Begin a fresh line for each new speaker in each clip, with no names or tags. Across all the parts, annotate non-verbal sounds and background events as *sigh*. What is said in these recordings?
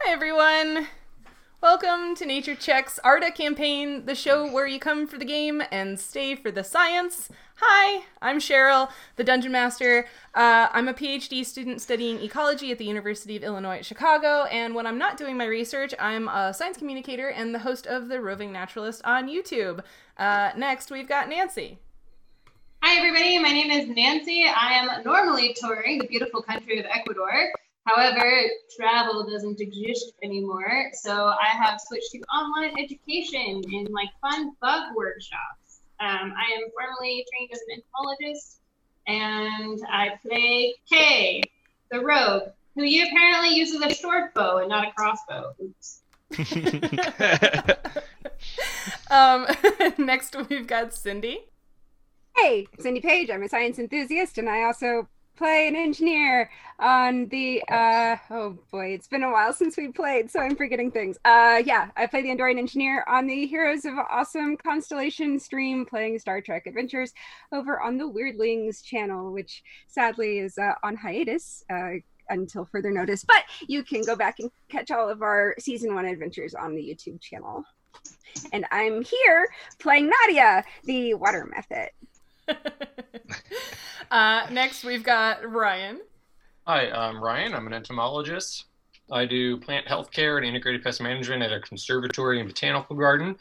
Hi, everyone. Welcome to Nature Check's ARDA campaign, the show where you come for the game and stay for the science. Hi, I'm Cheryl, the Dungeon Master. Uh, I'm a PhD student studying ecology at the University of Illinois at Chicago, and when I'm not doing my research, I'm a science communicator and the host of The Roving Naturalist on YouTube. Uh, next, we've got Nancy.
Hi, everybody. My name is Nancy. I am normally touring the beautiful country of Ecuador. However, travel doesn't exist anymore, so I have switched to online education and like fun bug workshops. Um, I am formally trained as an entomologist, and I play Kay, the rogue, who you apparently uses a short bow and not a crossbow. Oops.
Um, *laughs* next, we've got Cindy. *laughs*
Hey, Cindy Page. I'm a science enthusiast, and I also play an engineer on the. Uh, oh boy, it's been a while since we played, so I'm forgetting things. Uh, yeah, I play the Andorian engineer on the Heroes of Awesome Constellation stream, playing Star Trek Adventures over on the Weirdlings channel, which sadly is uh, on hiatus. Uh, until further notice, but you can go back and catch all of our season one adventures on the YouTube channel. And I'm here playing Nadia, the water method.
Uh, next, we've got Ryan.
Hi, I'm Ryan. I'm an entomologist. I do plant health care and integrated pest management at a conservatory and botanical garden.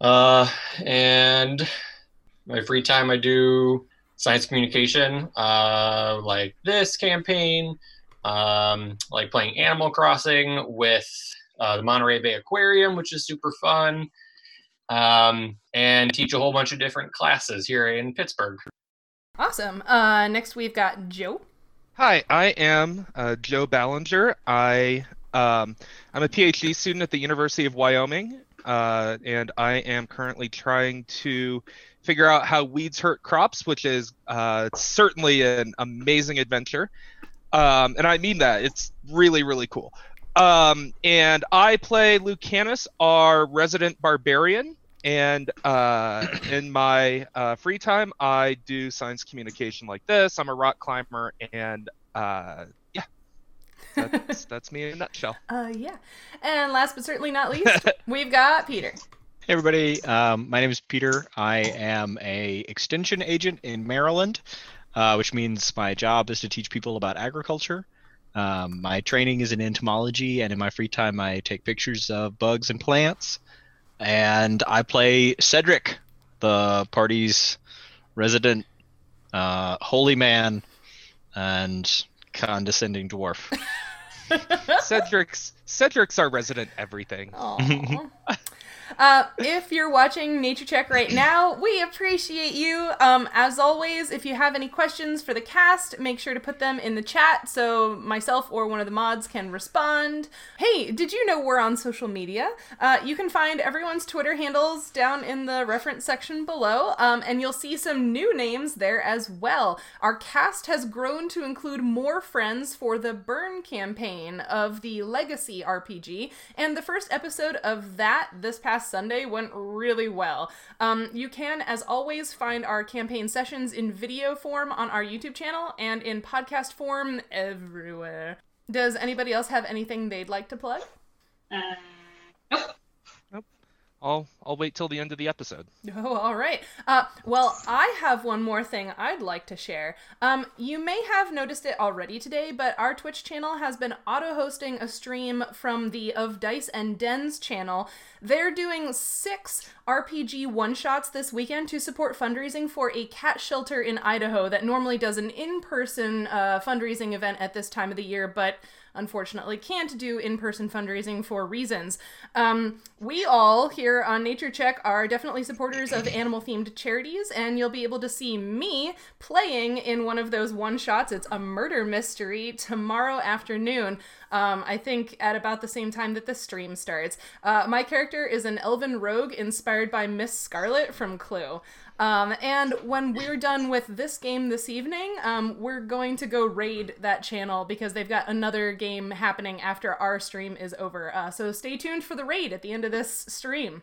Uh, and my free time, I do science communication, uh, like this campaign, um, like playing Animal Crossing with uh, the Monterey Bay Aquarium, which is super fun, um, and teach a whole bunch of different classes here in Pittsburgh.
Awesome. Uh, next, we've got Joe.
*laughs* Hi, I am uh, Joe Ballinger. I um, I'm a PhD student at the University of Wyoming, uh, and I am currently trying to figure out how weeds hurt crops, which is uh, certainly an amazing adventure, um, and I mean that. It's really really cool. Um, and I play Lucanus, our resident barbarian, and uh, in my uh, free time, I do science communication like this. I'm a rock climber, and uh, yeah, that's, that's me in a nutshell.
Uh, yeah. And last but certainly not least, we've got Peter.
Hey everybody, um, my name is Peter. I am a extension agent in Maryland, uh, which means my job is to teach people about agriculture. Um, my training is in entomology, and in my free time, I take pictures of bugs and plants. And I play Cedric, the party's resident uh, holy man and condescending
*laughs*
dwarf.
Cedric's Cedric's our resident everything.
Aw. uh, if you're watching Nature Check right now, we appreciate you. Um, as always, if you have any questions for the cast, make sure to put them in the chat so myself or one of the mods can respond. Hey, did you know we're on social media? Uh, you can find everyone's Twitter handles down in the reference section below, um, and you'll see some new names there as well. Our cast has grown to include more friends for the Burn campaign of the Legacy RPG, and the first episode of that this past Sunday went really well. Um, you can, as always, find our campaign sessions in video form on our YouTube channel and in podcast form everywhere. Does anybody else have anything they'd like to plug?
Uh,
I'll I'll wait till the end of the episode.
*laughs* Oh, all right. Uh, well, I have one more thing I'd like to share. Um, you may have noticed it already today, but our Twitch channel has been auto hosting a stream from the Of Dice and Dens channel. They're doing six RPG one shots this weekend to support fundraising for a cat shelter in Idaho that normally does an in person uh, fundraising event at this time of the year, but unfortunately can't do in-person fundraising for reasons. Um, we all here on Nature Check are definitely supporters of animal-themed charities, and you'll be able to see me playing in one of those one-shots. It's a murder mystery tomorrow afternoon. Um, I think at about the same time that the stream starts. Uh, my character is an elven rogue inspired by Miss Scarlet from Clue. Um, and when we're done with this game this evening, um, we're going to go raid that channel because they've got another game happening after our stream is over. Uh, so stay tuned for the raid at the end of this stream.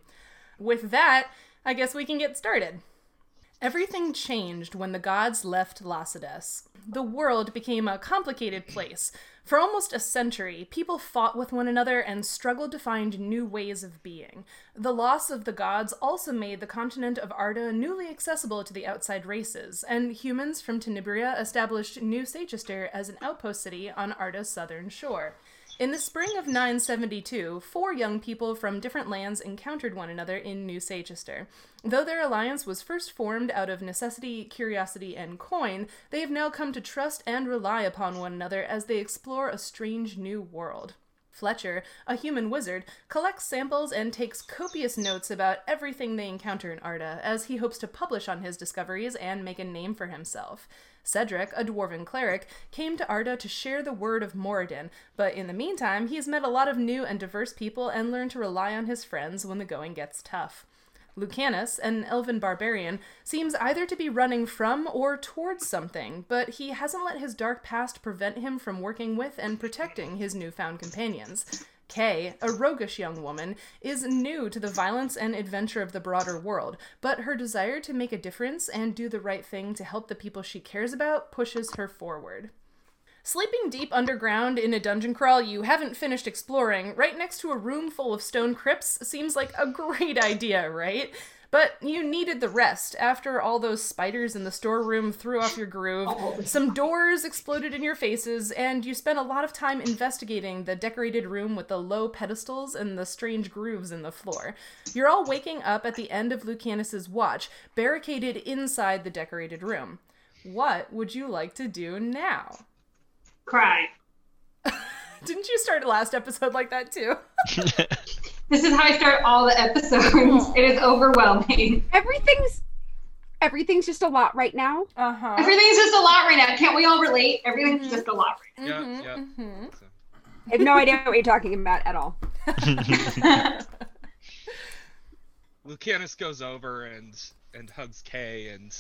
With that, I guess we can get started. Everything changed when the gods left Lacidus. The world became a complicated place. For almost a century, people fought with one another and struggled to find new ways of being. The loss of the gods also made the continent of Arda newly accessible to the outside races, and humans from Tenebria established New Sagester as an outpost city on Arda's southern shore. In the spring of 972, four young people from different lands encountered one another in New Sagester. Though their alliance was first formed out of necessity, curiosity, and coin, they have now come to trust and rely upon one another as they explore a strange new world. Fletcher, a human wizard, collects samples and takes copious notes about everything they encounter in Arda, as he hopes to publish on his discoveries and make a name for himself. Cedric, a dwarven cleric, came to Arda to share the word of Moradin, but in the meantime, he's met a lot of new and diverse people and learned to rely on his friends when the going gets tough. Lucanus, an elven barbarian, seems either to be running from or towards something, but he hasn't let his dark past prevent him from working with and protecting his newfound companions. Kay, a roguish young woman, is new to the violence and adventure of the broader world, but her desire to make a difference and do the right thing to help the people she cares about pushes her forward. Sleeping deep underground in a dungeon crawl you haven't finished exploring, right next to a room full of stone crypts, seems like a *laughs* great idea, right? But you needed the rest after all those spiders in the storeroom threw off your groove, some doors exploded in your faces, and you spent a lot of time investigating the decorated room with the low pedestals and the strange grooves in the floor. You're all waking up at the end of Lucanus's watch, barricaded inside the decorated room. What would you like to do now?
Cry.
Didn't you start last episode like that too?
This is how I start all the episodes. *laughs* It is overwhelming.
Everything's everything's just a lot right now.
Uh huh.
Everything's just a lot right now. Can't we all relate? Everything's
Mm-hmm.
just a lot right
Yeah,
Mm-hmm,
yeah.
Hmm?
So-
I have no idea what you're talking about at all.
*laughs*
now.
Lucanus goes over and and hugs Kay and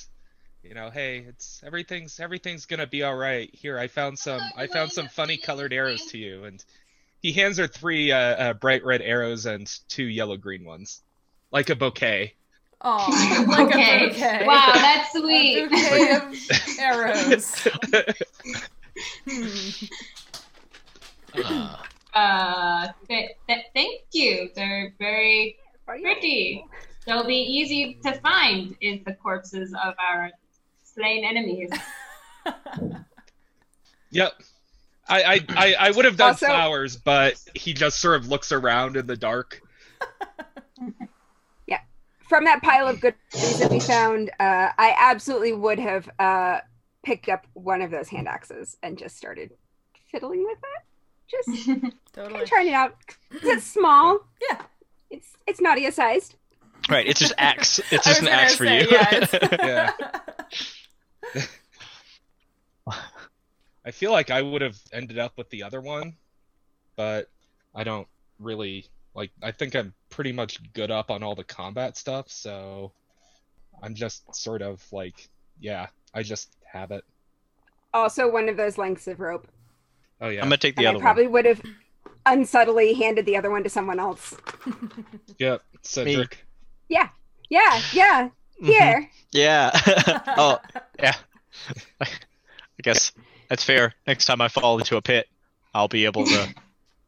you know, hey, it's everything's everything's gonna be all right. Here, I found some I found some funny colored arrows to you, and he hands her three uh, uh, bright red arrows and two yellow green ones, like a bouquet.
Oh, like a bouquet.
Wow, that's
A
sweet.
bouquet of arrows. Hmm.
Uh,
*laughs* Uh, th- th- thank you. They're very
Are you-
pretty. They'll be easy to find in the corpses of our slain
*laughs*
enemies. *laughs*
yep. I I, I, I would have done
Also-
flowers, but he just sort of looks around in the dark.
From that pile of good things that we found, uh, I absolutely would have uh, picked up one of those hand axes and just started fiddling with it. Just
Totally.
kinda trying it out. 'Cause It's small.
Yeah.
It's it's Nadia sized.
right, it's just axe. It's
I was
just an
gonna
axe for
say,
you.
yeah, it's-
Yeah.
*laughs*
I feel like I would have ended up with the other one, but I don't really like. I think I'm pretty much good up on all the combat stuff, so I'm just sort of like, yeah, I just have it.
Also one of those lengths of rope.
Oh yeah,
*laughs* I'm gonna take the
and I
other
probably would have unsubtly handed the other one to someone else.
yep, Cedric.
Yeah, yeah,
one. Mhm.
here.
Yeah. *laughs* oh, yeah. I guess that's fair. Next time I fall into a pit, I'll be able *laughs* to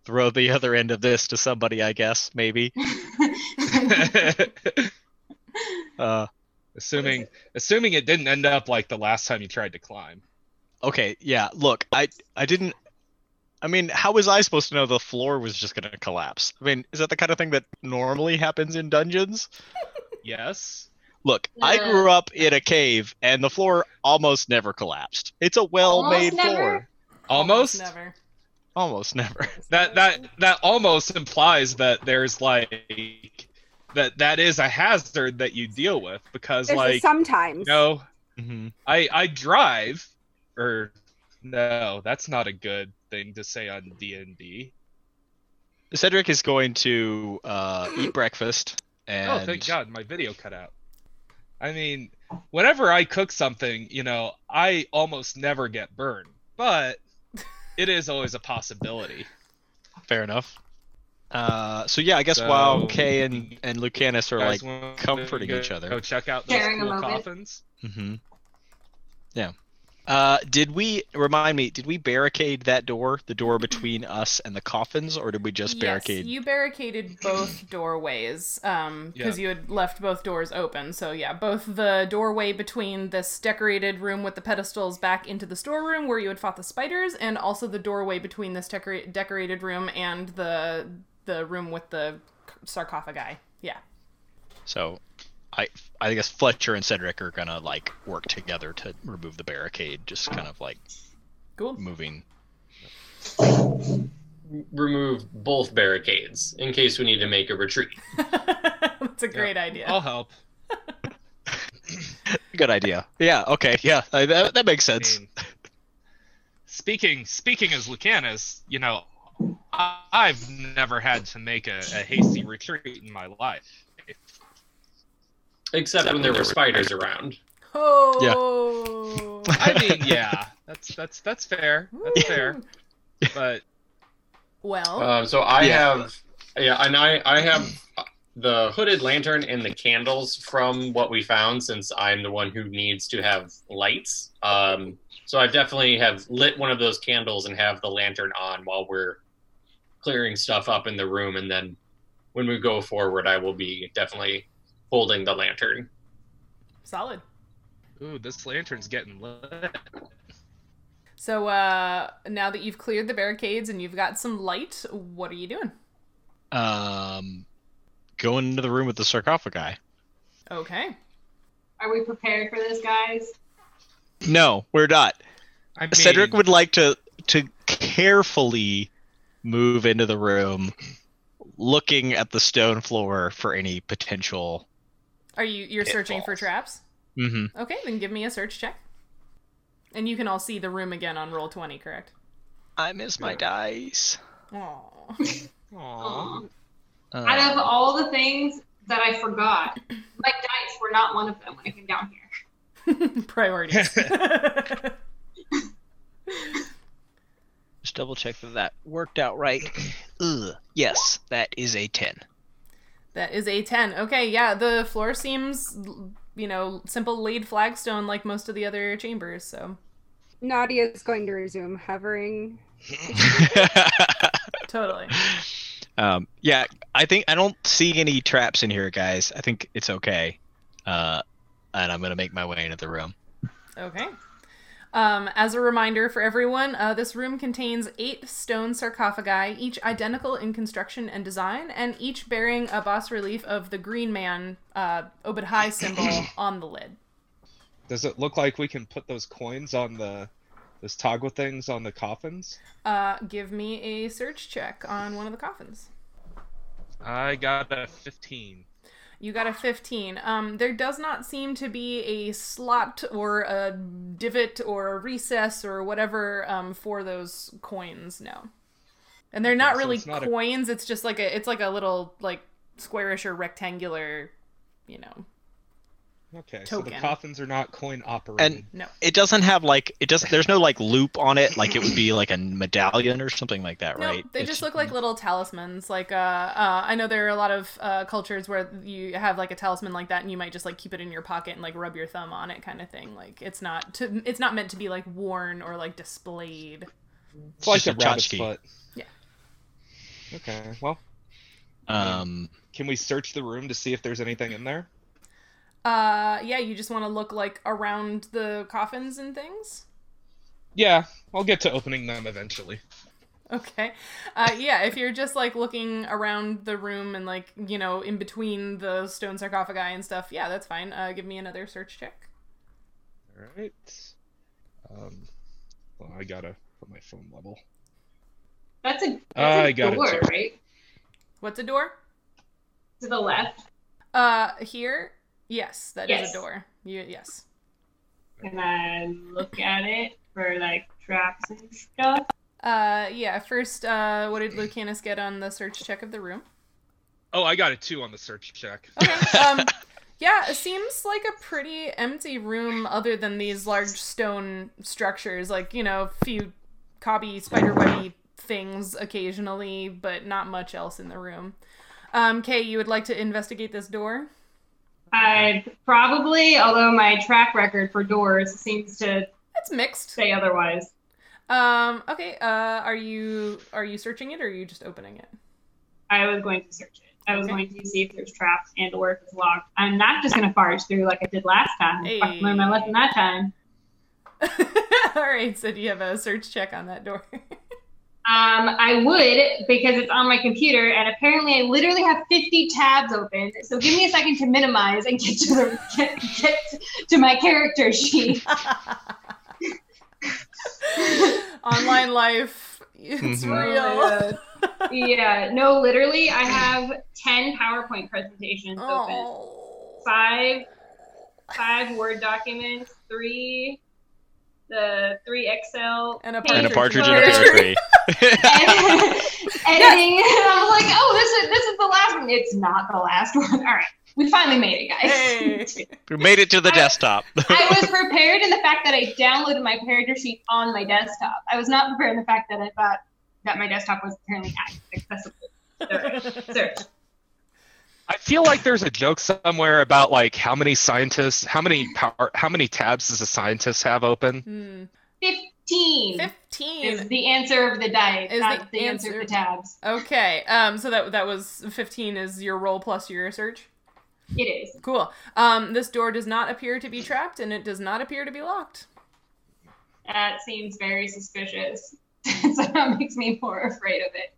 throw the other end of this to somebody. I guess maybe. Uh,
*laughs* assuming, assuming it didn't end up like the last time you tried to climb.
okay. Yeah. Look, I I didn't. I mean, how was I supposed to know the floor was just gonna collapse? I mean, is that the kind of thing that normally happens in dungeons?
Yes.
Look, I
Yeah.
grew up in a cave, and the floor almost never collapsed. It's a well-made
Almost never?
floor.
Almost.
Never.
Almost never. *laughs*
That that that almost implies that there's like that that is a hazard that you deal with because
There's a
like
sometimes.
no
hmm
I I drive or no that's not a good thing to say on D and D.
Cedric is going to uh, eat breakfast and
*clears throat* Oh thank God my video cut out. I mean whenever I cook something you know I almost never get
*laughs*
burned but it is always a possibility.
fair enough. Uh, so yeah, I guess
So-
while Kay and and Lucanus are like,
Guys wanna
comforting
go-
each other.
Go check out those
Sharing a
cool
moment.
coffins.
hmm yeah. Uh, did we remind me? Did we barricade that door, the door between us and the coffins, or did we just
Yes,
barricade?
you barricaded
*clears throat*
both doorways um because you had left both doors open. So yeah, both the doorway between this decorated room with the pedestals back into the storeroom where you had fought the spiders, and also the doorway between this decora- decorated room and the the room with the sarcophagi. Yeah.
So, I I guess Fletcher and Cedric are gonna like work together to remove the barricade, just kind of like
Cool.
moving.
Remove both barricades in case we need to make a retreat.
*laughs* That's a great idea.
I'll help.
Good idea. Yeah. Okay. Yeah. I, that, that makes sense.
mean, speaking speaking as Lucanus, you know, I, I've never had to make a, a hasty retreat in my life.
Except when there were spiders around.
*laughs* Oh.
*laughs*
I mean, yeah, that's that's that's fair. That's fair. Uh, But
Well,
Um, so I
Yeah.
have, yeah, and I I have the hooded lantern and the candles from what we found, since I'm the one who needs to have lights. Um, so I definitely have lit one of those candles and have the lantern on while we're clearing stuff up in the room, and then when we go forward, I will be definitely holding the lantern.
solid.
ooh, this lantern's getting lit.
So uh now that you've cleared the barricades and you've got some light, what are you doing?
Um, going into the room with the sarcophagi.
Okay.
Are we prepared for this, guys?
No, we're not.
I mean,
Cedric would like to to carefully move into the room, looking at the stone floor for any potential.
Are you you're searching for
Pitfalls.
traps?
hmm
Okay, then give me a search check. And you can all see the room again on roll 20, correct?
I miss my dice.
Oh.
Aw.
Uh,
Out of all the things that I forgot, my dice were not one of them when I came down here.
*laughs* Priorities.
Just double check that that worked out right. *clears throat* Ugh, yes, that is a ten.
that is a 10. Okay, yeah, the floor seems you know, simple laid flagstone like most of the other chambers, so
Nadia is going to resume hovering.
totally.
*laughs* um, yeah, I think I don't see any traps in here, guys. I think it's okay. Uh, and I'm gonna make my way into the room.
Okay. Um, as a reminder for everyone, uh, this room contains eight stone sarcophagi, each identical in construction and design, and each bearing a bas relief of the Green Man uh, Obed High symbol on the lid.
Does it look like we can put those coins on the those toggle things on the coffins?
Uh, give me a search check on one of the coffins.
I got a fifteen.
You got a 15. Um, there does not seem to be a slot or a divot or a recess or whatever um, for those coins. No, and they're not
so
really
it's not a-
coins. It's just like a it's like a little like squarish or rectangular. You know,
Okay, so the
Token.
coffins are not coin operated.
And-
no.
It doesn't have like it does. There's no like loop on it. Like it would be like a medallion or something like that,
No,
right?
they
It's-
just look like little talismans. Like, uh, uh, I know there are a lot of uh, cultures where you have like a talisman like that, and you might just like keep it in your pocket and like rub your thumb on it, kind of thing. Like, it's not to, it's not meant to be like worn or like displayed.
it's like
just
a
a
rabbit's
tchotchke.
foot.
Yeah.
Okay. Well,
Um,
can we search the room to see if there's anything in there?
Uh, yeah, you just want to look like around the coffins and things.
Yeah, I'll get to opening them eventually.
Okay. Uh, yeah, if you're just like looking around the room and like you know in between the stone sarcophagi and stuff, yeah, that's fine. Uh, give me another search check.
All right. Um, well, I gotta put my phone level.
That's a, that's
I
a
got it
door,
too.
right?
What's a door?
To the left.
Uh, here. Yes, that is a
Yes.
door. You yes.
Can I look at it for like traps and stuff?
Uh, yeah. First, uh, what did Lucanus get on the search check of the room?
Oh, I got a two on the search check.
Okay. Um, yeah, it seems like a pretty empty room other than these large stone structures, like, you know, a few cobby, spiderwebby things occasionally, but not much else in the room. Um, Kay, you would like to investigate this door?
I probably, although my track record for doors seems to
It's mixed.
say otherwise.
Um, okay. Uh, are you are you searching it or are you just opening it? *laughs*
I was going to search it. I was
Okay.
going to see if there's traps and or if it's locked. I'm not just gonna barge through like I did last time.
Hey.
Fuck, learn my lesson that time.
All right. So do you have a search check on that door? *laughs*
Um, I would because it's on my computer, and apparently I literally have 50 tabs open. So give me a second to minimize and get to the *laughs* get, get to my character sheet.
Online life, it's
Mm-hmm.
Mhm.
real.
*laughs* yeah, no, literally I have 10 PowerPoint presentations open.
*laughs* Oh.
five five word documents three the three excel
And a
pages.
And a partridge in a
Partridge.
pear tree.
And- *laughs* editing and *laughs* i'm like oh this is this is the last one it's not the last one *laughs* all right we finally made it
Hey.
guys
We made it to the
I-
desktop.
i was prepared in the fact that i downloaded my character sheet on my desktop i was not prepared in the fact that i thought that my desktop was apparently accessible Search.
I feel like there's a joke somewhere about like how many scientists, how many power, how many tabs does a scientist have open?
*laughs* Hmm.
15 is
Fifteen.
the answer of the dice
Is
not
the
the answer of
answer-
the tabs
Okay. Um. So that that was fifteen is your roll plus your search.
it is
Cool. Um. This door does not appear to be trapped, and it does not appear to be locked.
That seems very suspicious. *laughs* so that makes me more afraid of it.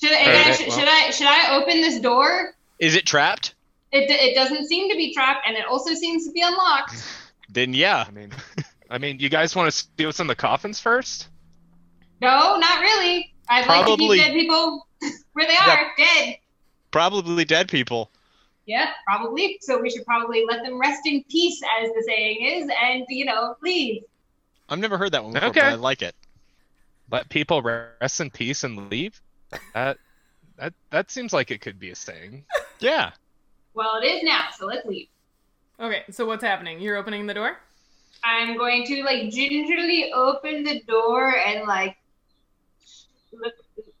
Should, and I,
Alright,
should,
well-
should I should I open this door?
Is it trapped?
It, it doesn't seem to be trapped, and it also seems to be unlocked.
Then yeah.
I mean, *laughs* I mean, you guys want to see what's in the coffins first?
No, not really. I'd like to
Probably-
keep dead people *laughs* where they
Yeah.
are, dead.
Probably dead people.
Yeah, probably. So we should probably let them rest in peace, as the saying is, and you know, leave.
I've never heard that one before,
Okay.
but I like it.
Let people rest in peace and leave. That that that seems like it could be a saying.
Yeah.
Well, it is now, so let's leave.
Okay. So what's happening? You're opening the door.
I'm going to like gingerly open the door and like look,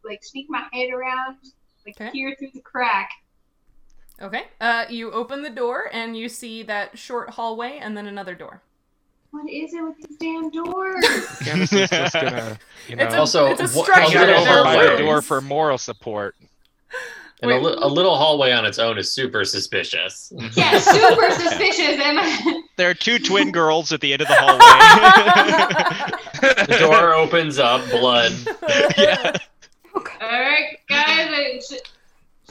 like sneak my head around, like
Okay.
peer through the crack.
Okay. Uh. You open the door, and you see that short hallway, and then another door.
What is it with this damn door?
Candace is just gonna, you know,
It's a-
also,
it's a
what-
structure.
a
get
little
There are
over by the
hallway,
rooms.
door
*laughs*
for moral support.
and a,
Wait.
li- a little hallway on its own is super suspicious.
yeah, super suspicious. Am I? *laughs*
There are two twin girls at the end of *laughs* the hallway.
The *laughs* door opens up, blood.
*laughs* Yeah.
Oh,
*laughs* All right, guys. I, should,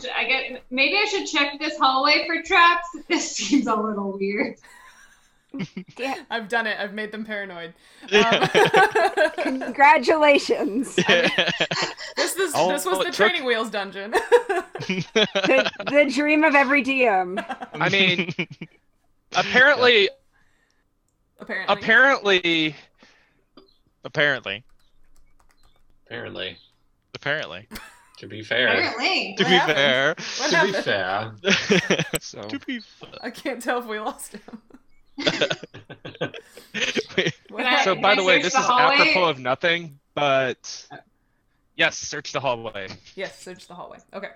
should I get? Maybe I should check this hallway for traps. *laughs* This seems a little weird.
Yeah.
I've done it. I've made them paranoid. Um, *laughs*
Congratulations.
This this,
All-
this was
all
the
it took-
training wheels dungeon. *laughs*
the, the dream of every DM.
I
*laughs*
mean, apparently,
apparently.
apparently,
apparently,
Apparently,
apparently.
to be fair,
Apparently.
To
What
be
happened?
fair,
what
to be
happened?
fair.
so
to be
I can't tell if we lost
*laughs*
him.
fair.
What
So,
So,
happened?
by
Can
the
I
way,
search
this
the
is
hallway?
apropos of nothing, but yes, search the hallway.
Yes, search the hallway. Okay.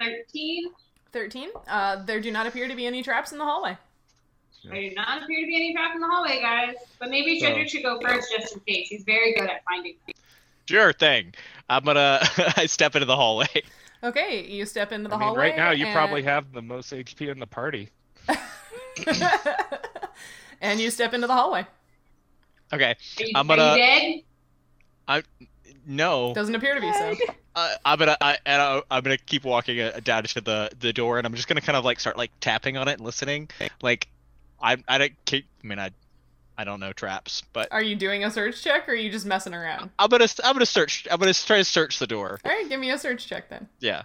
Thirteen.
13. Uh, there do not appear to be any traps in the hallway.
There do not appear to be any traps in the hallway, guys. But maybe
So-
Cedric should go first, just in case. He's very good at finding.
Sure thing. I'm gonna. *laughs* I step into the hallway. *laughs*
Okay, you step into the
I mean,
hallway.
right now you
and-
probably have the most HP in the party.
*laughs* and you step into the hallway.
Okay.
Are you,
I'm
are you
gonna-
dead?
No.
Doesn't appear to be so.
Uh, I'm gonna. I, and I, I'm gonna keep walking uh, down to the the door, and I'm just gonna kind of like start like tapping on it and listening. Like, I I don't. Keep, I mean, I. I don't know traps, but
Are you doing a search check or are you just messing around?
I'm gonna I'm gonna search I'm gonna try to search the door.
All right, give me a search check then.
Yeah,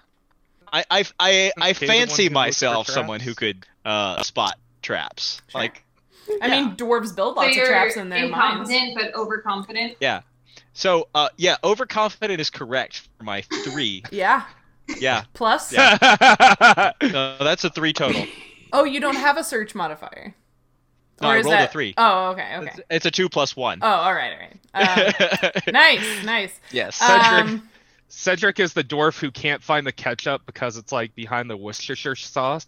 I I I, I
Okay, the one who
fancy
looks for
myself
traps?
someone who could uh spot traps.
Sure.
Like
I mean, dwarves build
So
lots
you're
of traps in their minds.
incompetent but overconfident.
so uh yeah, overconfident is correct for my three.
Yeah.
yeah,
*laughs*
Plus,
Yeah. no, that's a three total.
oh, you don't have a search modifier.
No,
Or
I
is
rolled
that-
a three.
Oh, okay, okay.
It's, it's a two plus one.
Oh, all right, all
*laughs*
right.
*laughs*
Um, nice, nice.
yes.
Cedric.
Um,
Cedric is the dwarf who can't find the ketchup because it's like behind the Worcestershire
*laughs*
sauce.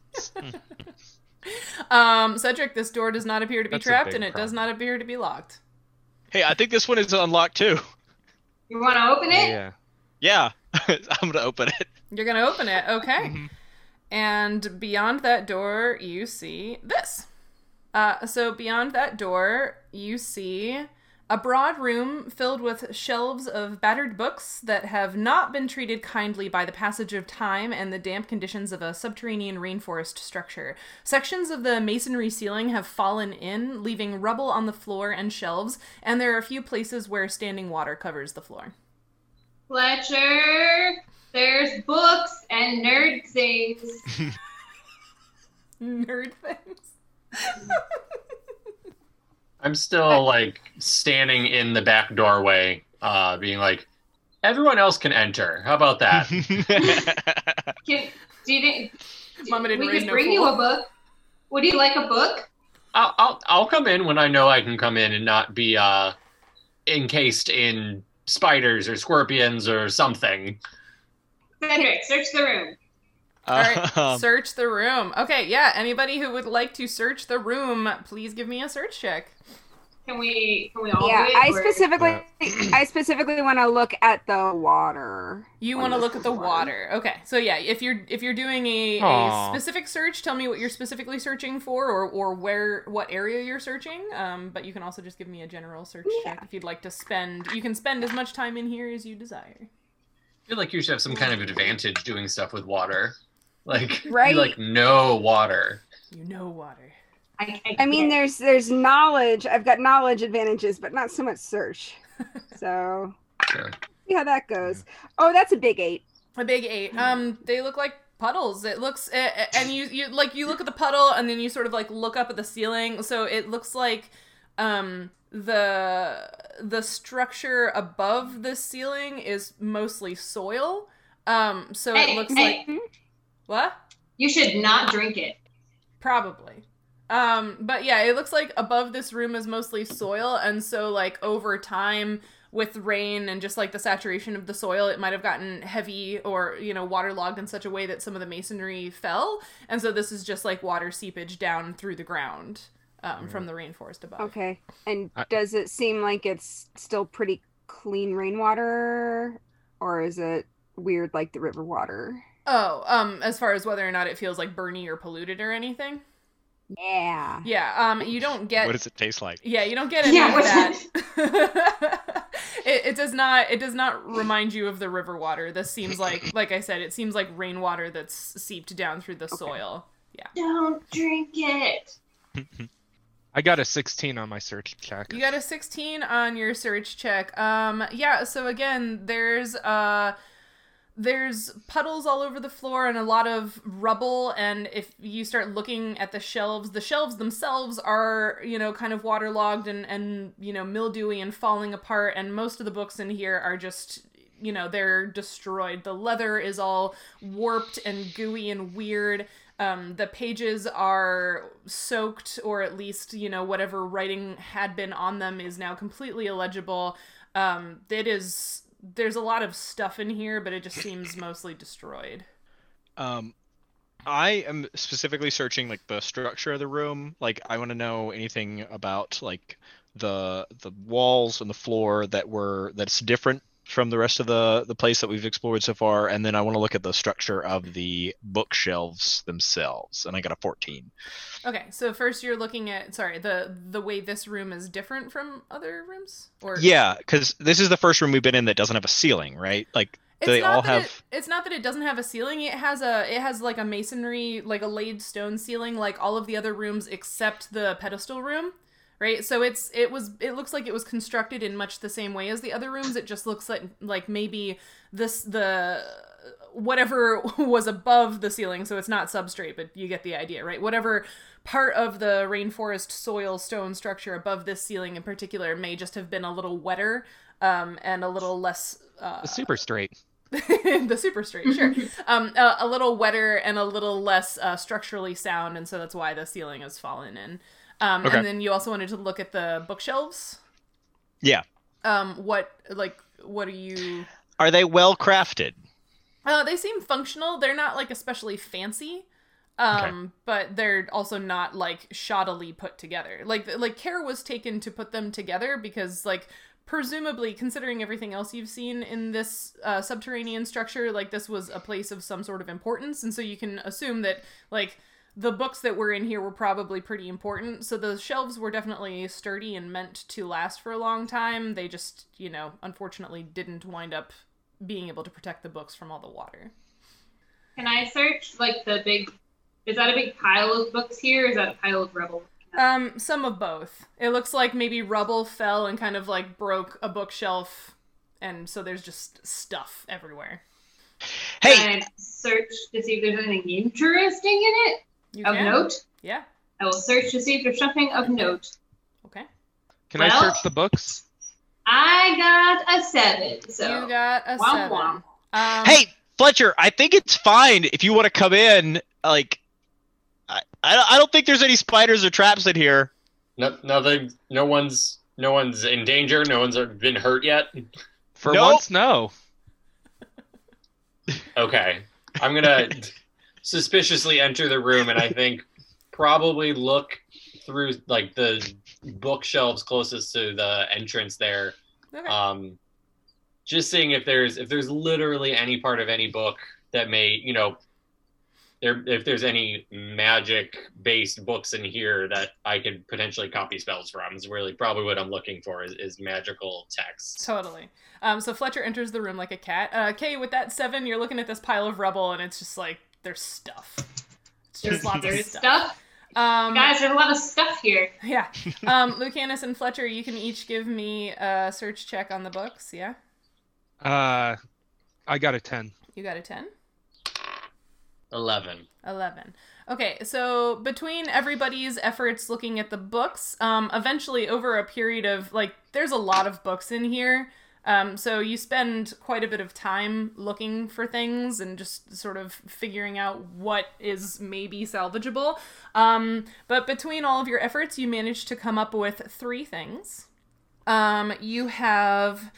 um, Cedric, this door does not appear to be
That's a
trapped,
big
and it does
problem.
not appear to be locked.
hey, I think this one is unlocked too.
You want to open it?
yeah.
Yeah. *laughs* I'm gonna open *laughs* it.
You're gonna open it, okay?
Mhm.
And beyond that door, you see this. Uh, so beyond that door, you see a broad room filled with shelves of battered books that have not been treated kindly by the passage of time and the damp conditions of a subterranean rainforest structure. Sections of the masonry ceiling have fallen in, leaving rubble on the floor and shelves, and there are a few places where standing water covers the floor. *laughs*
Fletcher, there's books and nerd things.
Nerd things. *laughs*
I'm still like standing in the back doorway, uh, being like, everyone else can enter. How
*laughs*
about that?
Can, do you think
Mama didn't
we
raise
could
no
bring
fool.
you a book? Would you like a book?
I'll, I'll I'll come in when I know I can come in and not be uh, encased in spiders or scorpions or something.
Cedric, search the room.
All right,
Um,
search the room. Okay, yeah. Anybody who would like to search the room, please give me a search check.
Can we? Can we all?
yeah,
do it,
I
or-
specifically, I specifically want to look at the water.
You want to look at the water. Okay, so yeah, if you're if you're doing a, a
Aw.
specific search, tell me what you're specifically searching for, or or where what area you're searching. Um, but you can also just give me a general search
Yeah.
check if you'd like to spend. You can spend as much time in here as you desire.
I feel like you should have some kind of advantage doing stuff with water. Like
Right.
you like no water.
You know water.
I,
I mean,
can't.
there's there's knowledge. I've got knowledge advantages, but not so much search. So
Sure.
see how that goes. Oh, that's a big eight.
A big
Hmm.
eight. Um, they look like puddles. It looks, a- a- and you you like you look at the puddle, and then you sort of like look up at the ceiling. So it looks like, um, the the structure above the ceiling is mostly soil. Um, so
Hey,
it looks
hey.
like what?
you should not drink it.
Probably. Um, but yeah, it looks like above this room is mostly soil, and so like over time with rain and just like the saturation of the soil, it might have gotten heavy or you know waterlogged in such a way that some of the masonry fell, and so this is just like water seepage down through the ground um, from the rainforest above.
Okay. And
I-
does it seem like it's still pretty clean rainwater, or is it weird like the river water?
Oh, um, as far as whether or not it feels like burny or polluted or anything,
Yeah.
yeah. Um, you don't get
what does it taste like?
Yeah, you don't get any
Yeah,
of
what's
that. *laughs* it, it does not. It does not remind you of the river water. This seems like, like I said, it seems like rainwater that's seeped down through the soil.
Don't drink it.
I got a 16 on my search check.
You got a 16 on your search check. Um, yeah. So again, there's uh, there's puddles all over the floor and a lot of rubble. And if you start looking at the shelves, the shelves themselves are you know kind of waterlogged and and you know mildewy and falling apart. And most of the books in here are just you know they're destroyed. The leather is all warped and gooey and weird. Um, the pages are soaked, or at least, you know, whatever writing had been on them is now completely illegible. Um, it is. There's a lot of stuff in here, but it just seems mostly destroyed.
Um, I am specifically searching like the structure of the room. Like I want to know anything about like the the walls and the floor that were that's different from the rest of the the place that we've explored so far. And then I want to look at the structure of the bookshelves themselves. And I got a 14.
Okay, so first you're looking at sorry the the way this room is different from other rooms, or
Yeah, because this is the first room we've been in that doesn't have a ceiling, right? Like
It's
they
not
all
that
have.
it- it's not that it doesn't have a ceiling. It has a. It has like a masonry, like a laid stone ceiling, like all of the other rooms except the pedestal room, right? So it's it was it looks like it was constructed in much the same way as the other rooms. It just looks like like maybe this the whatever *laughs* was above the ceiling. So it's not substrate, but you get the idea, right? Whatever part of the rainforest soil stone structure above this ceiling in particular may just have been a little wetter um, and a little less. Uh,
Super straight.
*laughs* the super straight, sure. um, a, a little wetter and a little less uh, structurally sound, and so that's why the ceiling has fallen in. Um,
Okay.
And then you also wanted to look at the bookshelves.
Yeah.
Um, what like what are you?
Are they well crafted?
Uh, they seem functional. They're not like especially fancy, um, but they're also not like shoddily put together. Like like care was taken to put them together because like presumably considering everything else you've seen in this uh, subterranean structure, like this was a place of some sort of importance, and so you can assume that like the books that were in here were probably pretty important. So the shelves were definitely sturdy and meant to last for a long time. They just you know unfortunately didn't wind up being able to protect the books from all the water.
Can I search like the big? Is that a big pile of books here? Or is that a pile of rubble?
Um, some of both. It looks like maybe rubble fell and kind of like broke a bookshelf, and so there's just stuff everywhere.
Hey,
Can I search to see if there's anything interesting in it
You
of
can?
note.
Yeah.
I will search to see if there's something of note.
Okay.
Can I
Well-
search the books?
I got a seven. So
you got a
womp
seven.
womp.
Um,
hey, Fletcher, I think it's fine if you want to come in. Like, I, I I don't think there's any spiders or traps in here.
No, nothing. No one's. No one's in danger. No one's been hurt yet.
For
Nope.
once, no.
Okay. I'm gonna suspiciously enter the room and I think probably look through like the bookshelves closest to the entrance there.
Okay.
Um just seeing if there's if there's literally any part of any book that may, you know, there if there's any magic based books in here that I could potentially copy spells from is really probably what I'm looking for is, is magical texts.
Totally. Um, so Fletcher enters the room like a cat. Uh, Kay, with that seven, you're looking at this pile of rubble, and it's just like there's stuff. It's just lots of
There's
stuff.
stuff.
Um,
Guys, there's a lot of stuff here.
Yeah. Um, Lucanus and Fletcher, you can each give me a search check on the books. Yeah.
Uh, I got a ten.
You got a 10?
Eleven.
11. Okay, so between everybody's efforts looking at the books, um, eventually over a period of like, there's a lot of books in here. Um, so you spend quite a bit of time looking for things and just sort of figuring out what is maybe salvageable. Um, but between all of your efforts, you manage to come up with three things. Um, you have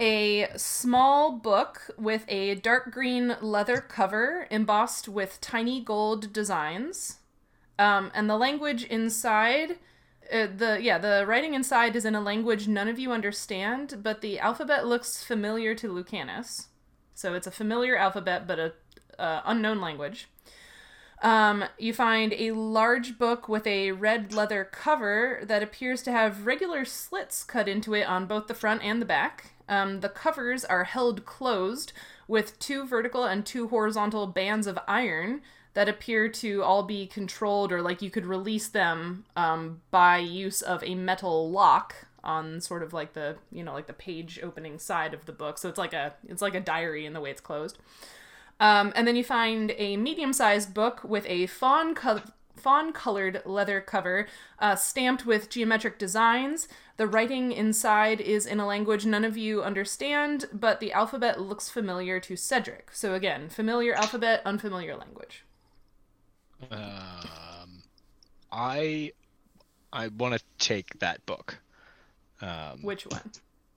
a small book with a dark green leather cover embossed with tiny gold designs. Um, and the language inside, uh, the yeah, the writing inside is in a language none of you understand, but the alphabet looks familiar to Lucanus. So it's a familiar alphabet, but a uh, unknown language. Um, you find a large book with a red leather cover that appears to have regular slits cut into it on both the front and the back. Um, the covers are held closed with two vertical and two horizontal bands of iron that appear to all be controlled, or like you could release them um, by use of a metal lock on sort of like the you know like the page opening side of the book. So it's like a it's like a diary in the way it's closed. Um, and then you find a medium-sized book with a fawn co- fawn-colored leather cover, uh, stamped with geometric designs. The writing inside is in a language none of you understand, but the alphabet looks familiar to Cedric. So again, familiar alphabet, unfamiliar language.
Um, I I want to take that book. Um,
Which one?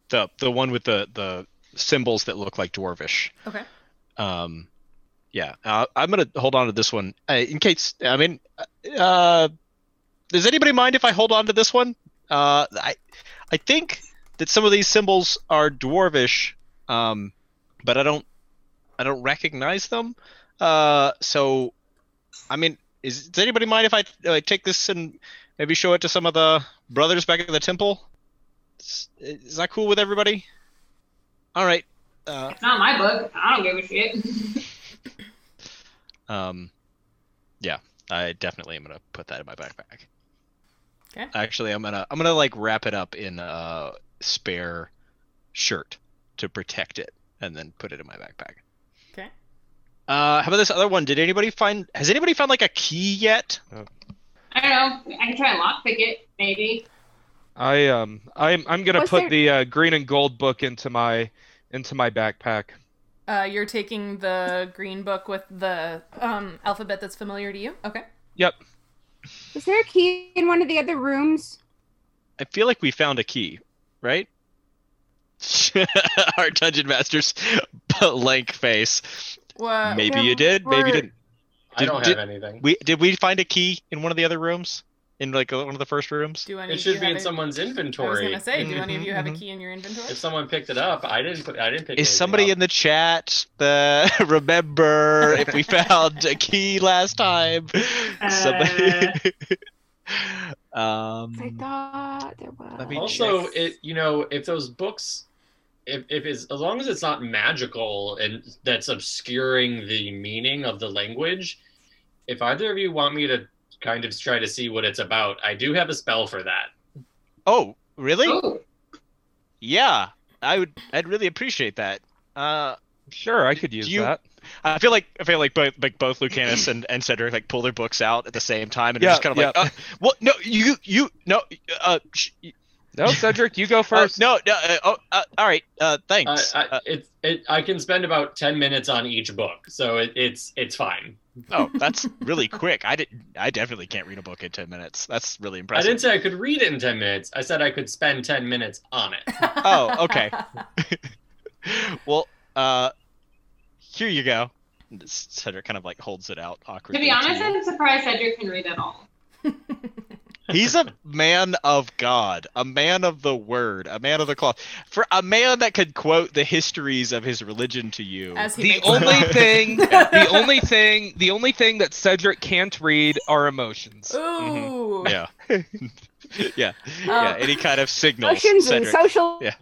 the the one with the the symbols that look like dwarvish.
Okay.
Um, yeah, uh, I'm gonna hold on to this one uh, in case. I mean, uh, does anybody mind if I hold on to this one? Uh, I I think that some of these symbols are dwarvish, um, but I don't I don't recognize them. Uh, so, I mean, is does anybody mind if I uh, take this and maybe show it to some of the brothers back at the temple? Is, is that cool with everybody? All right. Uh,
It's not my book. I don't give a shit. *laughs*
Um, yeah, I definitely am gonna put that in my backpack.
Okay.
Actually, I'm gonna I'm gonna like wrap it up in a spare shirt to protect it, and then put it in my backpack.
Okay.
Uh, how about this other one? Did anybody find? Has anybody found like a key yet?
I don't know. I can try and lockpick it, maybe.
I um, I'm I'm gonna
Was
put
there-
the uh, green and gold book into my into my backpack.
Uh, you're taking the green book with the um, alphabet that's familiar to you. Okay.
Yep.
Is there a key in one of the other rooms?
I feel like we found a key, right? *laughs* Our dungeon master's *laughs* blank face.
What?
Maybe
well,
you did. Maybe
we're-
you didn't.
I don't
Did-
have anything.
We did we find a key in one of the other rooms? In like one of the first rooms?
Do any
It
of
should
you
be
have
in Mm-hmm.
a-
someone's
I was
inventory.
gonna say, do any of
Mhm,
you have a
mhm.
key in your inventory?
If someone picked it up, I didn't. put- I didn't pick.
Is
anything
somebody
up.
in the chat the *laughs* remember if we found a key last
*laughs*
time?
Uh,
Somebody.
Uh,
*laughs* um,
I thought there was.
Let me
Mm. also
check.
it you know if those books if, if it's as long as it's not magical and that's obscuring the meaning of the language if either of you want me to kind of try to see what it's about i do have a spell for that
oh, really?
Oh,
Yeah, I would. I'd really appreciate that. Uh,
Sure, I could use
you-
that.
I feel like I feel like both like both Lucanus and, and Cedric like pull their books out at the same time and
Yeah,
it's kind of like, uh, well, no, you you no, uh, sh-
No, Cedric,
*laughs*
you go
uh,
first.
no, no, uh, oh, uh, all right, uh,
I,
thanks.
I, it, it, I can spend about 10 minutes on each book so it, it's it's fine
Oh, that's really quick. I didn't. I
*laughs*
definitely can't read a book in ten minutes. That's really
i
impressive.
didn't say i could read it in 10 minutes i said i could spend 10 minutes on it
Oh,
*laughs*
okay. well, uh, here you go. And Cedric kind of like holds it out
to
awkwardly.
be honest,
you.
I'm surprised Cedric can read at all. *laughs*
he's a man of God, a man of the word, a man of the cloth. For a man that could quote the histories of his religion to you.
*laughs* As he
The
makes
*laughs*
only
them up.
thing,
Yeah.
the only thing, the only thing that Cedric can't read are emotions.
Mm-hmm.
Ooh.
yeah. *laughs* yeah. yeah. Any kind of signals.
Emotions and
Cedric.
social
Yeah.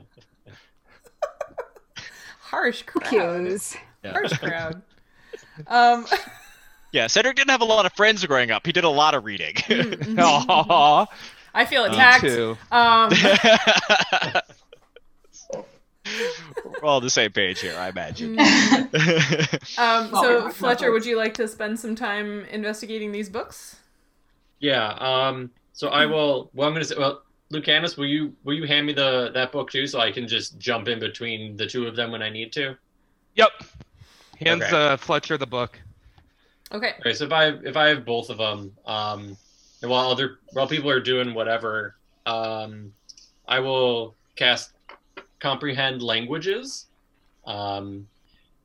Harsh crowd.
cues.
yeah.
Harsh crowd. Um, *laughs*
yeah. Cedric didn't have a lot of friends growing up. He did a lot of reading.
mhm.
*laughs* Aw.
I feel
Me
attacked.
Two.
*laughs*
Um,
We're all on the same page here, I imagine.
mm, um,
Well, we're
so,
not
Fletcher,
books.
would you like to spend some time investigating these books?
yeah um so i will well i'm gonna say well lucanus will you will you hand me the that book too so i can just jump in between the two of them when i need to
Yep. Hands
Okay.
uh, Fletcher the book.
Okay.
Okay, so if I if I have both of them, um, and while other while people are doing whatever, um, I will cast comprehend languages, um,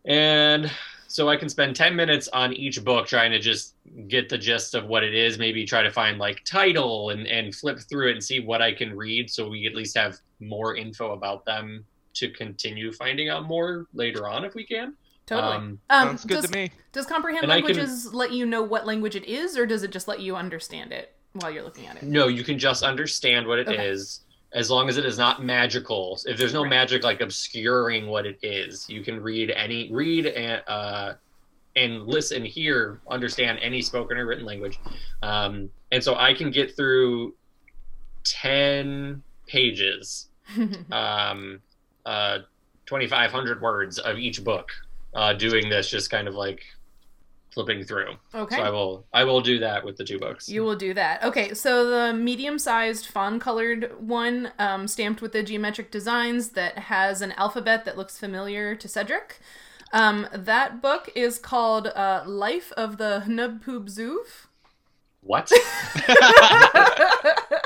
and so I can spend ten minutes on each book trying to just get the gist of what it is. Maybe try to find like title and and flip through it and see what I can read, so we at least have more info about them to continue finding out more later on if we can.
Totally.
Um,
Um,
Sounds good
does,
to me.
does comprehend
And I can-
languages let you know what language it is, or does it just let you understand it while you're looking at it?
No, you can just understand what it is,
Okay.
as long as it is not magical. If there's no
Right.
magic like obscuring what it is, you can read any read and uh, and listen, hear, understand any spoken or written language. Um, and so I can get through ten pages,
Mm-hmm.
um, uh, twenty five hundred words of each book, uh, doing this just kind of like flipping through.
*laughs* okay.
So I will I will do that with the two books.
You will do that. Okay, so the medium sized fawn colored one, um, stamped with the geometric designs that has an alphabet that looks familiar to Cedric. Um, that book is called uh, Life of the Hnubpoob Zoof.
what?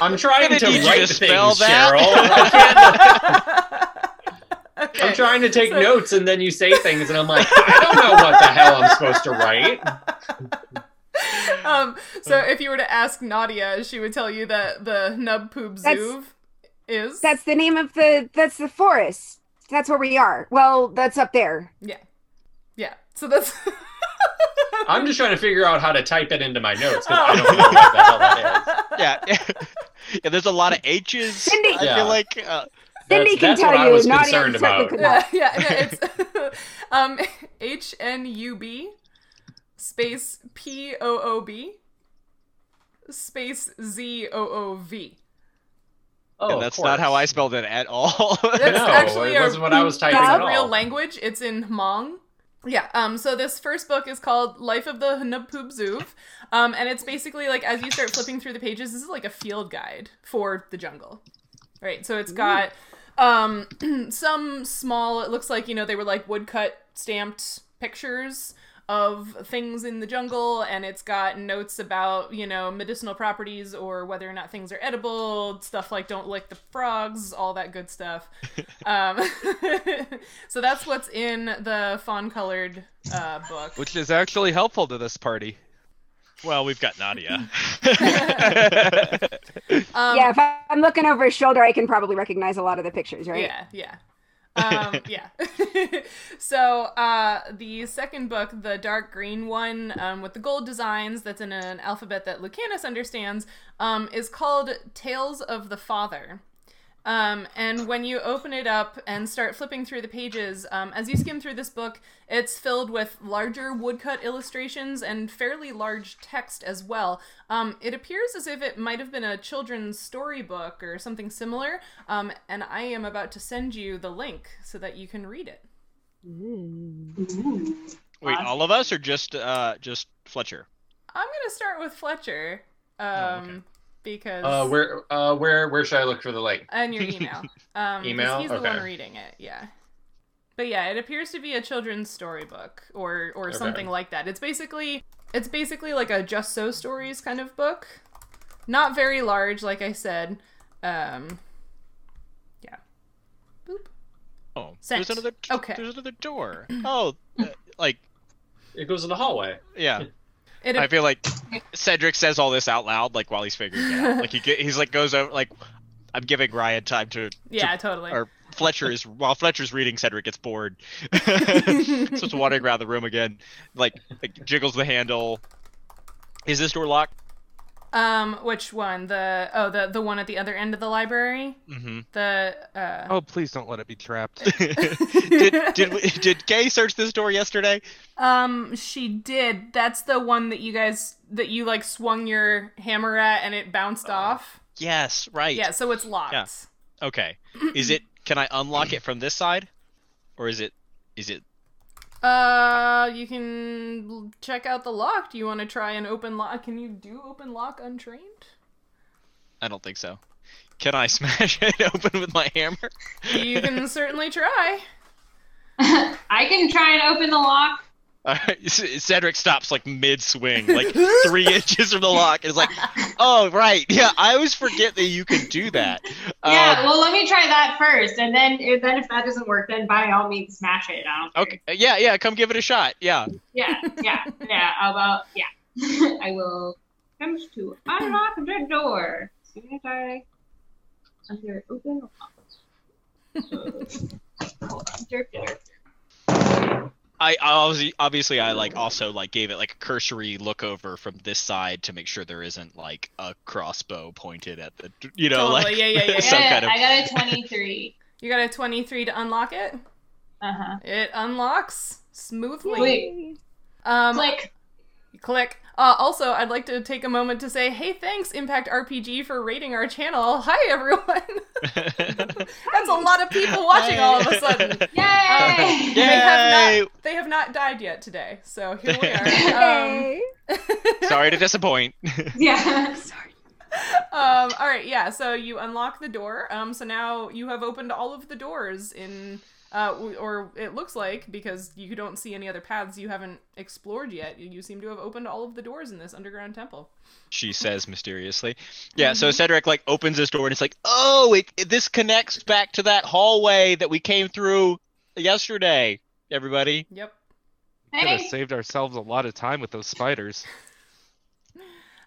I'm trying
Gonna
to
need you
write
to
things,
spell *laughs*
Cheryl.
okay.
I'm trying to take
So-
notes, and then you say things, and I'm like, I don't know what the hell I'm supposed to write.
um, so if you were to ask Nadia, she would tell you that the Hnubpoob
That's-
Zoof is.
That's the name of the. That's the forest. That's where we are. Well, that's up there.
Yeah, so that's.
I'm just trying to figure out how to type it into my notes because I don't know what the hell that is.
*laughs*
*laughs*
yeah. yeah, there's a lot of H's.
Cindy-
*laughs* I
Yeah.
feel like uh,
Cindy
That's-
can
that's
tell
what I
you.
was
Nadia certainly
concerned about.
could not.
*laughs* yeah, yeah, no, it's um H N U B space P O O B space Z O O V.
Oh,
and
of
that's not how I
course.
spelled it at all. *laughs*
That's
No,
actually
it
a-
wasn't what I was typing
that's
at
It's
all.
a real language. It's in Hmong. Yeah. Um. So this first book is called Life of the Hnubpoob Zoof, um, and it's basically like as you start flipping through the pages, this is like a field guide for the jungle, right? So it's got um *clears throat* some small. It looks like you know they were like woodcut stamped pictures of things in the jungle and it's got notes about, you know, medicinal properties or whether or not things are edible, stuff like don't lick the frogs, all that good stuff. um, *laughs* so that's what's in the fawn colored uh, book.
which is actually helpful to this party.
Well, we've got Nadia.
*laughs*
Um,
yeah, if I- I'm looking over his shoulder, I can probably recognize a lot of the pictures, right?
Yeah, yeah. Um, yeah. *laughs* so uh, the second book, the dark green one um, with the gold designs that's in an alphabet that Lucanus understands, um, is called Tales of the Father. Um, and when you open it up and start flipping through the pages, um, as you skim through this book, it's filled with larger woodcut illustrations and fairly large text as well. Um, it appears as if it might have been a children's storybook or something similar, um, and I am about to send you the link so that you can read it.
Wait, all of us or just uh just Fletcher?
I'm going to start with Fletcher um,
okay.
because.
Oh, Uh, where, uh, where, where should I look for the link?
And
*laughs*
your email. Um, 'cause
Email?
He's the
Okay.
one reading it. Yeah. But yeah, it appears to be a children's storybook or or
Okay.
something like that. It's basically it's basically like a just so stories kind of book. Not very large, like I said. Um,
Oh,
Sent.
there's another
Okay.
there's another door. Oh, uh, like
It goes to the hallway.
yeah.
it
I feel like Cedric says all this out loud like while he's figuring it out. Like he get, he's like goes over like I'm giving Ryan time to
yeah, totally.
or Fletcher is while Fletcher's reading, Cedric gets bored. *laughs* Starts wandering around the room again, like, like jiggles the handle. Is this door locked?
Um, which one? The oh, the the one at the other end of the library.
Mm-hmm.
The uh,
Oh, please don't let it be *laughs* trapped.
did did we, did Kay search this door yesterday?
*laughs* um, she did. That's the one that you guys that you like swung your hammer at and it bounced off.
Yes, Oh, right.
Yeah, so it's locked.
Yeah. Okay. Is it? Can I unlock it from this side, or is it? Is it?
Uh, you can l- check out the lock. Do you want to try an open lock? Can you do open lock untrained?
I don't think so. Can I *laughs* smash it open with my hammer?
You
*laughs*
can certainly try.
*laughs* I can try and open the lock.
All right, C- Cedric stops like mid swing, like three inches from the lock, and is like, "Oh right, yeah, I always forget that you can do that."
Yeah,
Um,
well, let me try that first, and then if, then if that doesn't work, then by all means smash it. I don't care.
okay. Yeah, yeah. Come give it a shot. Yeah.
Yeah, yeah, yeah. *laughs* How About yeah, I will attempt to unlock the door. As Soon as I under open
*laughs*
lock. So, hold on, jerk, jerk.
I obviously, obviously, I like also like gave it like a cursory look over from this side to make sure there isn't like a crossbow pointed at the, you know,
Totally,
like
yeah, yeah,
*laughs*
yeah, yeah.
some
I got
kind
a-
of.
I got a twenty-three.
You got a 23 to unlock it.
Uh huh.
It unlocks smoothly.
Wait.
Um,
Click.
click. Uh, also, I'd like to take a moment to say, hey, thanks, Impact RPG, for rating our channel. *laughs* Hi, everyone.
*laughs*
That's a lot of people watching all of a sudden.
*laughs*
Yay!
They have
Yay!
They have not died yet today, so here we
*laughs*
are. Um,
Hey.
Sorry to *laughs* disappoint.
*laughs* yeah.
Sorry.
um, all right, yeah. So you unlock the door. Um, so now you have opened all of the doors in, uh, w- or it looks like because you don't see any other paths you haven't explored yet. You- You seem to have opened all of the doors in this underground temple. Mm-hmm.
she says mysteriously. Yeah, so Cedric like opens this door and it's like, "Oh, it, it- this connects back to that hallway that we came through yesterday." Everybody,
Yep.
Could have
Thanks.
saved ourselves a lot of time with those spiders.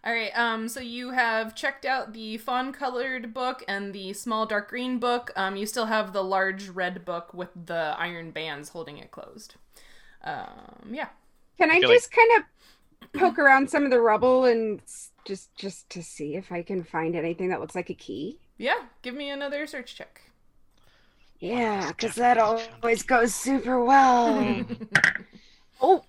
All right. Um. So you have checked out the fawn-colored book and the small dark green book. Um. You still have the large red book with the iron bands holding it closed. Um. Yeah.
Can I
feel like-
just kind of poke around some of the rubble and s- just just to see if I can find anything that looks like a key?
Yeah. Give me another search check.
Yeah, because that always goes super well. *laughs* oh,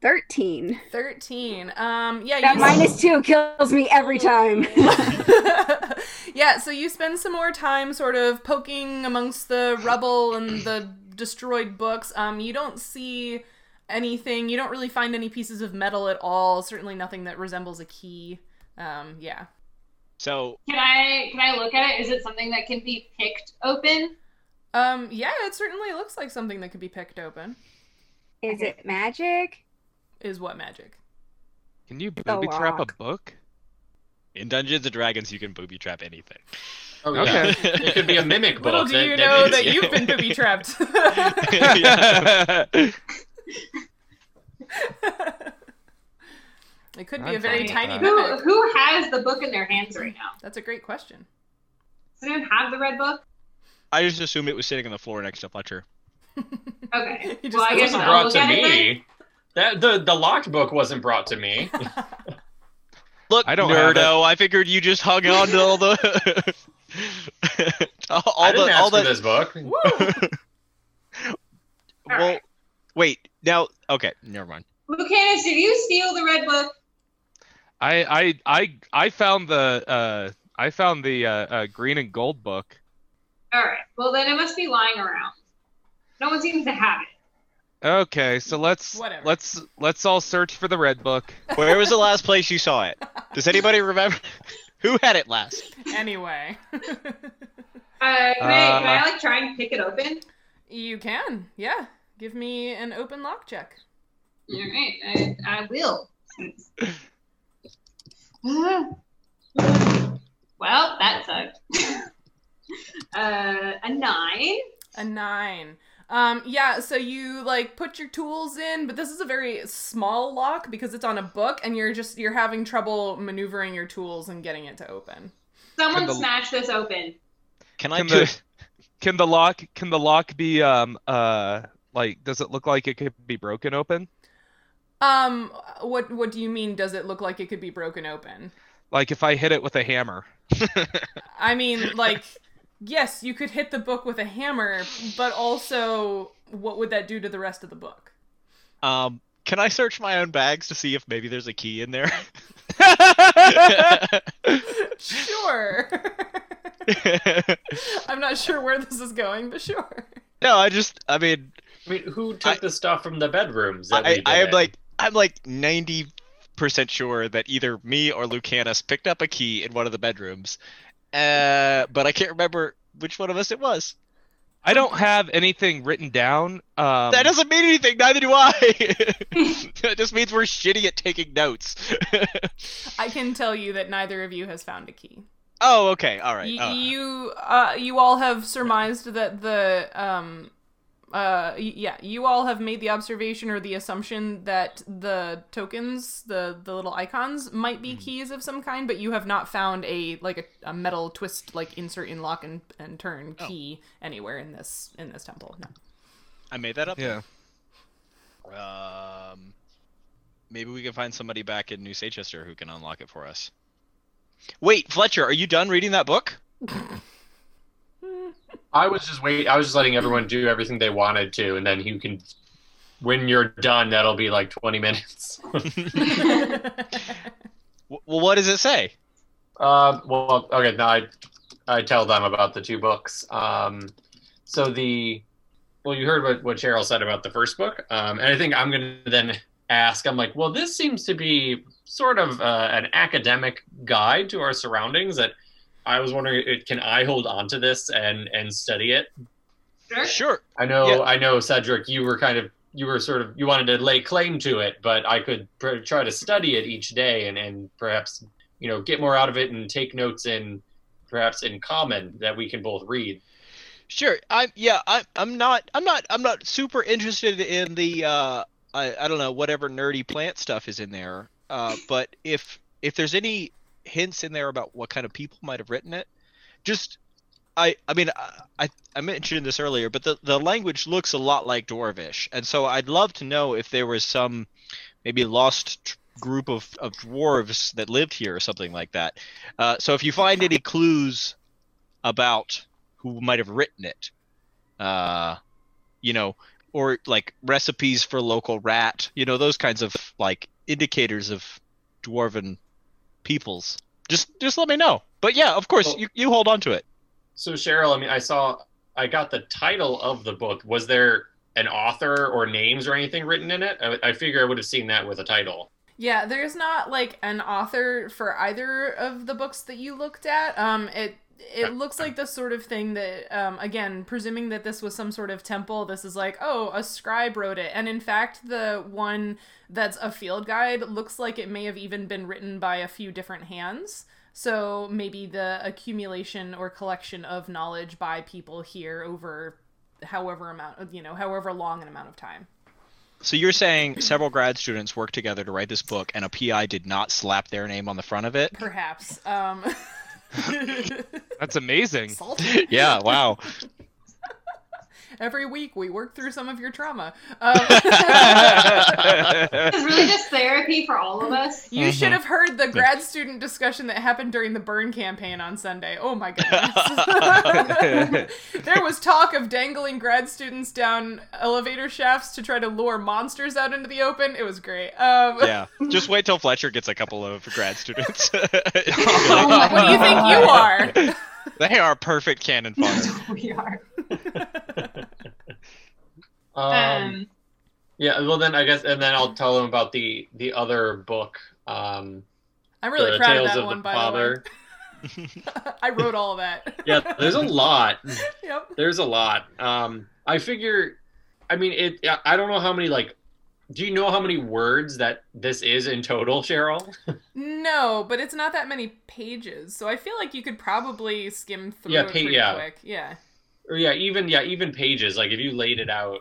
13.
13 um yeah
That
you
minus two kills me
*laughs*
every time.
yeah so you spend some more time sort of poking amongst the rubble and the destroyed books um you don't see anything you don't really find any pieces of metal at all certainly nothing that resembles a key um yeah
so
Can I can I look at it? Is it something that can be picked open?
um yeah it certainly looks like something that could be picked open
Is it magic?
is what magic.
Can you booby trap a
lock.
book?
In Dungeons and Dragons, you can booby
*laughs*
trap anything.
Oh, yeah.
Okay.
It could be
*laughs*
a mimic book.
Little do
that-
you
that
know
means-
that
*laughs*
you've been booby trapped. *laughs* it could be
I'm
a very
fine with
tiny
that.
Who
mimic.
who has the book in their hands right now?
That's a great question. *laughs*
Does anyone have the red book?
I just assumed it was sitting on the floor next to Fletcher.
*laughs* Okay.
You just
well, I
It
guess
wasn't
I'll
brought
look
to
at it then.
me. That the the locked book wasn't brought to me.
Look,
I don't have
nerdo. I figured you just hung on to all *laughs* the all
I didn't
the
ask
all
for
the.
this
*laughs*
book.
Woo!
All
Well,
right.
wait. Now, okay, never mind.
Lucanus, did you steal the red book?
I I I I found the uh I found the uh, uh green and gold book.
All right. Well, then it must be lying around. No one seems to have it.
Okay, so let's
Whatever.
let's let's all search for the red book.
Where was the last place you saw it? Does anybody remember? *laughs* Who had it last?
Anyway, *laughs*
Uh, can, I, can
Uh.
I like try and pick it open?
you can. Yeah. Give me an open lock check.
All right. I, I will. *sighs* well, that sucked. *laughs* uh, a nine.
A nine. Um, yeah, so you like put your tools in, but this is a very small lock because it's on a book and you're just you're having trouble maneuvering your tools and getting it to open.
Someone
Can the-
smash this *laughs* open.
Can I
Can
do
the- Can the lock can the lock be um uh like does it look like it could be broken open?
Um what what do you mean does it look like it could be broken open?
Like if I hit it with a hammer.
I mean like *laughs* yes, you could hit the book with a hammer, but also what would that do to the rest of the book? *laughs*
um? Can I search my own bags to see if maybe there's a key in there? *laughs*
Sure. *laughs* I'm not sure where this is going, but sure.
no, I just. I mean,
I mean, who took
I-
the stuff from the bedrooms? That we
I,
did
I am
it?
like I'm like ninety percent sure that either me or Lucanus picked up a key in one of the bedrooms, uh, but I can't remember which one of us it was.
I don't have anything written down. Um
that doesn't mean anything. Neither do I. *laughs* it just means we're shitty at taking notes. *laughs*
I can tell you that neither of you has found a key.
oh, okay, all right.
Y-
uh,
you uh, you all have surmised that the um uh y- yeah you all have made the observation or the assumption that the tokens the the little icons might be
Mhm.
keys of some kind but you have not found a like a, a metal twist like insert in lock and, and turn
Oh.
key anywhere in this in this temple no
I made that up.
Yeah.
Um, maybe we can find somebody back in New Seychester who can unlock it for us. Wait, Fletcher, are you done reading that book? *laughs*
*laughs*
I was just wait. I was just letting everyone do everything they wanted to, and then you can. When you're done, that'll be like 20 minutes.
W- well, what does it say?
Uh, well, okay. Now I, I tell them about the two books. Um, so the, well, you heard what, what Cheryl said about the first book, um, and I think I'm going to then ask. I'm like, well, this seems to be sort of uh, an academic guide to our surroundings. That I was wondering, it, can I hold on to this and and study it?
Sure.
Sure.
I know,
Yeah.
I know, Cedric. You were kind of, you were sort of, you wanted to lay claim to it, but I could pr- try to study it each day and and perhaps you know get more out of it and take notes in perhaps in common that we can both read.
Sure. I'm yeah, I'm I'm not I'm not I'm not super interested in the uh I, I don't know, whatever nerdy plant stuff is in there. Uh but if if there's any hints in there about what kind of people might have written it, just I I mean I I- I mentioned this earlier, but the the language looks a lot like dwarvish. And so I'd love to know if there was some maybe lost tr- group of of dwarves that lived here or something like that. Uh so if you find any clues about who might have written it. Uh, you know, or like recipes for local rat, you know, those kinds of like indicators of dwarven peoples. Just just let me know. But yeah, of course,
Well-
you, you hold on to it.
So Cheryl, I mean, I saw, I got the title of the book. Was there an author or names or anything written in it? I, I figure I would have seen that with a title.
Yeah, there's not like an author for either of the books that you looked at. Um, it it looks like the sort of thing that, um, again, presuming that this was some sort of temple, this is like, oh, a scribe wrote it. And in fact, the one that's a field guide looks like it may have even been written by a few different hands. So maybe the accumulation or collection of knowledge by people here over however amount, of- you know, however long an amount of time.
So you're saying several grad students worked together to write this book, and a PI did not *laughs* slap their name on the front of it?
Perhaps. Um, *laughs*
That's amazing.
salty.
*laughs* Yeah. *laughs* Wow.
Every week we work through some of your trauma.
*laughs*
Um,
This is really just therapy for all of us.
you should have heard the grad student discussion that happened during the burn campaign on Sunday. Oh my goodness. there was talk of dangling grad students down elevator shafts to try to lure monsters out into the open. It was great. Um,
yeah. Just wait till Fletcher gets a couple of grad students.
*laughs* What do you think you are?
they are perfect
*laughs*
cannon fodder.
we are.
Um,
Um,
yeah. Well, then I guess, and then I'll tell them about the the other book. Um,
I'm really
the
proud
Tales
of that
the
one, by
Father.
the way. *laughs* I wrote all that. *laughs*
yeah, there's a lot.
yep.
There's a lot. Um, I figure. I mean, it. I- I don't know how many like. Do you know how many words that this is in total, Cheryl?
No, but it's not that many pages, so I feel like you could probably skim through
Yeah,
it
pa-
pretty
yeah.
quick. Yeah,
Or yeah, even yeah, even pages. Like if you laid it out.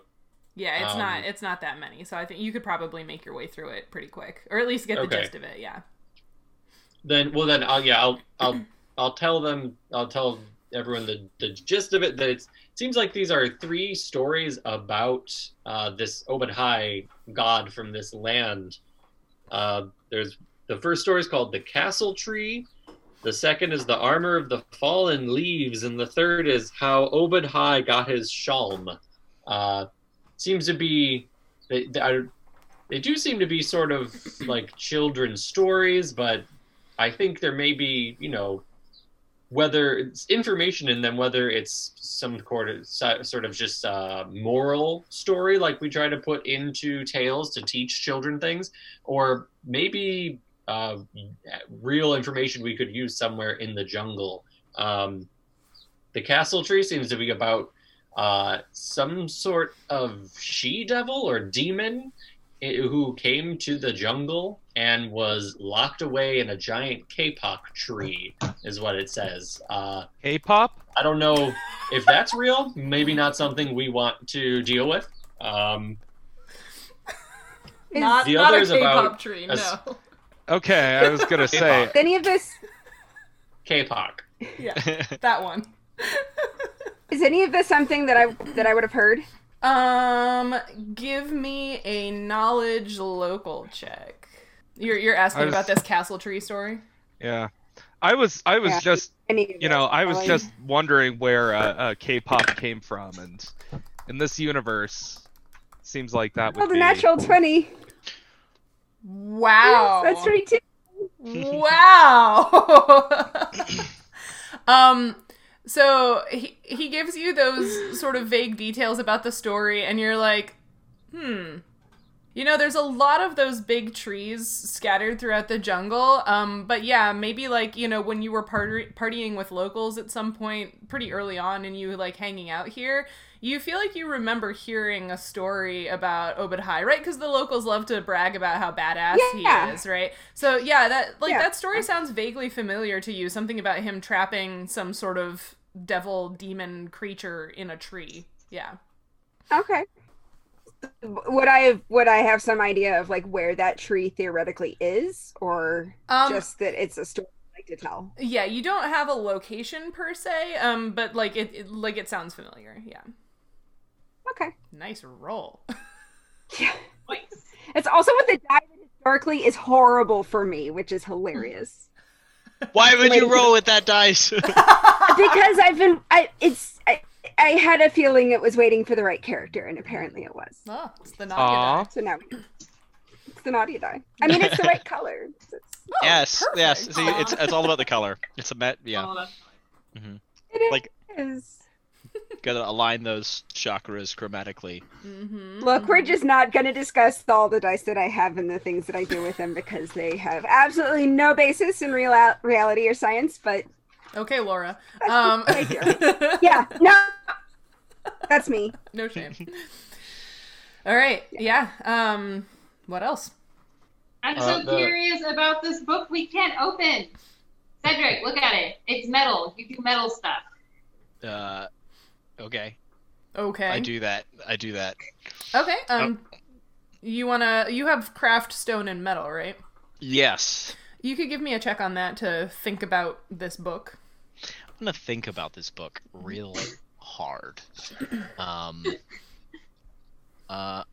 yeah, it's
Um,
not it's not that many, so I think you could probably make your way through it pretty quick, or at least get the
Okay.
gist of it. Yeah.
then well then I'll yeah I'll I'll I'll tell them I'll tell everyone the the gist of it that it's, it seems like these are three stories about uh, this Obed High god from this land. Uh, there's the first story is called the Castle Tree. The second is the armor of the fallen leaves, and the third is how Obed High got his shalm. Uh, seems to be they, they, are- they do seem to be sort of like children's stories, but I think there may be, you know, whether it's information in them, whether it's some sort of, so- sort of just uh, moral story, like we try to put into tales to teach children things, or maybe uh, real information we could use somewhere in the jungle. Um, the castle tree seems to be about uh, some sort of she devil or demon i- who came to the jungle and was locked away in a giant kapok tree, is what it says. Uh,
K-pop.
I don't know if that's real. Maybe not something we want to deal with. Um,
Is
not
The
not
other
a
is
K-pop
about
tree.
a
No.
s- *laughs*
Okay, I was gonna say.
any of this
kapok.
yeah, that one.
is any of this something that I that I would have heard?
Um, give me a knowledge local check. You're you're asking
I was-
about this castle tree story?
Yeah, I was. I was
Yeah.
just.
Any of Oh,
You
this,
know, I was
probably.
just wondering where uh, uh, K-pop came from, and in this universe, seems like that would
Well, the
be.
natural twenty.
Wow.
Yes, that's right too.
*laughs* wow *laughs* um so he he gives you those sort of vague details about the story and you're like hmm you know there's a lot of those big trees scattered throughout the jungle um but yeah maybe like you know when you were party- partying with locals at some point pretty early on and you like hanging out here you feel like you remember hearing a story about Obed High, right? Because the locals love to brag about how badass
Yeah.
he is, right? So yeah, that like
Yeah.
that story sounds vaguely familiar to you. Something about him trapping some sort of devil demon creature in a tree. Yeah.
Okay. Would I have would I have some idea of like where that tree theoretically is, or
Um,
just that it's a story I like to tell?
yeah, you don't have a location per se, um, but like it, it like it sounds familiar. Yeah.
Okay.
Nice roll. *laughs*
It's also what the die that historically is horrible for me, which is hilarious.
Why would you roll with that dice?
Ah,
because I've been I it's I, I had a feeling it was waiting for the right character and apparently it was.
Oh, it's the
Aw.
Nadia.
So now it's the naughty die. I mean it's the
*laughs*
right color. It's,
yes. Yes.
perfect.
See, it's it's all about the color. It's a met. Yeah.
All of us.
it
Like-
is.
Gotta align those chakras chromatically.
Mm-hmm.
Look, we're just not going to discuss all the dice that I have and the things that I do with them because they have absolutely no basis in real reality or science. But
Okay, Laura. Um,
*laughs* Thank you. Yeah, no, that's me.
*laughs* no shame. All right. Yeah. Um, what else?
I'm
Uh,
so
the-
curious about this book we can't open. Cedric, look at it. It's metal. You do metal stuff.
Uh, okay,
Okay.
I do Oh. that. I do that.
Okay. Um, you wanna? You have craft, stone, and metal, right?
Yes,
You could give me a check on that to think about this book.
I'm gonna think about this book real hard. Um, uh,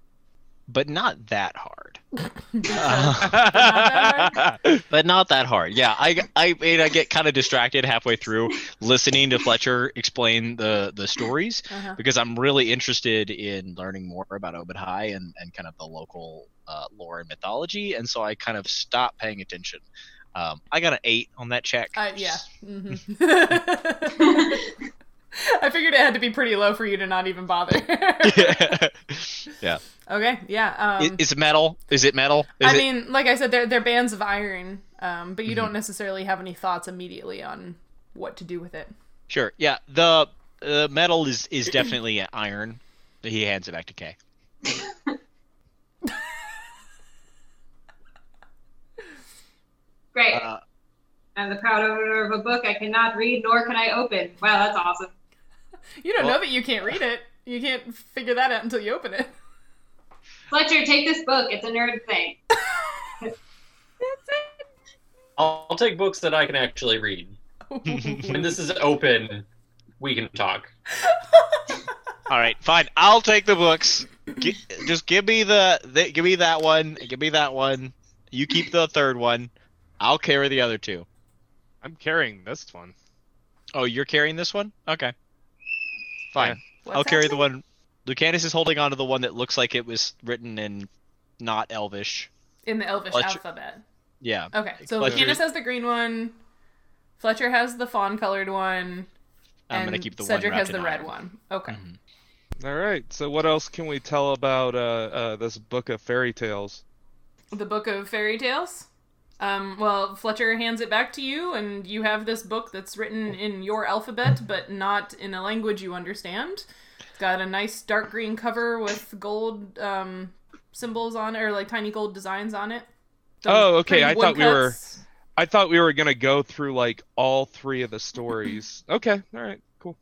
but not that hard. Uh,
that
*laughs* but not that hard. Yeah, I I mean, I get kind of distracted halfway through listening to Fletcher explain the the stories
Uh-huh.
because I'm really interested in learning more about Obed High and and kind of the local uh, lore and mythology, and so I kind of stop paying attention. Um, I got an eight on that check.
Uh, yeah. hmm *laughs* I figured it had to be pretty low for you to not even bother.
*laughs* yeah.
*laughs* okay. Yeah.
I-
Um,
is it metal? Is it metal? Is
I
it- Mm-hmm.
mean, like I said, they're they're bands of iron, um, but you don't necessarily have any thoughts immediately on what to do with it.
Sure. Yeah. The uh, metal is is definitely an iron. But he hands it back to Kay.
Great.
Uh,
I'm the proud owner of a book I cannot read nor can I open. Wow, that's awesome.
You don't know
Well-
that you can't read it. You can't figure that out until you open
*laughs*
it.
Fletcher, take this book. It's a nerd thing.
I'll, I'll take books that I can actually read. When this is open, we can talk.
all right, fine. I'll take the books. Gi- just give me the, the give me that one. Give me that one. You keep the third one. I'll carry the other two.
I'm carrying this one.
Oh, you're carrying this one? Okay. Fine.
What's
I'll carry the
happening?
one. Lucanus is holding on to the one that looks like it was written in not Elvish.
in the Elvish
Fletcher-
alphabet.
Yeah.
Okay, so
Fletcher-
Lucanus has the green one. Fletcher has the fawn-colored one.
I'm
and
gonna keep the
Cedric
one.
has
wrapped
the
in
red
iron.
one. Okay.
Mhm.
All right. So what else can we tell about uh, uh, this book of fairy tales?
The Book of Fairy Tales. Um, well, Fletcher hands it back to you, and you have this book that's written in your alphabet, but not in a language you understand. It's got a nice dark green cover with gold um, symbols on it, or like tiny gold designs on it.
Oh, okay,
pretty
I thought we were-
woodcuts.
I thought we were gonna go through like all three of the stories. okay. All right. Cool.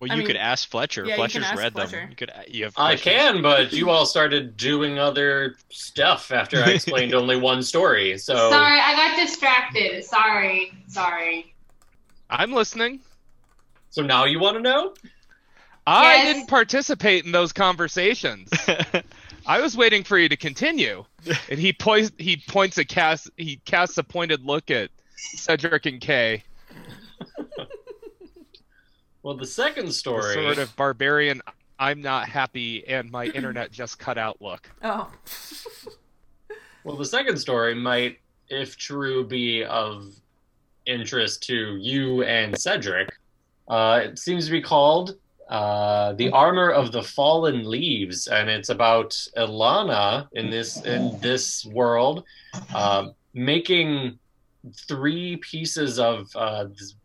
Well,
I
you could
mean-
ask Fletcher.
Yeah, you can
Fletcher's
ask
read
Fletcher.
them. You could. You have.
I
Fletcher's-
can, but you all started doing other stuff after
*laughs*
I explained only one story. So
Sorry, I got distracted. Sorry. Sorry.
I'm listening.
so now you want to know?
I
Yes.
didn't participate in those conversations. I was waiting for you to continue. And he points he points a cast he casts a pointed look at Cedric and Kay.
Well, the second
the
story.
sort of barbarian I'm not happy and my internet just cut out look.
Oh. *laughs*
Well, the second story might, if true, be of interest to you and Cedric. Uh, it seems to be called uh, "The Armor of the Fallen Leaves," and it's about Ilana in this in this world uh, making three pieces of uh, this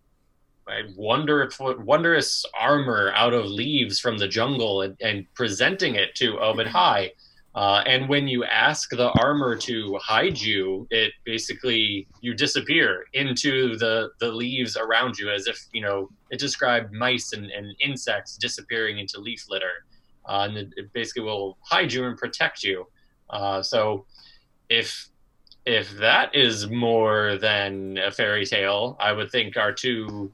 wonderful, wondrous armor out of leaves from the jungle and, and presenting it to Obed High. Uh, and when you ask the armor to hide you, it basically you disappear into the the leaves around you, as if you know it described mice and, and insects disappearing into leaf litter, uh, and it, it basically will hide you and protect you. Uh, so, if if that is more than a fairy tale, I would think our two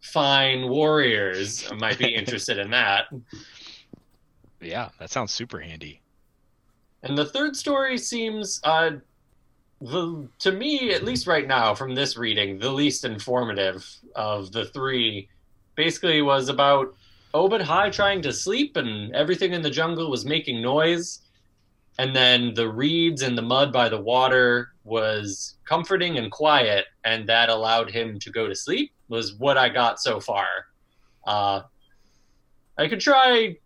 fine warriors might be interested in that.
Yeah, that sounds
*laughs*
super handy.
And the third story seems, uh, the to me at least right now from this reading, the least informative of the three. Basically, was about Obed High trying to sleep, and everything in the jungle was making noise. And then the reeds and the mud by the water was comforting and quiet, and that allowed him to go to sleep. Was what I got so far. Uh, I could try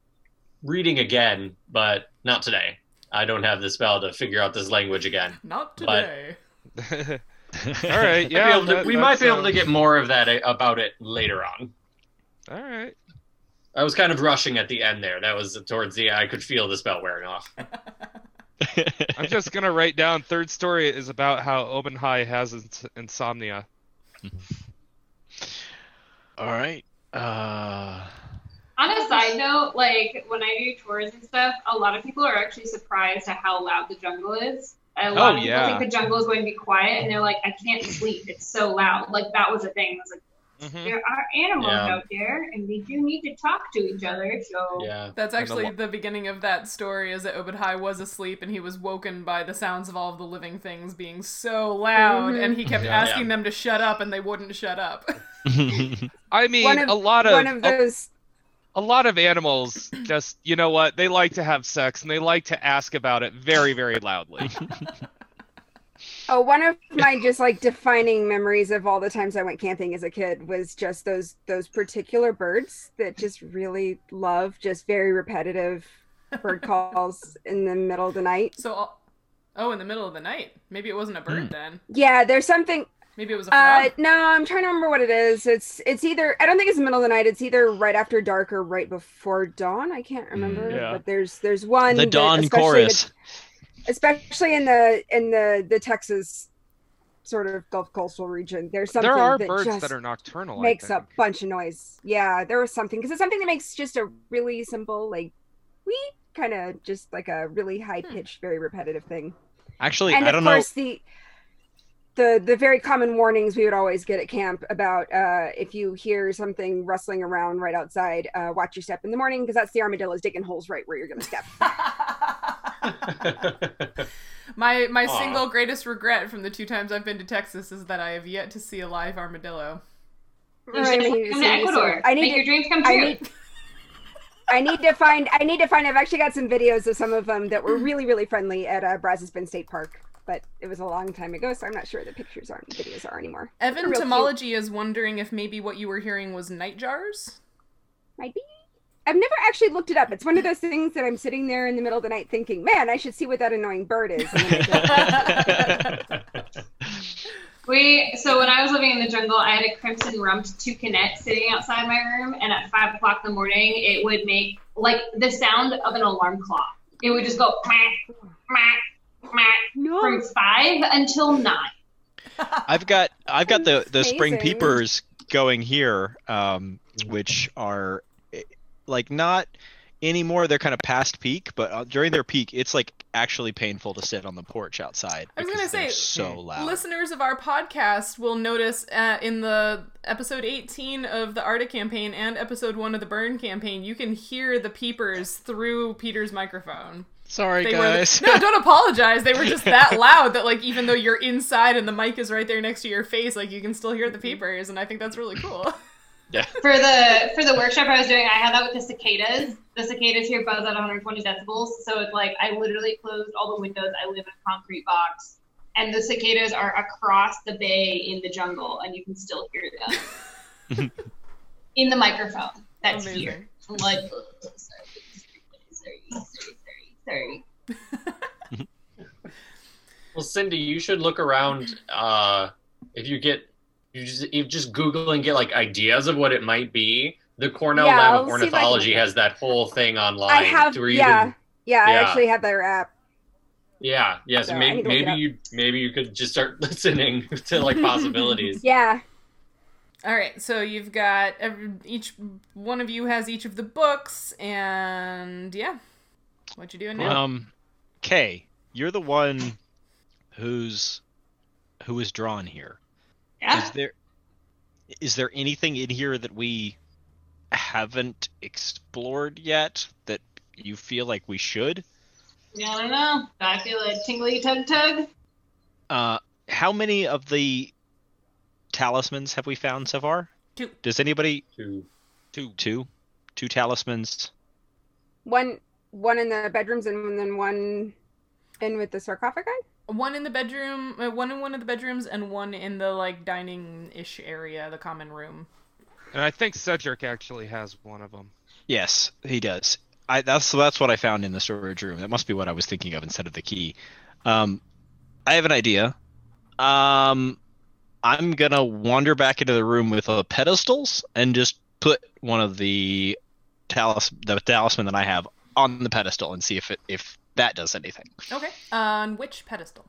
reading again, but not today. I don't have the spell to figure out this language again.
Not
But-
today.
All right.
Might be
Yeah.
able to-
that- um,
we
that
might be able to
sounds-
get more of that uh, about it later on.
All right.
I was kind of rushing at the end there. That was towards the. I could feel the spell wearing off.
I'm just gonna write down. Third story is about how Oben High has ins- insomnia.
All right. Uh,
On a side note, like when I do tours and stuff, a lot of people are actually surprised at how loud the jungle is. A lot
Oh,
of people
yeah.
think the jungle is going to be quiet, and they're like, "I can't sleep. It's so loud." Like that was a thing. I was like,
Mm-hmm.
"There are animals
Yeah.
out there, and we do need to talk to each other."
Oh.
So
Yeah. *laughs*
That's
And the
actually
lo-
the beginning of that story is that Obadhai was asleep and he was woken by the sounds of all of the living things being so loud
Mhm.
and he kept
Mm-hmm. Yeah.
asking them to shut up and they wouldn't shut up. *laughs*
I mean,
One of-
a lot of,
One of
a,
those
a lot of animals just, you know what? They like to have sex and they like to ask about it very, very *laughs* loudly.
Oh, one of my just like defining memories of all the times I went camping as a kid was just those those particular birds that just really love just very repetitive bird calls in the middle of the night.
so all- Oh, in the middle of the night. Maybe it wasn't a bird
Mm.
then.
Yeah, there's something
Maybe it was a
uh
frog.
no, I'm trying to remember what it is. It's it's either I don't think it's the middle of the night, it's either right after dark or right before dawn. I can't remember.
Mm, yeah.
But there's there's one
the
that
dawn
especially the-
chorus.
especially in the in the the Texas sort of Gulf coastal region. There's something
there are
that
birds
just
that are nocturnal. I
makes a
think.
bunch of noise. Yeah, there was something because it's something that makes just a really simple like we kind of just like a really high pitched, very repetitive thing.
Actually,
and
I
of
don't know.
course the the the very common warnings we would always get at camp about uh, if you hear something rustling around right outside, uh, watch your step in the morning because that's the armadillos digging holes right where you're gonna step. *laughs*
my my
Aw.
single greatest regret from the two times I've been to Texas is that I have yet to see a live armadillo.
you
Right,
should
I mean,
come
so-
to Ecuador.
so I
Make
need
your dreams come
I
true.
need, I need to find. I need to find. I've actually got some videos of some of them that were really, really friendly at uh, Brazosbin State Park, but it was a long time ago, so I'm not sure the pictures aren't videos are anymore.
Evan
real cute.
Tomology is wondering if maybe what you were hearing was nightjars.
Might be. I've never actually looked it up. It's one of those things that I'm sitting there in the middle of the night thinking, "Man, I should see what that annoying bird is." And then I
*laughs*
go,
We so when I was living in the jungle, I had a crimson rumped toucanet sitting outside my room, and at five o'clock in the morning, it would make like the sound of an alarm clock. It would just go "Quack, quack, quack,"
no,
from five until nine.
I've got I've got the the spring
Amazing.
peepers going here, um, which are eh, like not anymore. They're kind of past peak, but uh, during their peak, it's like actually painful to sit on the porch outside.
I was
because
gonna
they're
say, eh,
so loud.
Listeners of our podcast will notice uh, in the episode 18 of the Arda campaign and episode 1 of the Burn campaign, you can hear the peepers through Peter's microphone.
Sorry,
They *laughs*
guys.
were No,
*laughs*
don't apologize. They were just that loud that like even though you're inside and the mic is right there next to your face, like you can still hear the
Mm-hmm.
peepers and I think that's really cool.
For the for the workshop I was doing, I had that with the cicadas. The cicadas here buzz at 120 decibels, so it's like I literally closed all the windows. I live in a concrete box, and the cicadas are across the bay in the jungle, and you can still hear them in the microphone. That's here.
Amazing.
I'm like, "Ugh, sorry, sorry, sorry, sorry, sorry.
Well, Cindy, you should look around. Uh, if you get, you just you just Google and get like ideas of what it might be. The Cornell
Yeah,
Lab
I'll see
of
if I can-
Ornithology has that whole thing online.
I have.
to where you
Yeah,
can-
yeah, I
yeah.
actually have their app.
yeah, yeah. So
Yeah, I
maybe
need to look it
maybe
up.
you maybe you could just start *laughs* listening to like possibilities.
Yeah,
All right, so you've got every, each one of you has each of the books, and yeah, what you doing now?
Um, Kay, you're the one who's who was drawn here.
Yeah.
Is there is there anything in here that we haven't explored yet that you feel like we should?
I don't know. I feel a tingly tug tug.
Uh, how many of the talismans have we found so far?
Two.
Does anybody
To
two two two talismans?
one one in the bedrooms and then one in with the sarcophagi.
One in the bedroom, uh, one in one of the bedrooms, and one in the like dining ish area, the common room.
And I think Cedric actually has one of them.
Yes, he does. I that's that's what I found in the storage room. That must be what I was thinking of instead of the key. Um, I have an idea. Um, I'm gonna wander back into the room with the pedestals and just put one of the talis the talisman that I have on the pedestal and see if it if that does anything.
Okay. On which pedestal?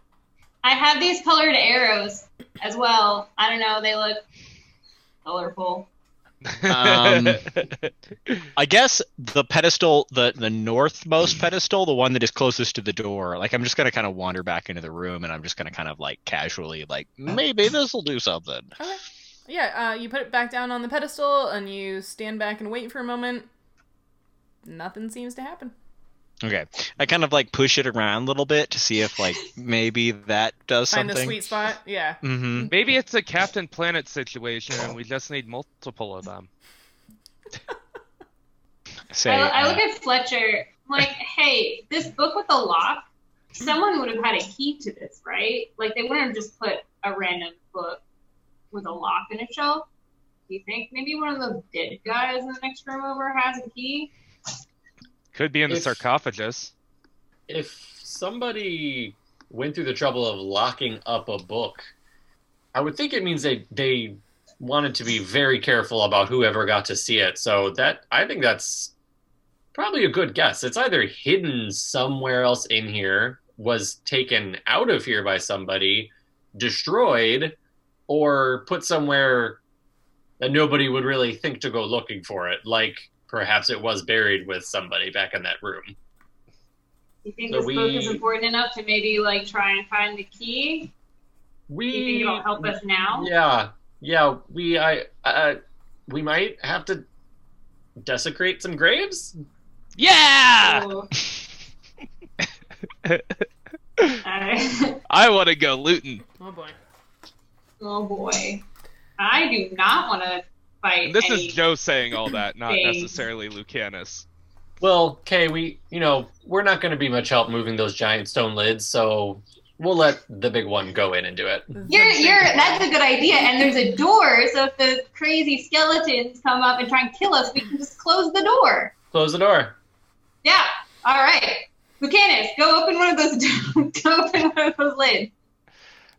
I have these colored arrows as well. I don't know. They look colorful.
Um,
*laughs*
I guess the pedestal, the the northmost pedestal, the one that is closest to the door. Like I'm just gonna kind of wander back into the room, and I'm just gonna kind of like casually, like maybe this will do something.
Okay. Yeah, uh, you put it back down on the pedestal and you stand back and wait for a moment. Nothing seems to happen.
Okay, I kind of like push it around a little bit to see if like maybe that does
Find the
something.
sweet spot. Yeah.
hmm
Maybe it's a Captain Planet situation and we just need multiple of them.
Say,
I, I
uh,
look at Fletcher. I'm like, hey, this book with the lock, someone would have had a key to this, right? Like, they wouldn't have just put a random book with a lock in a shelf. Do you think maybe one of those dead guys in the next room over has a key?
Could be in the
If-
sarcophagus.
if somebody went through the trouble of locking up a book, I would think it means they they wanted to be very careful about whoever got to see it. So that I think that's probably a good guess. It's either hidden somewhere else in here, was taken out of here by somebody, destroyed, or put somewhere that nobody would really think to go looking for it. Like perhaps it was buried with somebody back in that room.
Do you think
So
this book is
we-
important enough to maybe, like, try and find the key? Do
We
you think it'll help us now?
Yeah, yeah. We I uh, we might have to desecrate some graves.
Yeah!
Ooh. Uh,
I want to go looting.
Oh boy.
*laughs* oh, boy. I do not want to fight
And this
any
is Joe saying all that, not
Thanks.
necessarily Lucanus.
Well, Kay, we you know we're not going to be much help moving those giant stone lids, so we'll let the big one go in and do it.
You're, you're, that's a good idea. And there's a door, so if the crazy skeletons come up and try and kill us, we can just close the door.
Close the door.
Yeah. All right. Lucanus, go open one of those. *laughs* go open one of those lids.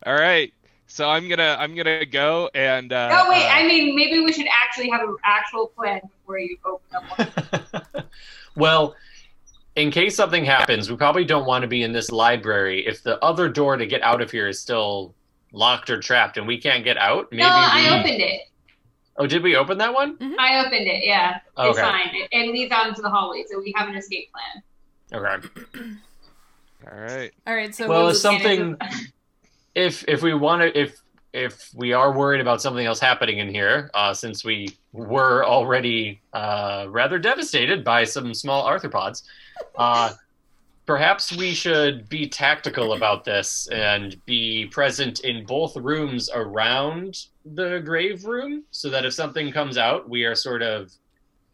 All right. So I'm gonna I'm gonna go and uh,
oh wait,
uh,
I mean, maybe we should actually have an actual plan before you open up one.
well, in case something happens, we probably don't want to be in this library. If the other door to get out of here is still locked or trapped and we can't get out, maybe
no,
we.
I opened it.
Oh, did we open that one?
I opened it. Yeah, it's fine. It, it leads out into the hallway, so we have an escape plan.
Okay.
uh, all right.
All right. So
Well,
we-
if something, *laughs* if if we want to, if if we are worried about something else happening in here, uh, since we were already uh, rather devastated by some small arthropods, uh, perhaps we should be tactical about this and be present in both rooms around the grave room, so that if something comes out, we are sort of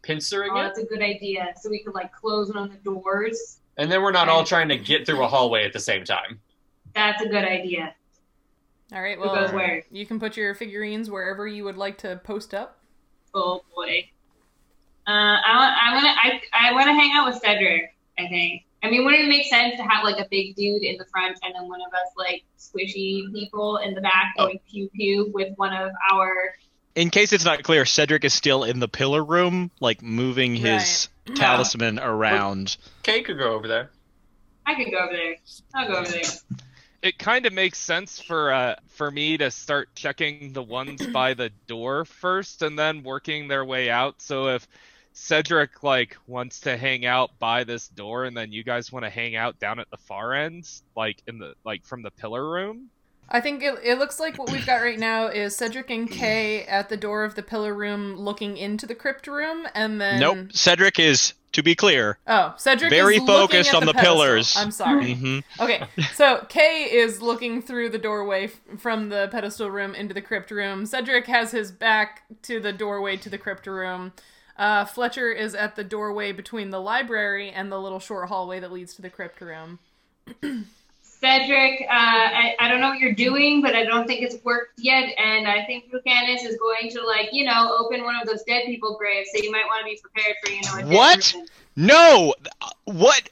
pincering
Oh,
it,
that's a good idea. So we could like close one of the doors.
and then we're not all trying to get through a hallway at the same time.
That's a good idea.
all right.
Who goes
Well,
where?
you can put your figurines wherever you would like to post up.
Oh boy. Uh, I want. I want to. I, I want to hang out with Cedric. I think. I mean, wouldn't it make sense to have like a big dude in the front and then one of us like squishy people in the back going pew pew with one of our?
in case it's not clear, Cedric is still in the pillar room, like moving
*clears throat*
his talisman around.
Kay could go over there.
I could go over there. I'll go over there.
It kind of makes sense for uh for me to start checking
*clears throat*
the ones by the door first and then working their way out. So if Cedric like wants to hang out by this door and then you guys want to hang out down at the far end, like in the like from the pillar room.
I think it, it looks like what we've got right now is Cedric and Kay at the door of the pillar room, looking into the crypt room, and then
Nope, Cedric is, to be clear,
Oh, Cedric
Very
is looking
focused
at
on the
pedestal.
pillars.
I'm
Mm-hmm.
sorry.
mhm,
Okay, so Kay is looking through the doorway f- from the pedestal room into the crypt room. Cedric has his back to the doorway to the crypt room. Uh, Fletcher is at the doorway between the library and the little short hallway that leads to the crypt room.
Cedric, uh, I, I don't know what you're doing, but I don't think it's worked yet. And I think Lucanus is going to like you know open one of those dead people graves, so you might want to be prepared for you know. A dead
What?
person.
no, what?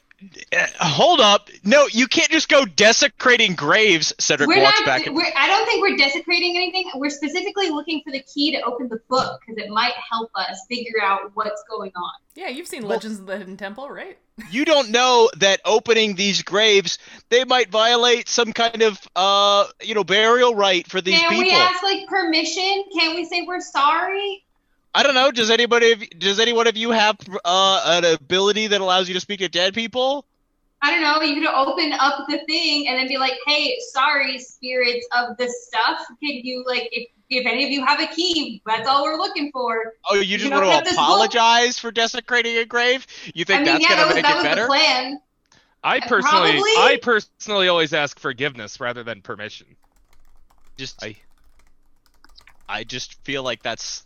Uh, hold up. No, you can't just go desecrating graves. Cedric
We're
walks
not.
back.
We're, I don't think we're desecrating anything. We're specifically looking for the key to open the book because it might help us figure out what's going on.
Yeah, you've seen
Well-
Legends of the Hidden Temple, right?
you don't know that opening these graves, they might violate some kind of, uh, you know, burial right for these
Can we
people.
ask like permission? Can we say we're sorry?
I don't know. Does anybody, of- does any one of you have uh, an ability that allows you to speak to dead people?
I don't know. You could open up the thing and then be like, "Hey, sorry, spirits of the stuff. Can you like, if if any of you have a key, that's all we're looking for."
Oh, you just
don't have
want to
this
apologize for desecrating a grave? You think
I mean,
that's
yeah, that
gonna
was
make
that
it
was the
better?
plan.
I personally,
Uh, Probably-
I personally always ask forgiveness rather than permission.
Just, I,
I-
I just feel like that's,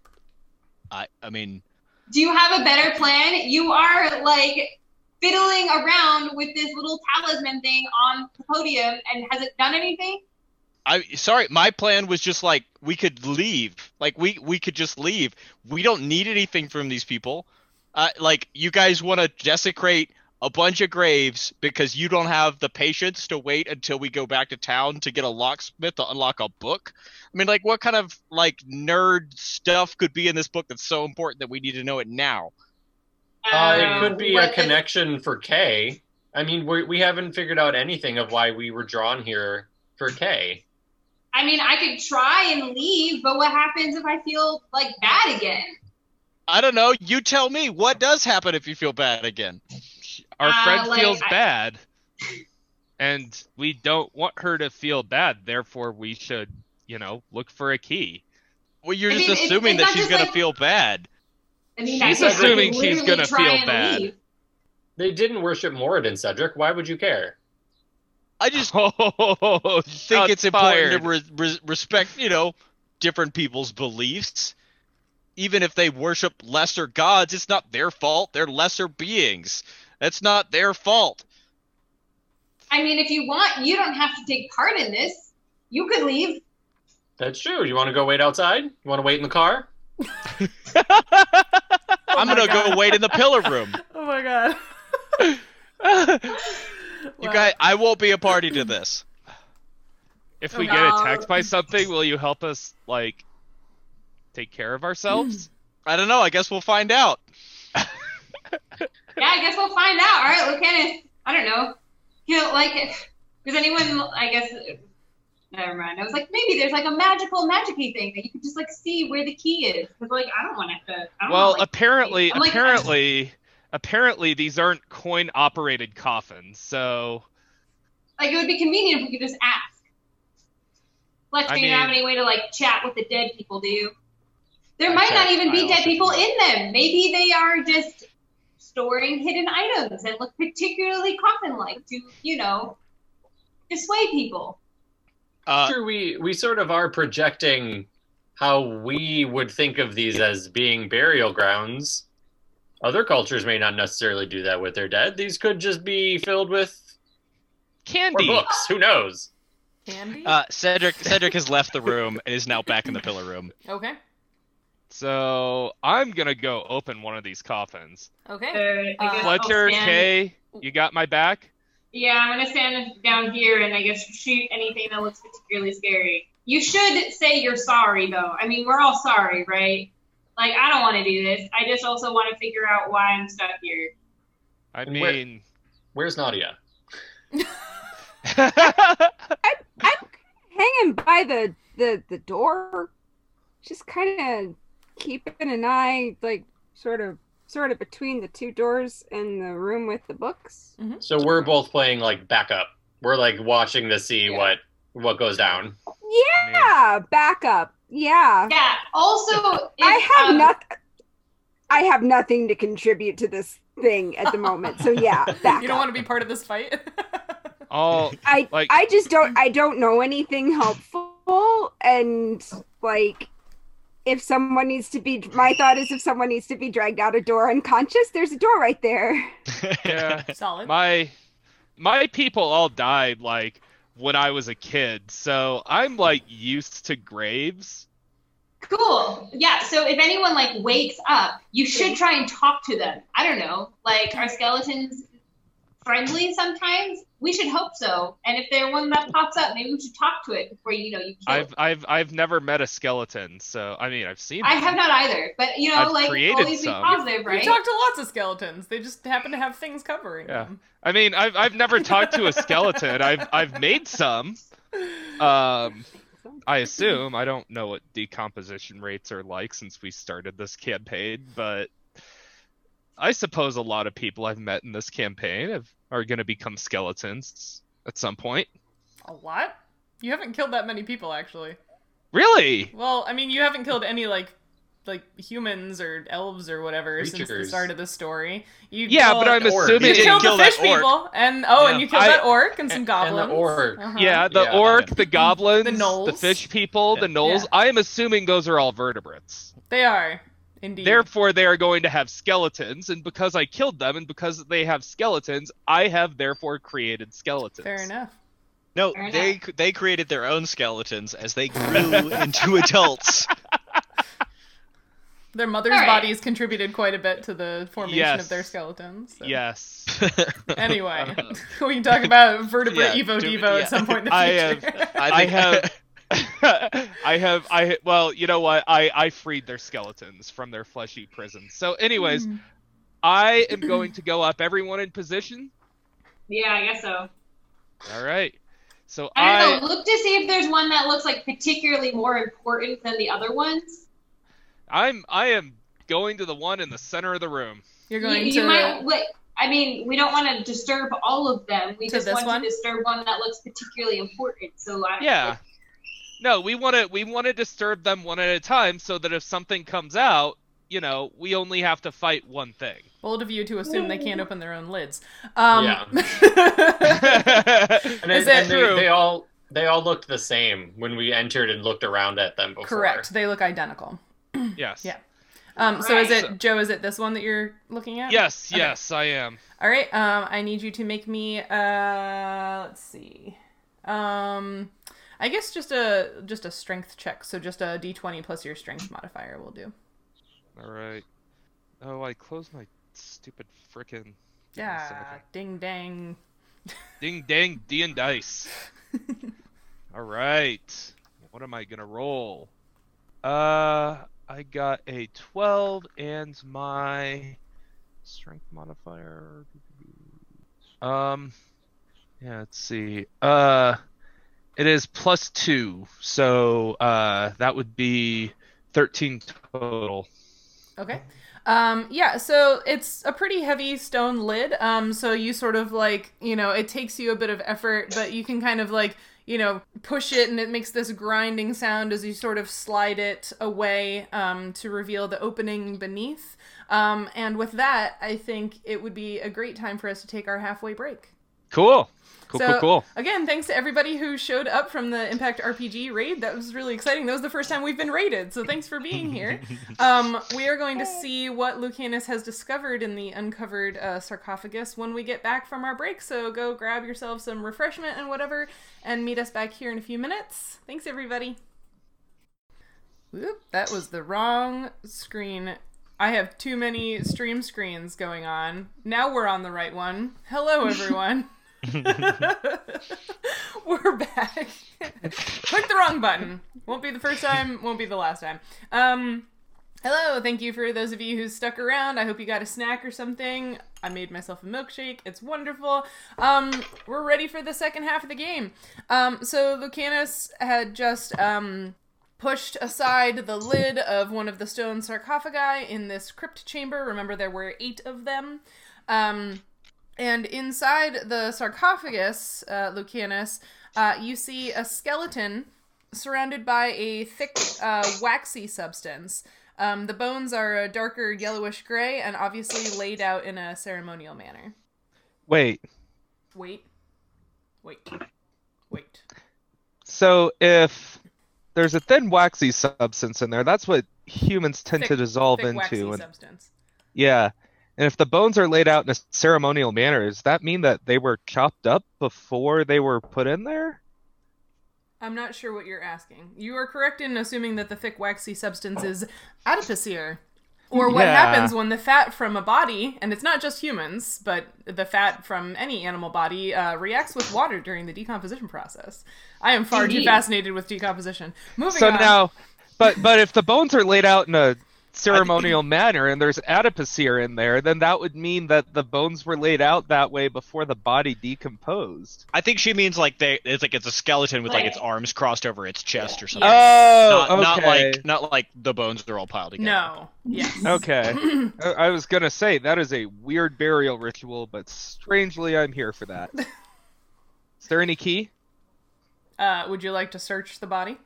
I, I mean,
Do you have a better plan? You are like fiddling around with this little talisman thing on the podium, and has it done anything?
I sorry, my plan was just like we could leave. Like we we could just leave. We don't need anything from these people. Uh, like you guys want to desecrate a bunch of graves because you don't have the patience to wait until we go back to town to get a locksmith to unlock a book. I mean, like what kind of like nerd stuff could be in this book that's so important that we need to know it now?
Uh,
Um,
it could be
what
a
the-
connection for K. I mean, we, we haven't figured out anything of why we were drawn here for K.
I mean, I could try and leave, but what happens if I feel like bad again?
I don't know. You tell me. What does happen if you feel bad again?
Our
Uh,
friend
like,
feels
I-
*laughs* bad, and we don't want her to feel bad. Therefore, we should, you know, look for a key.
Well, you're
I
just
mean, it's-
assuming
it's
that
not
she's
just
gonna
like-
feel bad.
I mean,
She's
I could- I could
assuming she's
literally
gonna
try
feel
and
bad.
leave.
They didn't worship Moradin, Cedric. Why would you care?
I just
Oh,
think it's important to re- re- respect, you know, different people's beliefs. Even if they worship lesser gods, it's not their fault. They're lesser beings. That's not their fault.
I mean, if you want, you don't have to take part in this. You could leave.
That's true. You want to go wait outside? You want to wait in the car?
I'm
my
gonna
God.
go wait in the pillar *laughs* room.
Oh my god.
You
Wow.
guys, I won't be a party to this.
if we
Oh,
get
no.
attacked by something, will you help us like take care
*laughs*
of ourselves?
I don't know. I guess we'll find out.
Yeah, I guess we'll find out. All right, Lucanus. I don't know. You know, like, does anyone? I guess. Never mind. I was like, maybe there's like a magical magicy thing that you could just like see where the key is. Because like, I don't want to. have to- Oh, I don't
well,
wanna, like,
apparently,
I'm like-
apparently, apparently, these aren't coin-operated coffins. So uh,
like it would be convenient if we could just ask. Fletch,
I
do you have
mean-
any way to like chat with the dead people? Do you? There
I
might not
checked
even be
my
dead
office
people
email.
in them. Maybe they are just storing hidden items and look particularly coffin-like to, you know, dissuade people.
Uh,
sure, we we sort of are projecting how we would think of these as being burial grounds. Other cultures may not necessarily do that with their dead. These could just be filled with or
candy.
books. Who knows?
Candy?
uh, Cedric, Cedric has left the room and is now back in the pillar room.
okay.
So I'm gonna go open one of these coffins.
*laughs* Okay. Uh,
Oh,
guess I'll
Fletcher, Kay, you got my back.
Yeah, I'm gonna stand down here and I guess shoot anything that looks particularly scary. You should say you're sorry though. I mean, we're all sorry, right? Like, I don't want to do this. I just also want to figure out why I'm stuck here.
I
And where-
mean,
Where's Nadia?
I'm hanging by the the the door, just kind of keeping an eye, like sort of sort of between the two doors in the room with the books.
So we're both playing like backup. We're like watching to see
Yeah.
what what goes down.
Yeah, back up. Yeah,
Yeah. Also,
*laughs* I have
um,
nothing. I have nothing to contribute to this thing at the moment. So yeah,
*laughs*
back
You don't
up.
want to be part of this fight? *laughs*
all
I
like
I just don't I don't know anything helpful and like if someone needs to be my thought is if someone needs to be dragged out a door unconscious there's a door right there.
*laughs*
yeah,
Solid.
my my people all died like when I was a kid. So I'm like used to graves.
Cool. Yeah. So if anyone like wakes up, you should try and talk to them. I don't know. Like, are skeletons friendly sometimes. We should hope so. And if there's one that pops up, maybe we should talk to it before you know you kill.
I've I've I've never met a skeleton, so I mean I've seen.
I
them.
have not either, but you know,
I've
like
created
always be
some.
positive,
We
right?
talked to lots of skeletons. They just happen to have things covering
Yeah.
them.
I mean I've I've never talked to a skeleton. I've I've made some. Um, I assume I don't know what decomposition rates are like since we started this campaign, but I suppose a lot of people I've met in this campaign have, are going to become skeletons at some point.
A lot? You haven't killed that many people, actually.
Really?
Well, I mean, you haven't killed any like like humans or elves or whatever since the
Creatures.
start of the story. You
Yeah,
killed,
but I'm
orc.
assuming
you
You
it-
didn't
killed the
kill that
fish
orc.
people, and oh, and
Yeah.
you killed
I-
that orc and some
and the
goblins.
orc.
Uh-huh.
Yeah, the
Yeah.
orc, the goblins, the,
gnolls.
fish people, the gnolls.
Yeah.
I am assuming those are all vertebrates.
they are indeed.
Therefore, they are going to have skeletons, and because I killed them, and because they have skeletons, I have therefore created skeletons.
fair enough.
No,
Fair
they they created their own skeletons as they grew into adults.
Their mother's
All right.
bodies contributed quite a bit to the formation
Yes.
of their skeletons. so.
*laughs* Yes.
Anyway, *laughs* we can talk about vertebrate
Yeah,
Evo
do-
Devo
yeah.
at some point in the
I
future.
*laughs*
I have. I have. *laughs* I well, you know what? I I freed their skeletons from their fleshy prisons. So,
Mm.
anyways, I am going to go up. Everyone in position.
Yeah, I guess so.
All right. So
I
I.
don't know. Look to see if there's one that looks like particularly more important than the other ones.
I'm I am going to the one in the center of the room.
*laughs* You're
You,
going
you
to
might. Wait, I mean, we don't want to disturb all of them. We
To
just
this
want
one?
to disturb one that looks particularly important. So I,
Yeah. No, we want to we want to disturb them one at a time so that if something comes out, you know, we only have to fight
*laughs*
one thing. *laughs*
bold of you to assume they can't open their own lids. Um, *laughs*
Correct.
And, then,
Is that
and they,
true?
they all they all looked the same when we entered and looked around at them before.
correct. They look identical.
Yes.
Yeah. Um, so is
Right.
it Joe? Is it this one that you're looking at?
Yes,
Okay.
yes, I am.
All right. Um, I need you to make me. Uh, let's see. Um, I guess just a just a strength check. So just a d20 plus your strength modifier will do.
All right. Oh, I closed my stupid frickin'
Yeah. Ding dang.
ding dang D
*laughs*
and dice. All right. What am I gonna roll? Uh, I got a twelve and my strength modifier. Um, yeah. Let's see. Uh, it is plus two, so uh, that would be thirteen total.
Okay. Um, yeah, so it's a pretty heavy stone lid. Um, so you sort of like, you know, it takes you a bit of effort, but you can kind of like, you know, push it and it makes this grinding sound as you sort of slide it away um, to reveal the opening beneath. Um, and with that, I think it would be a great time for us to take our halfway break.
Cool. Cool.
So-
cool. Cool.
Again, thanks to everybody who showed up from the Impact RPG raid. That was really exciting. That was the first time we've been raided, so thanks for being here. Um, we are going to see what Lucanus has discovered in the uncovered uh, sarcophagus when we get back from our break. So go grab yourself some refreshment and whatever, and meet us back here in a few minutes. Thanks, everybody. Whoop, that was the wrong screen. I have too many stream screens going on. Now we're on the right one. Hello, everyone. *laughs* We're back. Click the wrong button. Won't be the first time, won't be the last time. Um hello, thank you for those of you who stuck around. I hope you got a snack or something. I made myself a milkshake. It's wonderful. Um we're ready for the second half of the game. Um so Lucanus had just um pushed aside the lid of one of the stone sarcophagi in this crypt chamber. Remember there were 8 of them. Um and inside the sarcophagus, uh, Lucanus, uh, you see a skeleton surrounded by a thick, uh, waxy substance. Um, the bones are a darker yellowish gray and obviously laid out in a ceremonial manner.
Wait.
Wait. Wait. Wait.
So if there's a thin waxy substance in there, that's what humans tend to
Thick-
dissolve
Thick, waxy
into. And,
substance.
yeah. And if the bones are laid out in a ceremonial manner, does that mean that they were chopped up before they were put in there?
I'm not sure what you're asking. You are correct in assuming that the thick, waxy substance is adipocere. Or what
Yeah.
happens when the fat from a body, and it's not just humans, but the fat from any animal body, uh, reacts with water during the decomposition process. I am far too
Indeed.
fascinated with decomposition. Moving
so
on.
now, but but if the bones are laid out
*laughs*
in a ceremonial manner and there's adipose here in there, then that would mean that the bones were laid out that way before the body decomposed.
I think she means like they it's like it's a skeleton with like its
Right.
arms crossed over its chest or something.
Oh,
not, not
okay.
like not like the bones are all piled together.
no. Yes. *laughs*
Okay. I I was gonna say that is a weird burial ritual, but strangely, I'm here for that. Is there any key?
Uh, would you like to search the body?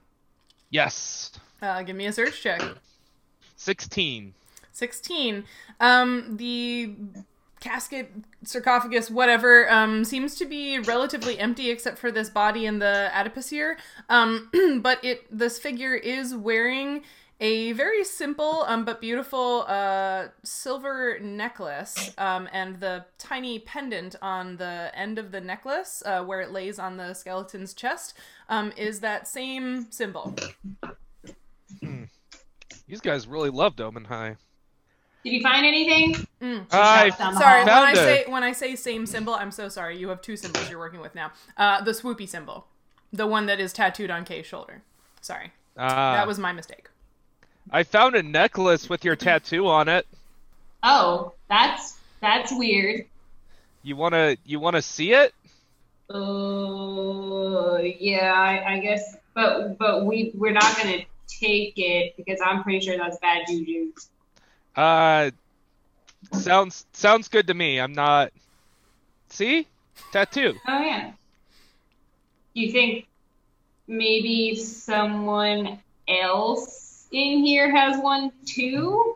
Yes.
Uh, give me a search check.
Sixteen.
16 um the casket sarcophagus whatever um seems to be relatively empty except for this body and the adipose here um *clears throat* but it this figure is wearing a very simple um but beautiful uh silver necklace um and the tiny pendant on the end of the necklace uh, where it lays on the skeleton's chest um is that same symbol
These guys really loved Omen High.
Did you find anything?
mm.
I
Down the
Sorry, when
hall.
I
Found
say
it.
when I say same symbol, I'm so sorry. You have two symbols you're working with now. Uh, the swoopy symbol, the one that is tattooed on Kay's shoulder. Sorry,
ah,
that was my mistake.
I found a necklace with your tattoo on it.
Oh, that's that's weird.
You wanna you wanna see it?
Uh, yeah, I, I guess. But but we we're not gonna take it because I'm pretty sure that's bad juju.
Uh, sounds sounds good to me. I'm not. See, tattoo.
Oh yeah. You think maybe someone else in here has one too?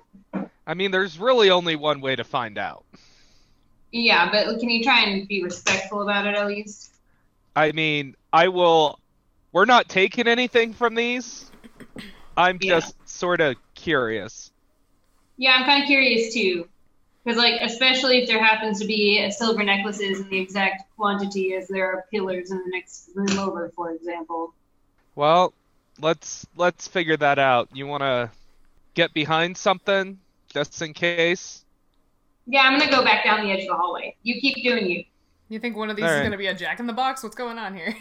I mean, there's really only one way to find out.
Yeah, but can you try and be respectful about it at least?
I mean, I will. We're not taking anything from these. I'm
Yeah.
just sort of curious.
Yeah, I'm kind of curious too. Because, like, especially if there happens to be silver necklaces in the exact quantity as there are pillars in the next room over, for example.
Well, let's let's figure that out. You wanna get behind something just in case?
Yeah, I'm going to go back down the edge of the hallway. You keep doing you.
You think one of these
All
is
right.
going to be a Jack in the Box? What's going on here?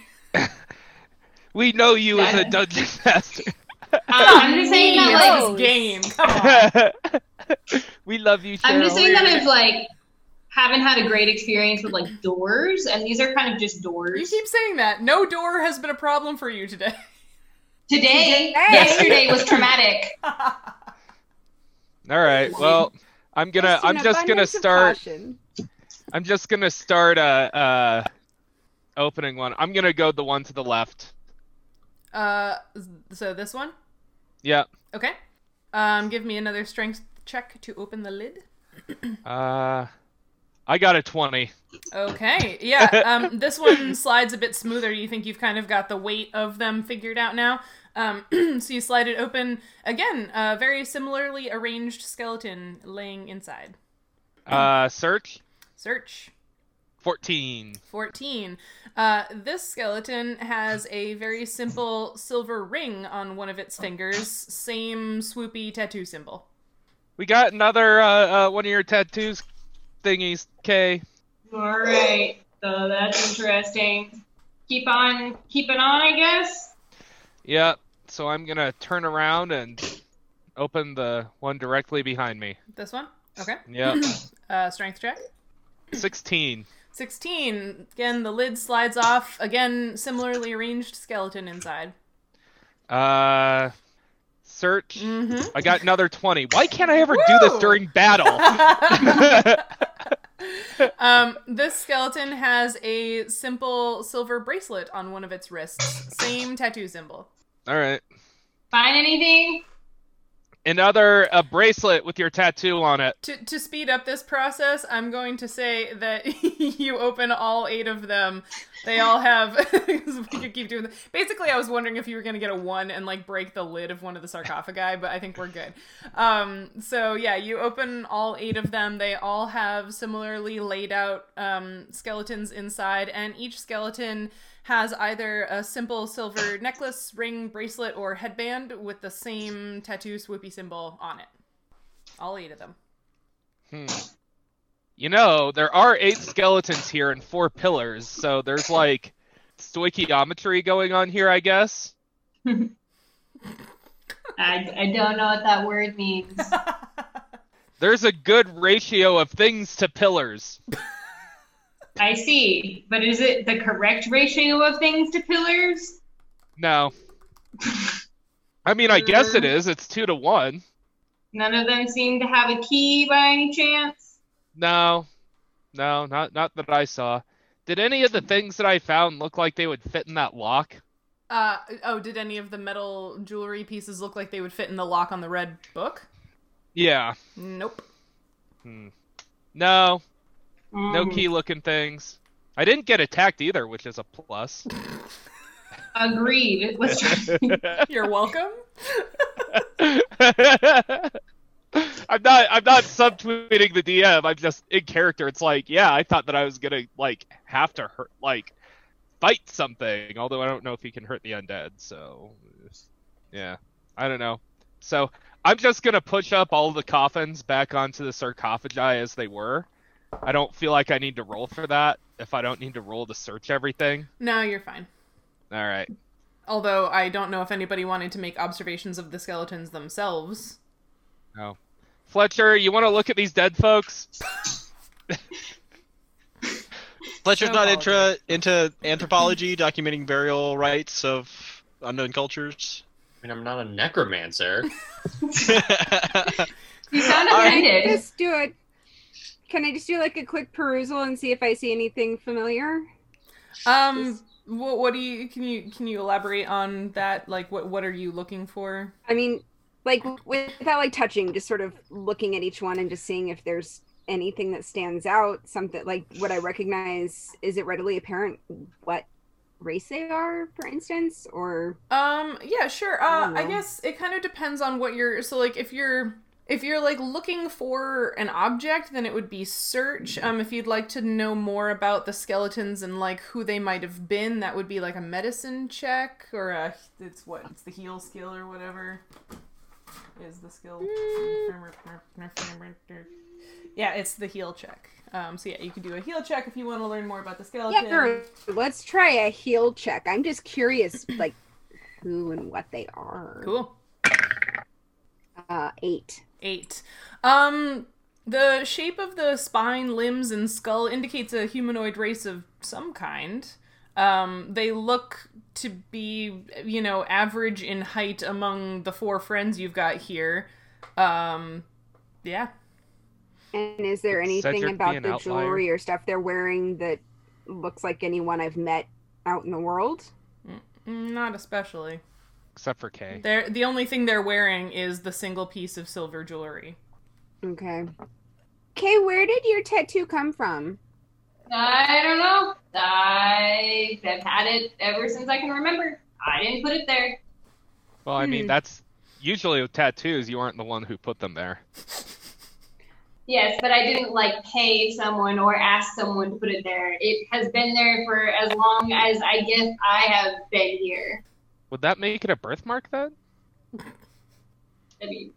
We know you as a
Yeah.
dungeon master.
Uh, I'm just saying
It's
that, like,
knows?
*laughs* this game. Come
*laughs*
on.
we love you, Cheryl.
I'm just saying that I've, like, haven't had a great experience with, like, doors, and these are kind of just
you
doors.
keep saying that. No door has been a problem for you today. *laughs*
Today,
Today.
yesterday was traumatic.
All right. Well, I'm gonna.
an
I'm just gonna
abundance of
start.
caution.
I'm just gonna start uh uh opening one. I'm gonna go the one to the left.
Uh, so this one.
Yeah.
Okay. Um, give me another strength check to open the lid.
Uh, I got a twenty.
Okay, yeah. Um, this one *laughs* slides a bit smoother. You think you've kind of got the weight of them figured out now. Um, *clears throat* so you slide it open again. A very similarly arranged skeleton laying inside.
Uh, search
Search
fourteen.
fourteen. Uh, this skeleton has a very simple silver ring on one of its fingers. Same swoopy tattoo symbol.
We got another uh, uh one of your tattoos thingies. K.
All right, so that's interesting. Keep on keeping on, I guess.
Yeah. So I'm gonna turn around and open the one directly behind me.
This one. Okay.
Yeah.
Uh, strength check.
Sixteen.
16. Again, the lid slides off. Again, similarly arranged skeleton inside.
Uh, search.
Mm-hmm.
I got another twenty. Why can't I ever do this
Woo!
during battle?
*laughs*
*laughs*
um, this skeleton has a simple silver bracelet on one of its wrists. Same tattoo symbol.
All right.
Find anything?
another a bracelet with your tattoo on it.
To, to speed up this process, I'm going to say that *laughs* you open all eight of them. They all have. *laughs* 'cause we could keep doing. This. Basically, I was wondering if you were going to get a one and like break the lid of one of the sarcophagi, but I think we're good. Um, so yeah, you open all eight of them. They all have similarly laid out um, skeletons inside, and each skeleton has either a simple silver necklace, ring, bracelet, or headband with the same tattoo swoopy symbol on it. All eight of them.
Hmm. You know, there are eight skeletons here and four pillars, so there's like stoichiometry going on here, I guess.
I, I don't know what that word means.
There's a good ratio of things to pillars.
I see. But is it the correct ratio of things to pillars?
No. I mean, I guess it is. It's two to one.
None of them seem to have a key by any chance.
No, no, not not that I saw. Did any of the things that I found look like they would fit in that lock?
Uh, oh, did any of the metal jewelry pieces look like they would fit in the lock on the red book?
Yeah.
Nope.
Hmm. No, no
Um,
key looking things. I didn't get attacked either, which is a plus.
Agreed. Let's try.
You're welcome.
*laughs* I'm not I'm not subtweeting the DM. I'm just in character. It's like, yeah, I thought that I was gonna like have to hurt like fight something, although I don't know if he can hurt the undead, so yeah. I don't know. So I'm just gonna push up all the coffins back onto the sarcophagi as they were. I don't feel like I need to roll for that if I don't need to roll to search everything.
No, you're fine.
Alright.
Although I don't know if anybody wanted to make observations of the skeletons themselves.
Fletcher, you wanna look at these dead folks?
Fletcher's
So
not intra, into anthropology, documenting burial rites of unknown *laughs* cultures.
I mean, I'm not a necromancer.
*laughs* You sound
All right.
offended.
Just do it. Can I just do like a quick perusal and see if I see anything familiar?
Um, what, what do you can you can you elaborate on that? Like, what what are you looking for?
I mean, like without like touching, just sort of looking at each one and just seeing if there's anything that stands out, something like what I recognize. Is it readily apparent what race they are, for instance, or
Um, yeah, sure.
I
Uh,
don't
I
know.
guess it kind of depends on what you're. So, like, if you're if you're like looking for an object, then it would be search.
Mm-hmm.
Um, if you'd like to know more about the skeletons and like who they might have been, that would be like a medicine check or a it's what it's the heal skill or whatever is the skill.
Mm.
Yeah, it's the heal check. Um, so yeah, you could do a heal check if you want to learn more about the skeleton.
yeah, sure. Let's try a heel check. I'm just curious, like who and what they are.
Cool.
Uh, eight.
Eight. Um, the shape of the spine, limbs, and skull indicates a humanoid race of some kind. Um, they look to be, you know, average in height among the four friends you've got here. Um, yeah.
And is there
It's
anything
Cedric
about
being
the
outlier.
jewelry or stuff they're wearing that looks like anyone I've met out in the world?
Mm, Not especially.
Except for Kay.
They're, the only thing they're wearing is the single piece of silver jewelry.
Okay. Kay, where did your tattoo come from?
I don't know. I have had it ever since I can remember. I didn't put it there.
Well, I mean,
Hmm.
that's usually with tattoos, you aren't the one who put them there.
Yes, but I didn't like pay someone or ask someone to put it there. It has been there for as long as I guess I have been here.
Would that make it a birthmark then? *laughs*
I mean,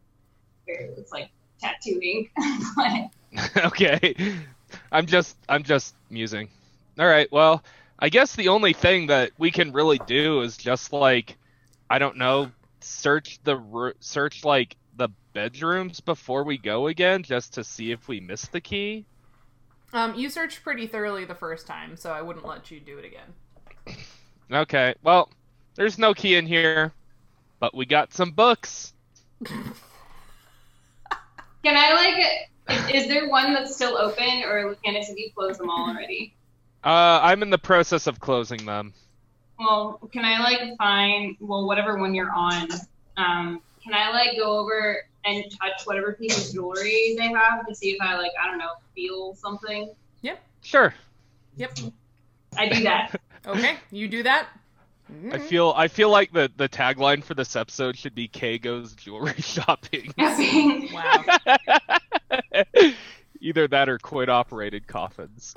it looks like tattooing. *laughs* but
okay. I'm just I'm just musing. All right. Well, I guess the only thing that we can really do is just like I don't know, search the ru- search like the bedrooms before we go again just to see if we missed the key.
Um, you searched pretty thoroughly the first time, so I wouldn't let you do it again.
Okay. Well, there's no key in here, but we got some books.
can I like? Is there one that's still open, or can I you close them all already?
Uh, I'm in the process of closing them.
Well, can I like find well whatever one you're on? Um, can I like go over and touch whatever piece of jewelry they have to see if I like I don't know feel something?
Sure.
Yep.
I do that. *laughs*
Okay. You do that. Mm.
I
Mm-hmm.
feel I feel like the the tagline for this episode should be K goes jewelry *laughs* shopping.
Nothing.
Wow.
*laughs* Either that or quit operated coffins.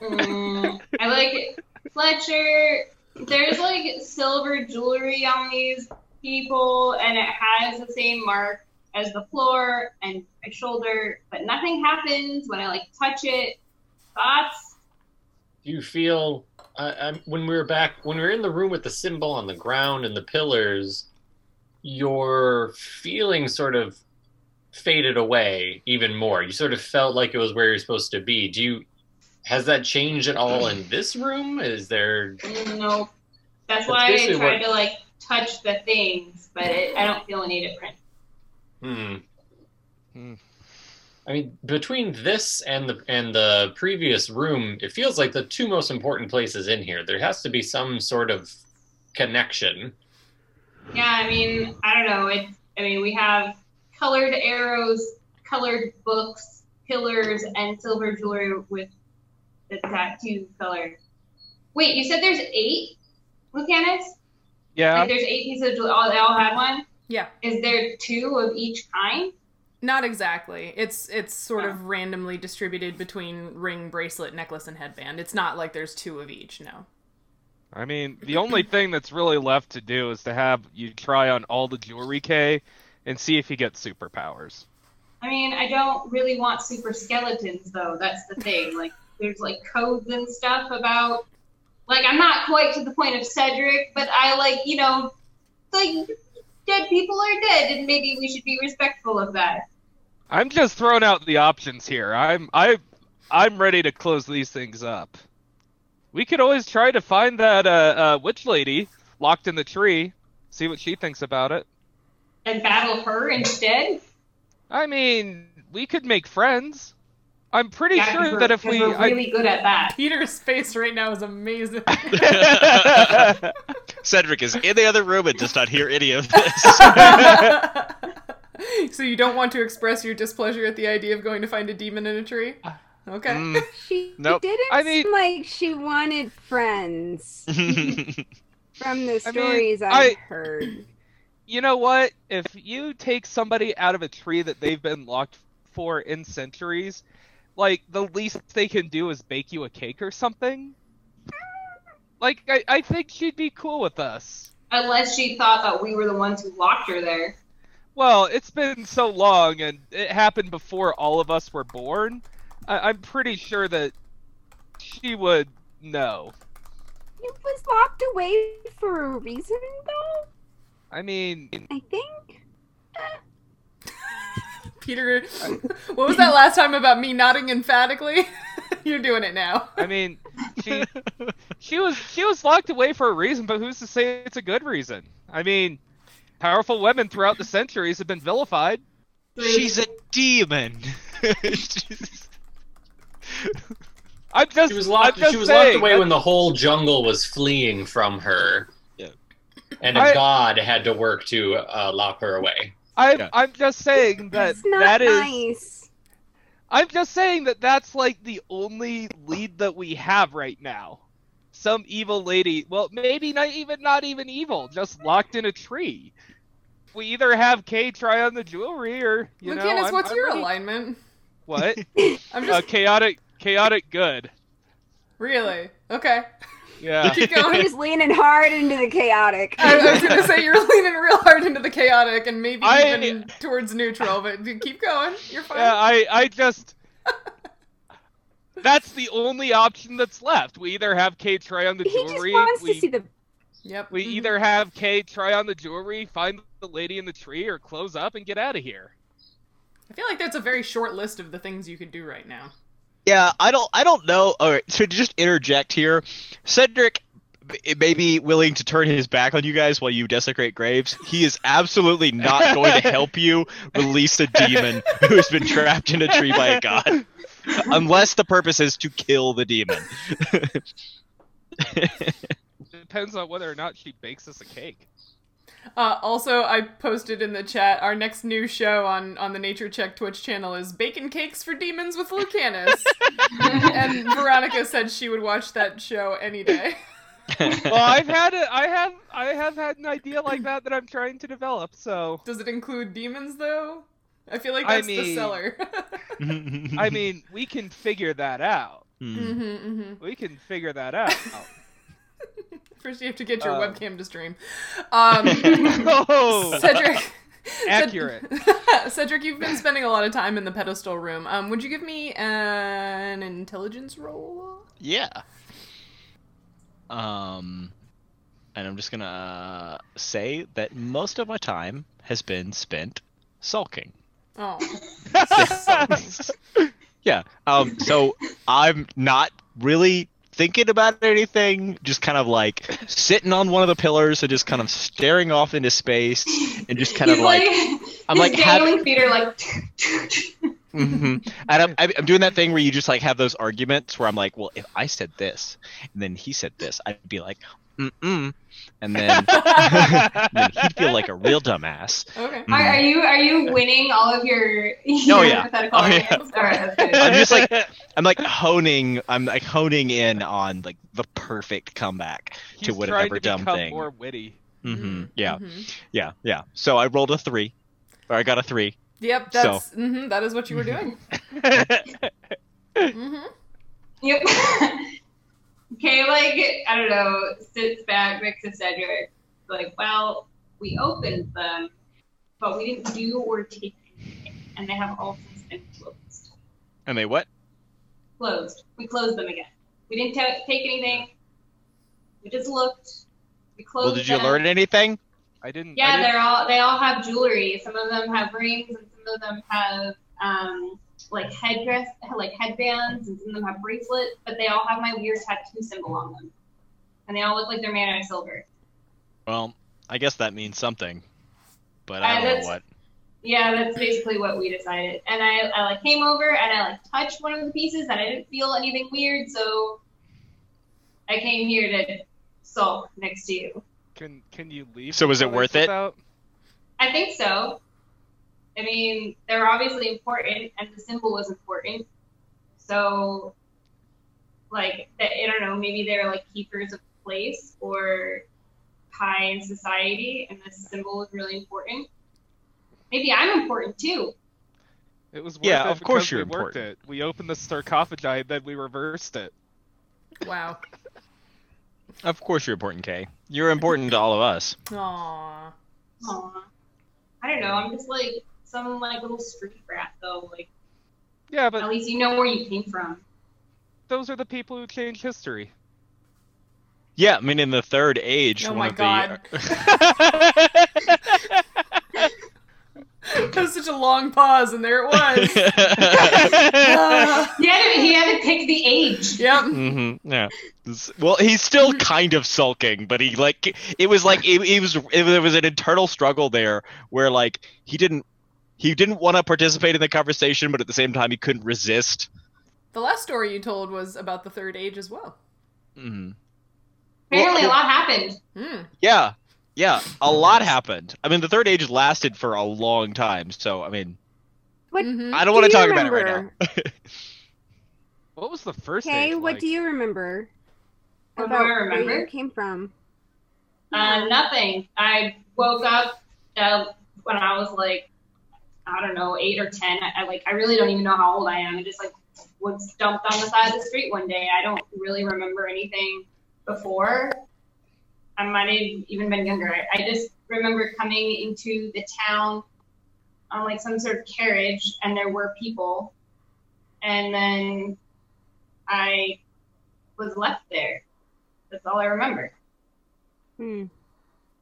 Mm, I like Fletcher. There's like silver jewelry on these people, and it has the same mark as the floor and my shoulder, but nothing happens when I like touch it. Thoughts?
you feel I, I, when we were back when we were in the room with the symbol on the ground and the pillars your feeling sort of faded away even more you sort of felt like it was where you're supposed to be do you has that changed at all in this room is there
No. That's
That's
why I
basically
tried
what-
to like touch the things, but it, I don't feel any different.
hmm
Hmm.
I mean, between this and the and the previous room, it feels like the two most important places in here. There has to be some sort of connection.
Yeah, I mean, I don't know. It. I mean, we have colored arrows, colored books, pillars, and silver jewelry with the tattoo color. Wait, you said there's eight, Lucanus?
Yeah,
Like, there's eight pieces of jewelry. All, they all had one.
Yeah.
Is there two of each kind?
Not exactly. It's it's sort of randomly distributed between ring, bracelet, necklace, and headband. It's not like there's two of each. No.
I mean, the only thing that's really left to do is to have you try on all the jewelry K and see if you get superpowers.
I mean, I don't really want super skeletons though. That's the thing. Like, there's like codes and stuff about. Like, I'm not quite to the point of Cedric, but I like you know, like dead people are dead, and maybe we should be respectful of that.
I'm just throwing out the options here. I'm I I'm ready to close these things up. We could always try to find that uh, uh, witch lady locked in the tree, see what she thinks about it.
And battle her instead.
I mean, we could make friends. I'm pretty
Yeah, 'cause
sure
we're-
that if
'cause
we
we're
I-
really good at that.
Peter's face right now is amazing. *laughs*
Cedric is in the other room and does not hear any of this.
so you don't want to express your displeasure at the idea of going to find a demon in a tree?
Uh,
Okay.
Mm.
She
Nope.
didn't
I mean-
seem like she wanted friends from the
I mean,
stories I
I-
have heard.
you know what? If you take somebody out of a tree that they've been locked for in centuries, like the least they can do is bake you a cake or something. Like I, I think she'd be cool with us.
Unless she thought that we were the ones who locked her there.
Well, it's been so long, and it happened before all of us were born. I, I'm pretty sure that she would know.
It was locked away for a reason, though.
I mean,
I think.
Peter, what was that last time about me nodding emphatically? *laughs* You're doing it now.
I mean, she she was she was locked away for a reason, but who's to say it's a good reason? I mean, powerful women throughout the centuries have been vilified.
She's a demon. She's-
I'm just
She was locked.
I'm just
She was
saying,
locked away
that-
when the whole jungle was fleeing from her.
Yeah.
And a
I-
god had to work to uh, lock her away.
I'm
Yeah.
I'm just saying that
That's not
that is
nice.
I'm just saying that that's like the only lead that we have right now. Some evil lady. Well, maybe not even not even evil, just locked in a tree. We either have Kay try on the jewelry or you know.
Lucanus,
I'm-
what's
I'm
your
ready-
alignment?
What?
I'm
Uh,
just
chaotic chaotic good.
really okay.
Yeah.
Keep going.
He's leaning hard into the chaotic.
*laughs* I, I was gonna say you're leaning real hard into the chaotic and maybe
I-
even towards neutral, but d- keep going. You're fine.
Yeah, I, I just.
*laughs*
That's the only option that's left. We either have Kay try on the
he just
jewelry.
wants
we
to see the.
yep.
we
mhm.
either have Kay try on the jewelry, find the lady in the tree, or close up and get out of here.
I feel like that's a very short list of the things you could do right now.
Yeah, I don't. I don't know. All right, so to just interject here, Cedric b- may be willing to turn his back on you guys while you desecrate graves. He is absolutely not going to help you
*laughs*
release a demon who's been trapped in a tree by a god, unless the purpose is to kill the demon.
Depends on whether or not she bakes us a cake.
Uh, also, I posted in the chat our next new show on on the Nature Check Twitch channel is Bacon Cakes for Demons with Lucanus, and Veronica said she would watch that show any day. *laughs*
Well, I've had a, I have I have had an idea like that that I'm trying to develop. So
Does it include demons though? I feel like
I
that's the
mean-
seller. *laughs*
*laughs*
I mean, we can figure that out.
Hmm.
hmm hmm
We can figure that out.
*laughs*
First, you have to get your
Um.
webcam to stream. Um,
oh,
Cedric,
*laughs* Accurate.
*laughs* Cedric, you've been spending a lot of time in the pedestal room. Um, would you give me an intelligence roll?
*laughs* Yeah. Um, and I'm just gonna uh, say that most of my time has been spent sulking. *laughs*
Oh,
yeah. Um. So I'm not really thinking about anything. Just kind of like sitting on one of the pillars and just kind of staring off into space and just kind
He's
of like,
*laughs*
I'm
his
like, how- *laughs*
dangling feet are like. *laughs*
hmm And I'm, I'm doing that thing where you just like have those arguments where I'm like, well, if I said this and then he said this, I'd be like, mm-mm. And then, *laughs* and then he'd feel like a real dumbass.
okay.
Are, are you are you winning all of your? *laughs* your
yeah.
Hypothetical
Mm-hmm. Oh, yeah.
All right. That's good.
I'm just like, I'm like honing, I'm like honing in on like the perfect comeback.
He's
To whatever
trying to
dumb
become
thing.
more witty. Mm-hmm.
hmm Yeah.
Mhm.
Yeah. Yeah. So I rolled a three or I got a three.
Yep.
So.
That's mhm, that is what you were
*laughs*
doing. hmm
Yep. *laughs* Kay, like, I don't know, sits back next to Cedric. Like, well, we opened them, but we didn't do or take anything. And they have all since been closed.
and they what?
Closed. We closed them again. We didn't ta- take anything. We just looked. We closed
Well, did you
them.
learn anything?
I didn't. I
Yeah,
didn't-
they're all they all have jewelry. Some of them have rings, and some of them have um, like headdress, like headbands, and some of them have bracelets. But they all have my weird tattoo symbol on them, and they all look like they're made out of silver.
Well, I guess that means something, but
Uh,
I don't
that's-
know what.
Yeah, that's basically what we decided. And I, I like came over and I like touched one of the pieces, and I didn't feel anything weird, so I came here to sulk next to you.
Can can you leave?
So was it
before
worth
they
it?
flip out?
I think so. I mean, they're obviously important, and the symbol was important. So, like, th- I don't know, maybe they're like keepers of place or high in society, and this symbol was really important. Maybe I'm important too.
It was worth
Yeah,
it
of course
because
you're
we worked
important.
it. We opened the sarcophagi, then we reversed it.
Wow.
Of course you're important, Kay. You're important to all of us.
Aww.
Aww. I don't know. I'm just like some like little street rat, though. Like,
Yeah,
at
but
least you know where you came from.
those are the people who changed history.
Yeah, I mean, in the third age,
Oh
one
my
of
god. that was such a long pause, and there it
*laughs*
was.
the. *laughs*
*laughs* Ah.
He had to, he had to pick the age.
yep.
hmm yeah. S- Well, he's still kind of sulking, but he like it was like it, it was it, there was an internal struggle there where like he didn't he didn't want to participate in the conversation, but at the same time he couldn't resist.
The last story you told was about the third age as well.
Mhm.
Apparently,
Well-
a lot happened.
Hmm.
Yeah, yeah, a lot happened. I mean, the third age lasted for a long time, so I mean,
What
Mhm.
I don't want to
do you
talk about it right now.
remember?
What was the first
Okay,
age
what
like?
do you remember
What do
about
I remember?
where you came from?
Uh, nothing. I woke up uh, when I was like, I don't know, eight or ten. I, I like, I really don't even know how old I am. I just like was dumped on the side of the street one day. I don't really remember anything before. I might have even been younger. I, I just remember coming into the town on like some sort of carriage, and there were people, and then I was left there. That's all I remember.
Hmm.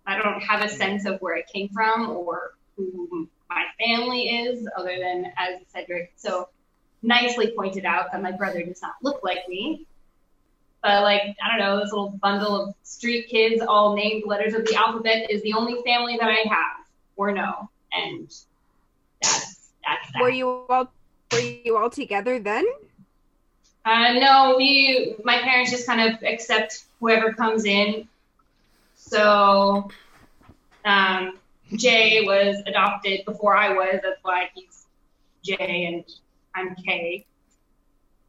I don't have a sense of where I came from or who my family is, other than as Cedric so nicely pointed out that my brother does not look like me. But like I don't know, this little bundle of street kids, all named letters of the alphabet, is the only family that I have or know, and that's that's that.
Were you all were you all together then?
Uh, no, we, my parents just kind of accept whoever comes in. So, um, Jay was adopted before I was. That's why he's Jay and I'm Kay.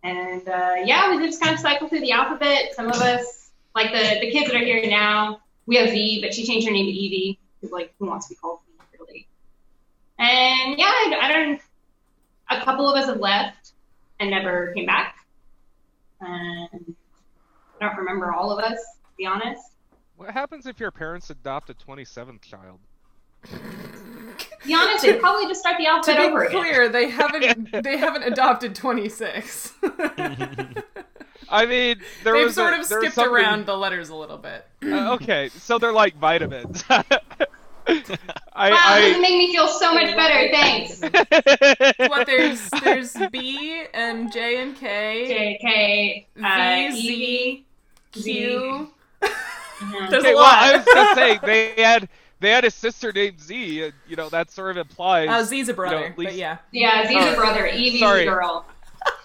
And uh, yeah, we just kind of cycle through the alphabet. Some of us, like the, the kids that are here now, we have V, but she changed her name to Evie because, like, who wants to be called V, really? And yeah, I, I don't, a couple of us have left and never came back and I don't remember all of us, to be honest.
What happens if your parents adopt a 27th child?
Giannis would probably just start the
To
alphabet
be
over again.
clear, they
*laughs*
haven't they haven't adopted 26.
I mean, there
They've
was
sort
a,
of
there was
skipped
something-
around the letters a little bit.
*clears throat* Uh, okay, so they're like vitamins. *laughs*
Wow, this is
I,
making me feel so much better. Thanks,
*laughs* I
What there's there's B and J and K,
J K
V
uh, E.
Z *laughs* Q.
Mhm.
There's
Okay,
a
well,
lot.
I was *laughs* just saying they had they had a sister named Z, and you know that sort of
*laughs*
implies.
Uh, Z's a brother,
at least-
but yeah.
Yeah, Z's
Oh,
a brother, Evie's
sorry.
a girl.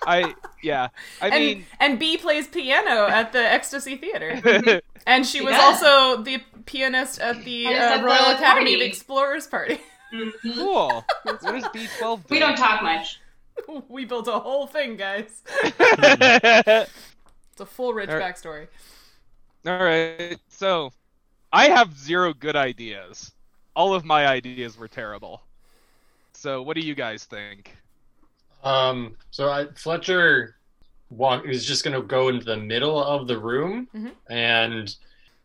I yeah, I
and, *laughs*
mean,
and B plays piano at the Ecstasy
*laughs*
Theater, and she
She
was
does.
also the pianist at the
And it's
uh,
at
Royal
the
Academy of
party.
Explorers party. *laughs*
Mhm.
cool. What is B twelve?
We don't talk much.
we built a whole thing, guys. It's a full rich
Alright.
backstory.
*laughs* All right, so I have zero good ideas. All of my ideas were terrible. So what do you guys think?
Um, so I, Fletcher walk is just going to go into the middle of the room
Mhm.
and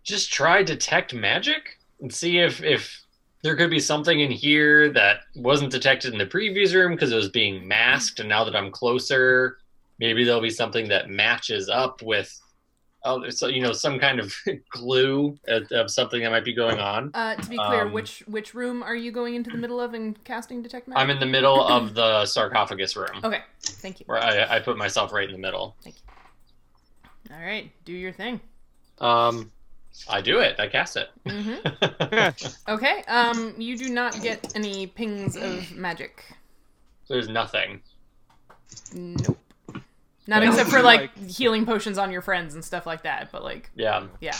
just try detect magic and see if if there could be something in here that wasn't detected in the previous room because it was being masked, and now that I'm closer, maybe there'll be something that matches up with. other so you know, some kind of *laughs* clue of, of something that might be going on.
Uh, to be clear,
Um,
which which room are you going into the middle of and casting detect magic?
I'm in the middle of the sarcophagus room,
Okay, thank you.
where I, I put myself right in the middle.
All right, do your thing.
Um, I do it. I cast it.
hmm Okay, um, you do not get any pings of magic.
*laughs* There's nothing.
Nope. Not
Yeah.
except for like healing potions on your friends and stuff like that, but like
Yeah.
yeah.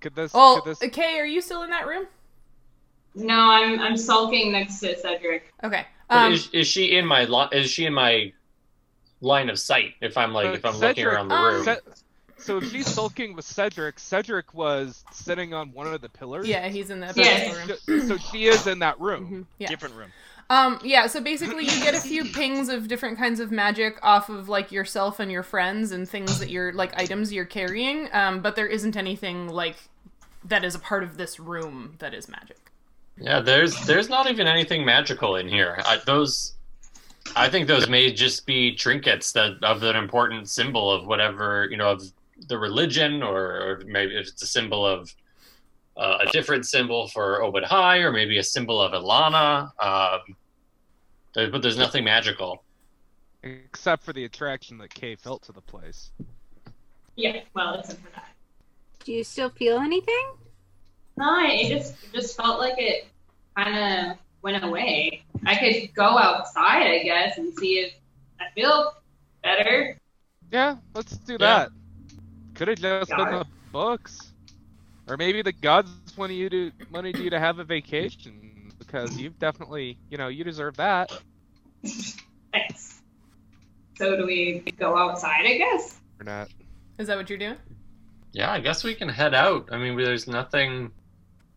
Could this?
Oh,
could this?
Kay, are you still in that room?
No, I'm I'm sulking next to Cedric.
Okay.
But
Um,
is, is she in my li- is she in my line of sight? If I'm like
But
if I'm looking
Cedric-
around the
Um,
room.
Ce- so if she's sulking with Cedric, Cedric was sitting on one of the pillars.
yeah, he's in the
Yes.
pedestal room.
So- So she is in that room.
Mhm.
Yeah.
Different room.
Um, yeah, so basically you get a few pings of different kinds of magic off of like yourself and your friends and things that you're like items you're carrying. Um, but there isn't anything like that is a part of this room that is magic.
Yeah. There's there's not even anything magical in here. I, those. I think those may just be trinkets that of an important symbol of whatever you know of the religion, or, or maybe if it's a symbol of uh, a different symbol for Obad High, or maybe a symbol of Ilana. Um, there, but there's nothing magical.
Except for the attraction that Kay felt to the place.
Yeah, well, except for that.
Do you still feel anything?
No, it just it just felt like it kind of went away. I could go outside, I guess, and see if I feel better. *laughs*
Yeah, let's do
Yeah.
that. Could have just
Got
been the books, or maybe the gods wanted you to wanted you to have a vacation because you've definitely, you know, you deserve that.
Thanks. So do we go outside? I guess.
Or not.
Is that what you're doing?
Yeah, I guess we can head out. I mean, there's nothing.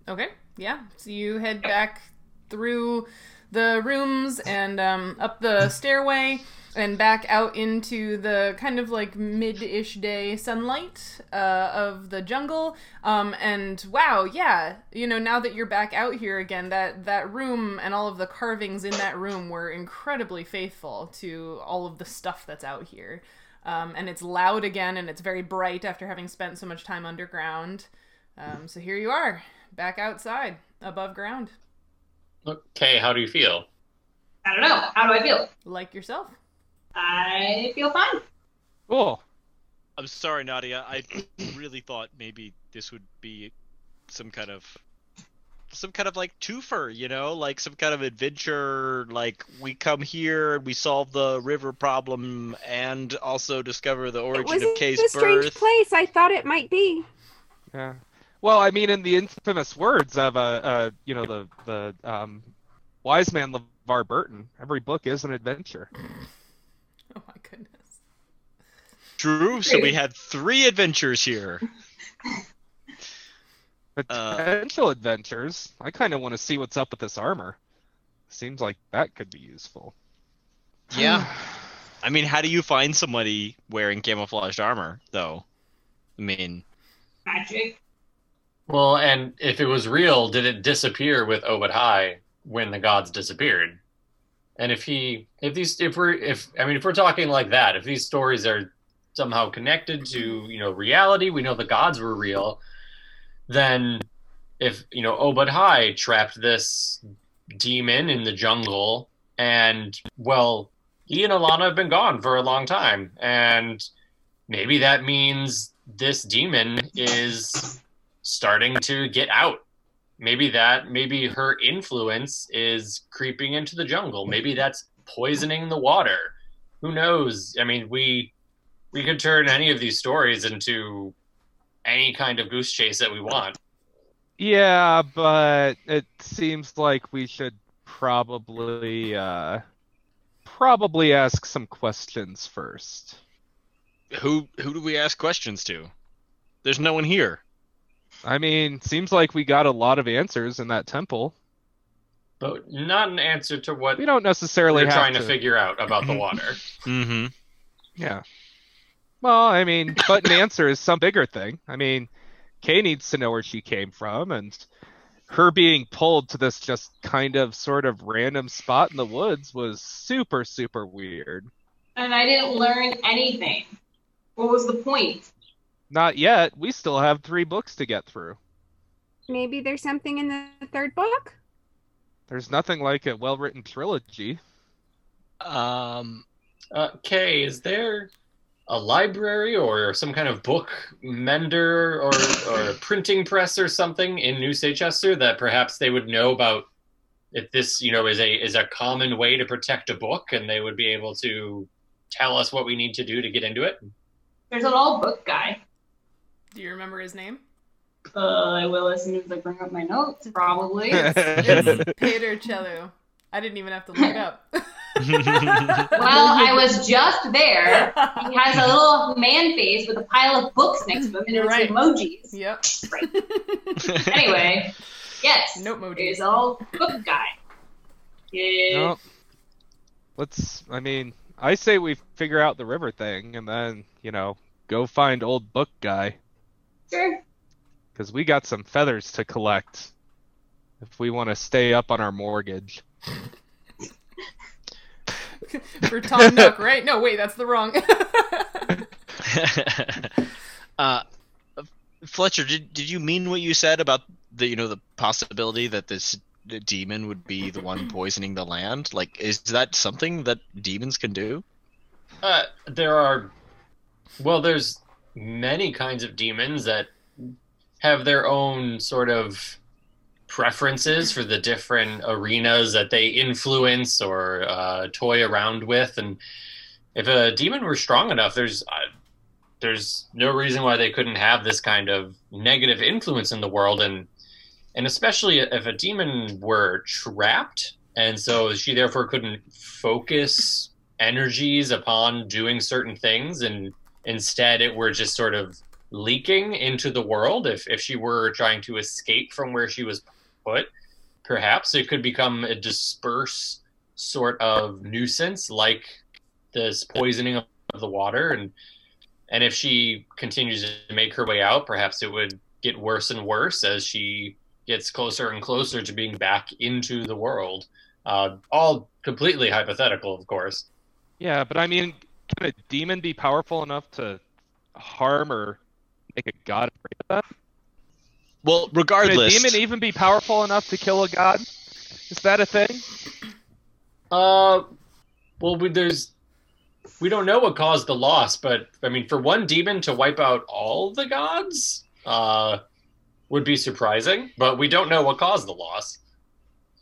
Okay. Yeah. So you head back through the rooms and um, up the stairway and back out into the kind of like mid-ish day sunlight uh, of the jungle. Um, and wow, yeah, you know, now that you're back out here again, that that room and all of the carvings in that room were incredibly faithful to all of the stuff that's out here. Um, and it's loud again, and it's very bright after having spent so much time underground. Um, so here you are, back outside, above ground,
Okay, how do you feel?
I don't know. How do I feel?
like yourself. *laughs*
I feel fine.
Cool.
I'm sorry, Nadia. I really thought maybe this would be some kind of some kind of like twofer, you know, like some kind of adventure. Like we come here, we solve the river problem, and also discover the
It
origin
was
of Kay's
a strange
birth.
place. I thought it might be.
Yeah. Well, I mean, in the infamous words of uh, uh you know, the the um, wise man LeVar Burton, every book is an adventure.
Oh my goodness.
True. So we had three adventures here.
Potential adventures. I kind of want to see what's up with this armor. Seems like that could be useful. *sighs*
Yeah. I mean, how do you find somebody wearing camouflaged armor, though? I mean,
Magic.
Well, and if it was real, did it disappear with Obad High? when the gods disappeared. And if he, if these, if we're, if I mean, if we're talking like that, if these stories are somehow connected to you know reality, we know the gods were real. Then, if you know, Obad High trapped this demon in the jungle, and well, he and Alana have been gone for a long time, and maybe that means this demon is starting to get out. Maybe that, maybe her influence is creeping into the jungle. Maybe that's poisoning the water. Who knows? I mean, we we could turn any of these stories into any kind of goose chase that we want.
Yeah, but it seems like we should probably uh probably ask some questions first.
Who who do we ask questions to? There's no one here.
I mean, seems like we got a lot of answers in that temple.
But not an answer to what
We don't necessarily
we're
have
trying to figure out about the water.
Mm-hmm.
Yeah. Well, I mean, but an answer is some bigger thing. I mean, Kay needs to know where she came from, and her being pulled to this just kind of sort of random spot in the woods was super, super weird.
And I didn't learn anything. What was the point?
Not yet. We still have three books to get through.
Maybe there's something in the third book.
There's nothing like a well written trilogy.
Um,
Uh, Kay, is there a library or some kind of book mender or, or a printing press or something in New Seychester that perhaps they would know about if this, you know, is a is a common way to protect a book and they would be able to tell us what we need to do to get into it?
There's an old book guy.
Do you remember his name?
Uh, I will as soon as I bring up my notes, probably.
*laughs*
It's Peter Cello. I didn't even have to look
*laughs*
up.
well, I was just there. He has a little man face with a pile of books next to him and
You're
it's
right. *laughs*
emojis. *laughs*
Yep. *laughs*
Anyway, yes.
Nope mojis.
There's an old book guy. Yeah.
Nope. Let's, I mean, I say we figure out the river thing and then, you know, go find old book guy.
Sure.
because we got some feathers to collect if we want to stay up on our mortgage.
For Tom Nook, right? No, wait, that's the wrong. *laughs*
*laughs*
uh, Fletcher, did did you mean what you said about the you know the possibility that this demon would be the one poisoning the land? Like, is that something that demons can do?
Uh, there are, well, there's many kinds of demons that have their own sort of preferences for the different arenas that they influence or uh, toy around with, and if a demon were strong enough, there's uh, there's no reason why they couldn't have this kind of negative influence in the world, and and especially if a demon were trapped, and so she therefore couldn't focus energies upon doing certain things and instead it were just sort of leaking into the world if if she were trying to escape from where she was put perhaps it could become a disperse sort of nuisance like this poisoning of of the water and and if she continues to make her way out perhaps it would get worse and worse as she gets closer and closer to being back into the world uh, all completely hypothetical of course
Yeah, but I mean, can a demon be powerful enough to harm or make a god afraid of that?
Well,
Can a
regardless,
demon even be powerful enough to kill a god? Is that a thing?
Uh, well, we, there's we don't know what caused the loss, but I mean, for one demon to wipe out all the gods, uh, would be surprising. But we don't know what caused the loss,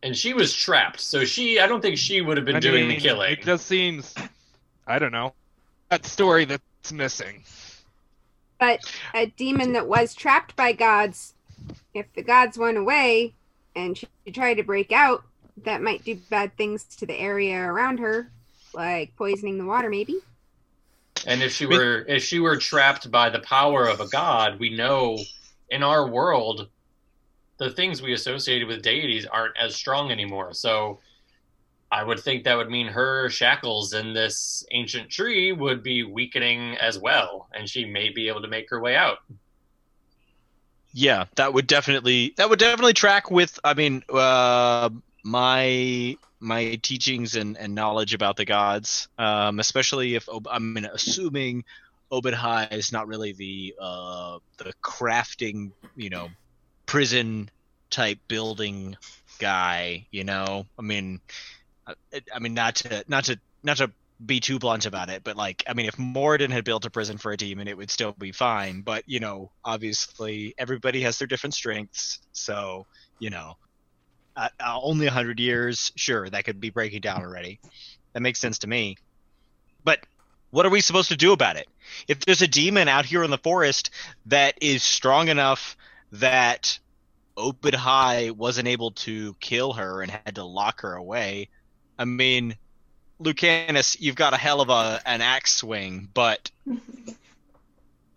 and she was trapped, so she I don't think she would have been
I
doing
mean,
the killing.
It just seems, I don't know, that story that's missing.
But a demon that was trapped by gods, if the gods went away and she tried to break out, that might do bad things to the area around her, like poisoning the water, maybe.
And if she were if she were trapped by the power of a god, we know in our world the things we associated with deities aren't as strong anymore. So I would think that would mean her shackles in this ancient tree would be weakening as well, and she may be able to make her way out.
yeah, that would definitely that would definitely track with. I mean, uh,
my my teachings and, and knowledge about the gods, um, especially if Ob- I mean, assuming Obadhai is not really the uh, the crafting, you know, prison type building guy. You know, I mean, I, I mean, not to not to not to be too blunt about it, but like, I mean, if Morden had built a prison for a demon, it would still be fine. But you know, obviously, everybody has their different strengths, so you know, uh, uh, only hundred years, sure, that could be breaking down already. That makes sense to me. But what are we supposed to do about it? If there's a demon out here in the forest that is strong enough that Open High wasn't able to kill her and had to lock her away, I mean, Lucanus, you've got a hell of a an axe swing, but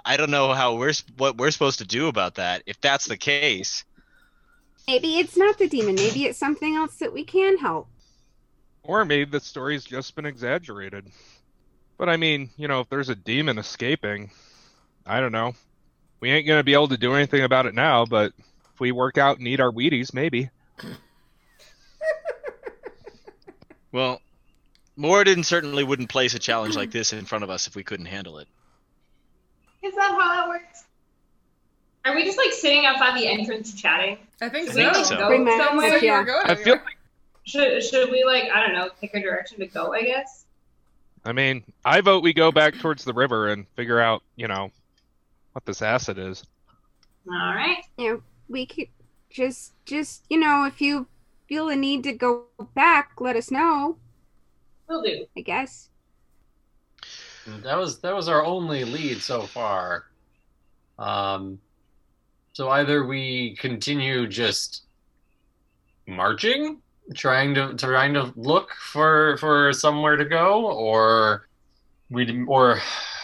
I don't know how we're what we're supposed to do about that if that's the case.
Maybe it's not the demon. Maybe it's something else that we can help.
Or maybe the story's just been exaggerated. But I mean, you know, if there's a demon escaping, I don't know. We ain't gonna be able to do anything about it now, but if we work out and eat our Wheaties, maybe.
Well, Morden certainly wouldn't place a challenge like this in front of us if we couldn't handle it.
Is that how that works? Are we just like sitting outside the entrance chatting?
I think
Should
so.
we
think
like,
so.
go
Remax,
somewhere?
yeah.
We're going
I feel
everywhere.
Should, should we like I don't know pick a direction to go? I guess.
I mean, I vote we go back towards the river and figure out, you know, what this acid is.
All right.
You know, we could just just you know, if you feel a need to go back, let us know.
We'll
*laughs*
do.
I guess.
That was that was our only lead so far. Um, so either we continue just marching, trying to trying to look for for somewhere to go, or we d- or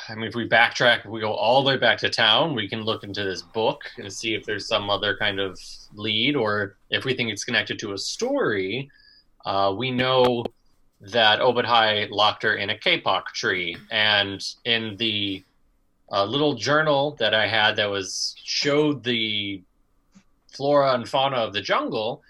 I mean, if we backtrack, if we go all the way back to town, we can look into this book and see if there's some other kind of lead, or if we think it's connected to a story. Uh, we know that Obadhai locked her in a kapok tree. And in the uh, little journal that I had that was showed the flora and fauna of the jungle,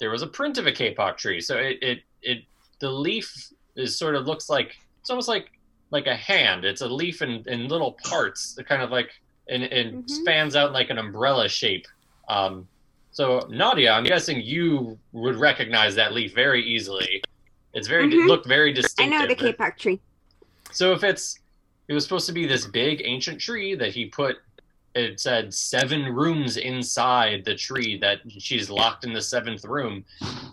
there was a print of a kapok tree. So it it, it the leaf is sort of looks like it's almost like like a hand. It's a leaf in, in little parts, They're kind of like and and
Mhm.
spans out like an umbrella shape. Um, so Nadia, I'm guessing you would recognize that leaf very easily. It's very
Mhm.
looked very
I
distinctive.
know the K Park tree.
So if it's it was supposed to be this big ancient tree that he put it said seven rooms inside the tree that she's locked in the seventh room.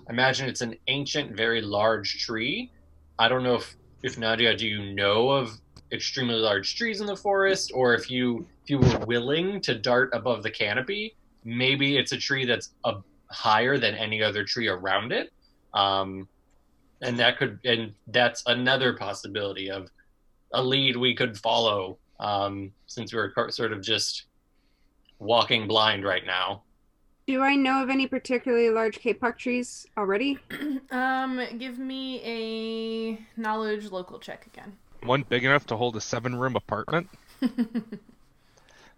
Imagine it's an ancient, very large tree. I don't know if, if Nadia, do you know of extremely large trees in the forest, or if you if you were willing to dart above the canopy, maybe it's a tree that's a, higher than any other tree around it. Um, and that could and that's another possibility of a lead we could follow um, since we're co- sort of just walking blind right now.
Do I know of any particularly large K Park trees already?
Um, give me a knowledge local check again.
One big enough to hold a seven room apartment?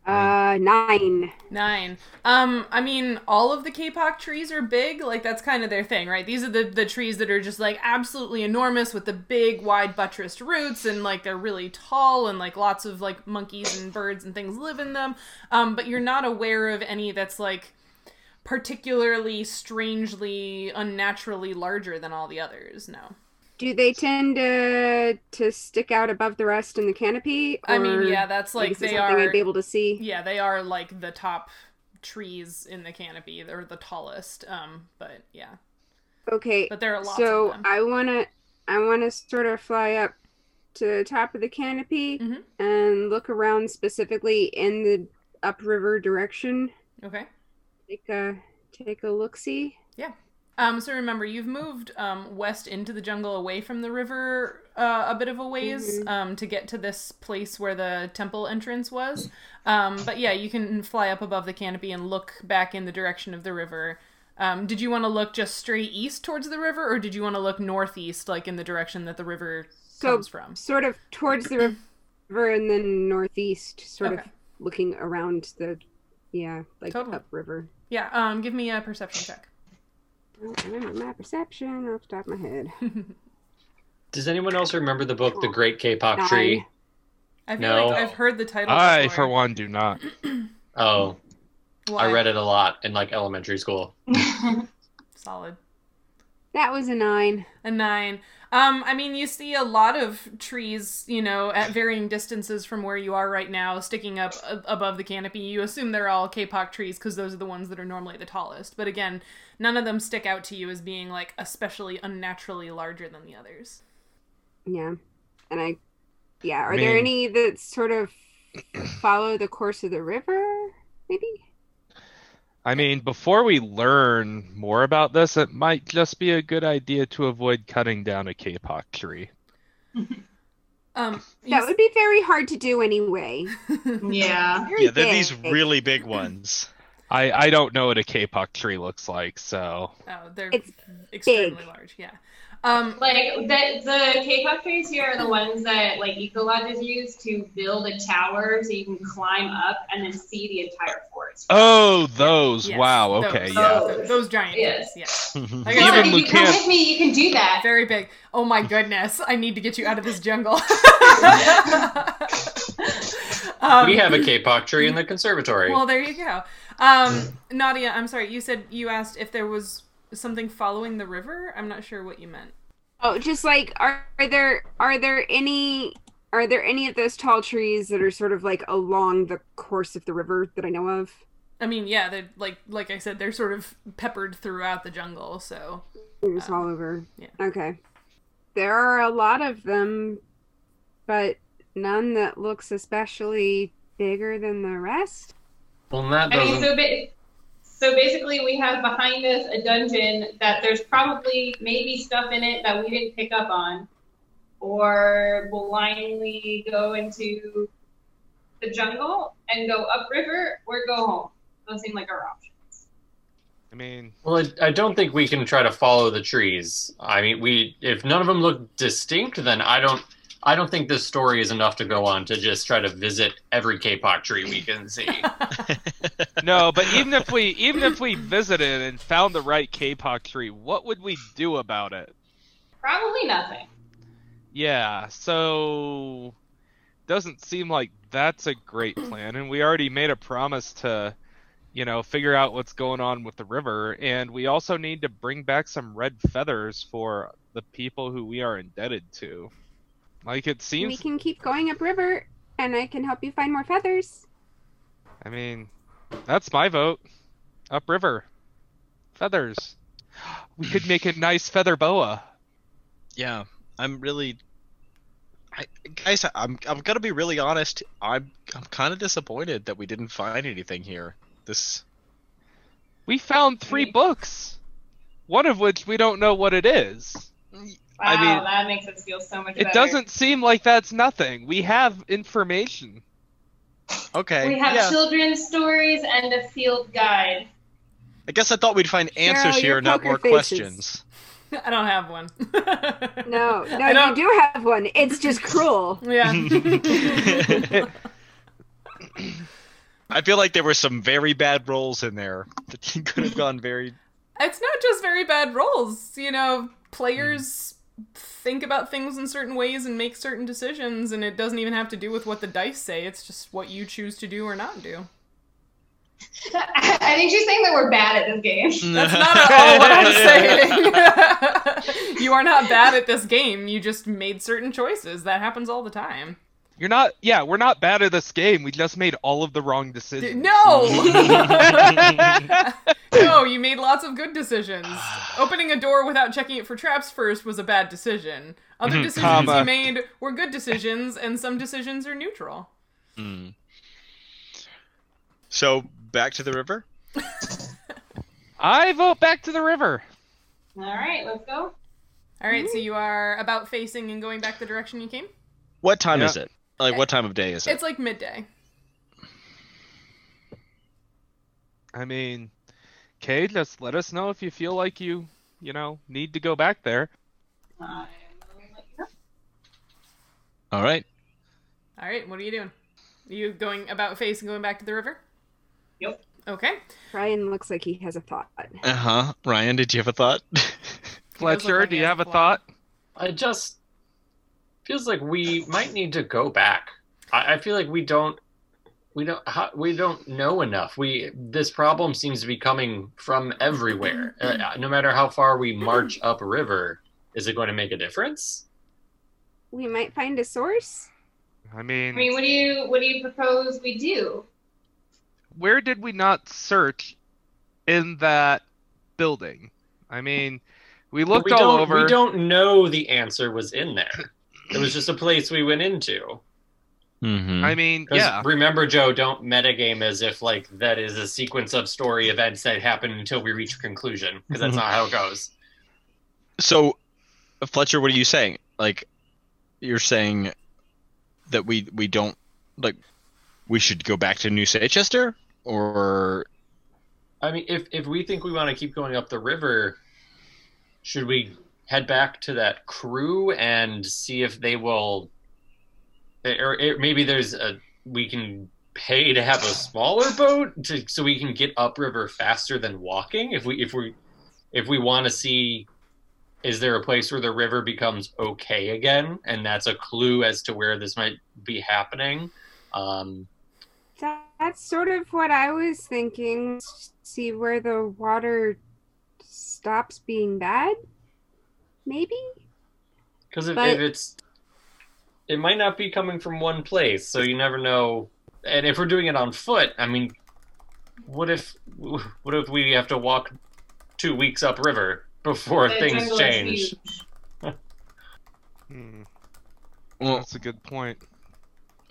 Uh nine.
Nine. Um, I mean, all of the K-pop trees are big. Like that's kind of their thing, right? These are the the trees that are just like absolutely enormous with the big, wide, buttressed roots, and like they're really tall, and like lots of like monkeys and birds and things live in them. Um, but you're not aware of any that's like particularly strangely unnaturally larger than all the others. No.
Do they tend to to stick out above the rest in the canopy?
I mean,
or
yeah, that's like
is it
they
something
are.
I'd be able to see.
Yeah, they are like the top trees in the canopy. They're the tallest. Um, but yeah,
Okay,
but there are lots
so
of them.
I wanna I wanna sort of fly up to the top of the canopy
Mhm.
and look around specifically in the upriver direction.
okay.
Take a take a look see.
Um, so remember, you've moved um, west into the jungle, away from the river, uh, a bit of a ways
Mhm.
um, to get to this place where the temple entrance was. Um, but yeah, you can fly up above the canopy and look back in the direction of the river. Um, did you want to look just straight east towards the river, or did you want to look northeast, like in the direction that the river
So
comes from?
sort of towards the
*clears throat*
river and then northeast, sort of
Okay.
looking around the yeah, like
Totally.
upriver.
Yeah. Um, give me a perception check. *laughs*
I don't remember my perception off the top of my head.
Does anyone else remember the book The Great K-pop Tree?
I feel
No.
like I've heard the title.
I,
before.
for one, do not.
Oh, I
Why?
read it a lot in like elementary school.
Solid.
That was a nine.
A nine. Um, I mean, you see a lot of trees, you know, at varying distances from where you are right now, sticking up a- above the canopy. You assume they're all kapok trees because those are the ones that are normally the tallest. But again, none of them stick out to you as being like especially unnaturally larger than the others.
Yeah. And I, yeah. Are
I
there
mean-
any that sort of *clears throat* follow the course of the river? Maybe.
I mean, before we learn more about this, it might just be a good idea to avoid cutting down a kapok tree.
Um, you
*laughs* That
s-
would be very hard to do anyway.
yeah.
Very
Yeah, they're these
big.
really big ones.
I, I don't know what a kapok tree looks like, so
*laughs* oh, they're
It's
extremely
big.
large. Yeah. Um,
Like the the K-pop trees here are the ones that like eco lodges use to build a tower so you can climb up and then see the entire forest.
oh those
yes,
wow
those.
okay yeah
Th- Those, giant
Yes.
trees. Yeah.
*laughs*
Like I
Look,
said,
if
Even
you come
Lucan-
with me, you can do that.
Very big. Oh my goodness. I need to get you out of this
*laughs*
jungle. Um,
we have a K-pop tree in the conservatory.
Well, there you go. Um, Nadia, I'm sorry. You said you asked if there was something following the river. I'm not sure what you meant.
Oh, just like are, are there are there any are there any of those tall trees that are sort of like along the course of the river that I know of?
I mean, yeah, they're like like I said, they're sort of peppered throughout the jungle. So *laughs*
Or just all over.
Um, yeah.
Okay. There are a lot of them, but none that looks especially bigger than the rest.
Well, that
I mean,
doesn't.
so ba- so basically, we have behind us a dungeon that there's probably maybe stuff in it that we didn't pick up on, or blindly go into the jungle and go upriver or go home. Those seem like our options.
I mean
Well, I, I don't think we can try to follow the trees. I mean, we if none of them look distinct, then I don't. I don't think this story is enough to go on to just try to visit every K-pop tree we can see.
no but even if we even if we visited and found the right kapok tree what would we do about it
Probably nothing.
yeah so doesn't seem like that's a great plan and we already made a promise to you know figure out what's going on with the river and we also need to bring back some red feathers for the people who we are indebted to like it
We
seems
can keep going upriver, and I can help you find more feathers.
I mean, that's my vote. Upriver. Feathers. *gasps* We could make a nice feather boa.
Yeah, I'm really. *laughs* I, guys, I'm I'm gonna be really honest. I'm I'm kind of disappointed that we didn't find anything here. This
We found three books, one of which we don't know what it is.
Wow,
I mean-
that makes us feel so much better.
It doesn't seem like that's nothing. We have information.
okay.
We have
yeah.
children's stories and a field guide.
I guess I thought we'd find answers
Cheryl, your
here, not
poker
more
faces.
questions.
I don't have one. *laughs*
No, no,
I
you
don't-
do have one. It's just *laughs* cruel.
*laughs*
Yeah. *laughs*
*laughs*
I feel like there were some very bad rolls in there that *laughs* could have gone very.
it's not just very bad roles you know players think about things in certain ways and make certain decisions and it doesn't even have to do with what the dice say it's just what you choose to do or not do
*laughs* I think she's saying that we're bad at this game.
Mm.
that's not at all what i'm saying *laughs* you are not bad at this game you just made certain choices that happens all the time
You're not, yeah, we're not bad at this game. We just made all of the wrong
D-
decisions.
no *laughs* no you made lots of good decisions opening a door without checking it for traps first was a bad decision other decisions
comma.
you made were good decisions and some decisions are neutral
Hmm. So back to the river.
I vote back to the river.
All right, let's go.
All right, so you are about facing and going back the direction you came.
What time
Yeah.
is it? Like what time of day is it?
It's like midday.
I mean, Kay, just let us know if you feel like you, you know, need to go back there.
Uh,
All right.
All right, what are you doing? Are you going about face and going back to the river?
Yep.
Okay.
Ryan looks like he has a thought.
Uh huh. Ryan, did you have a thought? *laughs*
Fletcher,
like
do
he
you
has
have
a
a
plot.
thought?
I just feels like we might need to go back. I, I feel like we don't we don't how, we don't know enough. We this problem seems to be coming from everywhere. Uh, no matter how far we march up a river, is it going to make a difference?
We might find a source.
I
I
mean,
mean, what do you what do you propose we do?
where did we not search in that building? I mean, we looked
we
all
don't,
over.
We don't know the answer was in there. It was just a place we went into.
mm-hmm.
I mean,
'Cause
yeah.
Remember, Joe, don't metagame as if like that is a sequence of story events that happen until we reach a conclusion, because
Mm-hmm.
that's not how it goes.
So, Fletcher, what are you saying? Like, you're saying that we we don't like we should go back to New Seychester, or
I mean, if if we think we want to keep going up the river, should we head back to that crew and see if they will, or it, maybe there's a we can pay to have a smaller boat to, so we can get upriver faster than walking. If we if we if we want to see, is there a place where the river becomes okay again, and that's a clue as to where this might be happening. Um,
That, that's sort of what I was thinking. See where the water stops being bad? Maybe?
Because if,
But-
if it's, it might not be coming from one place, so you never know. And if we're doing it on foot, I mean, what if, what if we have to walk two weeks upriver before
The
things
jungle is
change?
huge.
Hmm,
well,
that's a good point.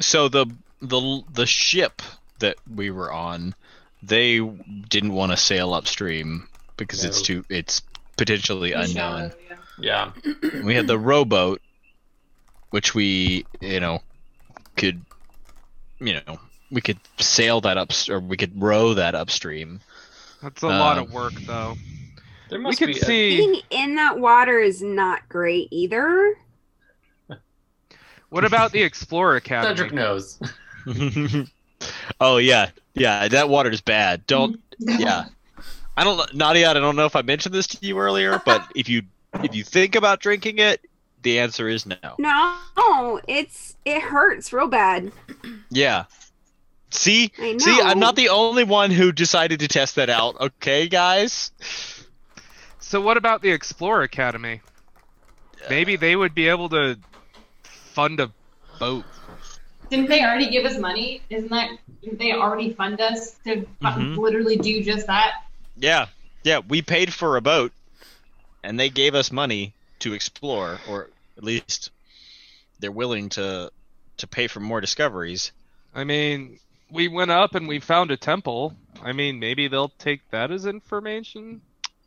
so the the the ship that we were on, they didn't want to sail upstream because it's
No.
too it's potentially unknown.
Shallow, yeah.
Yeah,
we had the rowboat, which we, you know, could, you know, we could sail that up, or we could row that upstream.
That's a lot
Um,
of work, though.
there
We
must
could
be. a-
see.
Being in that water is not great either.
What about the Explorer Academy?
Cedric knows.
*laughs* oh yeah, yeah, that water is bad. Don't, yeah. I don't, Nadia. I don't know if I mentioned this to you earlier, but if you if you think about drinking it, the answer is no.
No, it's it hurts real bad.
Yeah. See,
I know.
see, I'm not the only one who decided to test that out. Okay, guys.
So what about the Explorer Academy?
Uh,
Maybe they would be able to fund a boat.
Didn't they already give us money? Isn't that didn't they already fund us to fu-
Mm-hmm.
Mhm.
literally do just *laughs* that?
Yeah, yeah, we paid for a boat, and they gave us money to explore, or at least they're willing to to pay for more discoveries.
I mean, we went up and we found a temple. I mean, maybe they'll take that as information.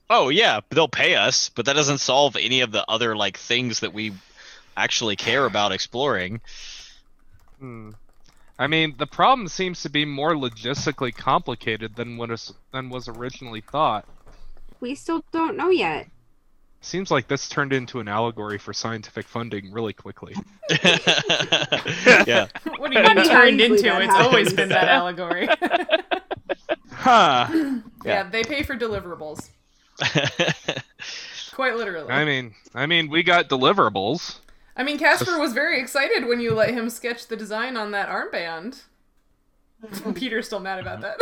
Oh yeah, they'll pay us, but that doesn't solve any of the other like things that we actually care about exploring.
Hmm. I mean, the problem seems to be more logistically complicated than what is, than was originally thought.
We still don't know yet.
Seems like this turned into an allegory for scientific funding really quickly.
yeah,
*laughs* what do you mean
Sometimes
turned
we
into?
don't
It's
have
always
to.
been that allegory. *laughs*
Huh.
yeah, they pay for deliverables.
*laughs*
Quite literally.
I mean, I mean, we got deliverables.
I mean, Casper was very excited when you let him sketch the design on that armband. Peter's still mad about
*laughs*
that.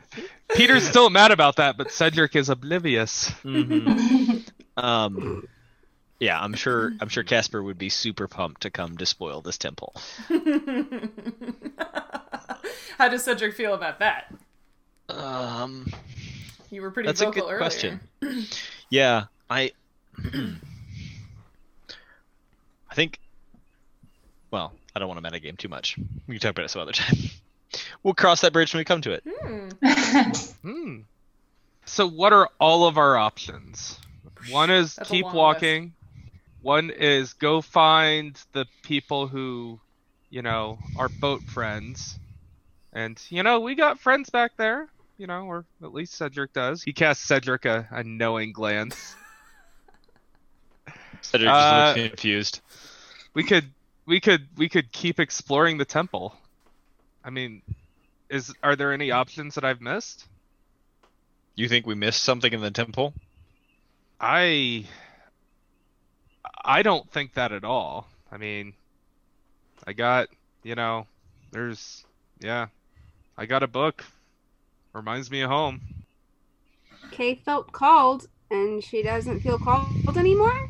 *laughs*
Peter's still mad about that, but Cedric is oblivious.
*laughs*
Mhm. um, yeah, I'm sure. I'm sure Casper would be super pumped to come despoil this temple.
How does Cedric feel about that?
Um,
You were pretty
That's a
vocal
good
earlier.
question. Yeah, I. I think. Well, I don't want to metagame too much. We can talk about it some other time. *laughs* We'll cross that bridge when we come to it.
Hmm.
Hmm. So, what are all of our options? One is
That's a
keep
long
walking. One is go find the people who, you know, are boat friends. And, you know, we got friends back there, you know, or at least Cedric does. He casts Cedric a, a knowing glance.
Cedric
Uh,
just looks confused.
we could we could we could keep exploring the temple. I mean, is are there any options that I've missed?
You think we missed something in the temple?
I I don't think that at all. I mean, I got, you know, there's yeah. I got a book. Reminds me of home.
Kay felt called, and she doesn't feel called anymore.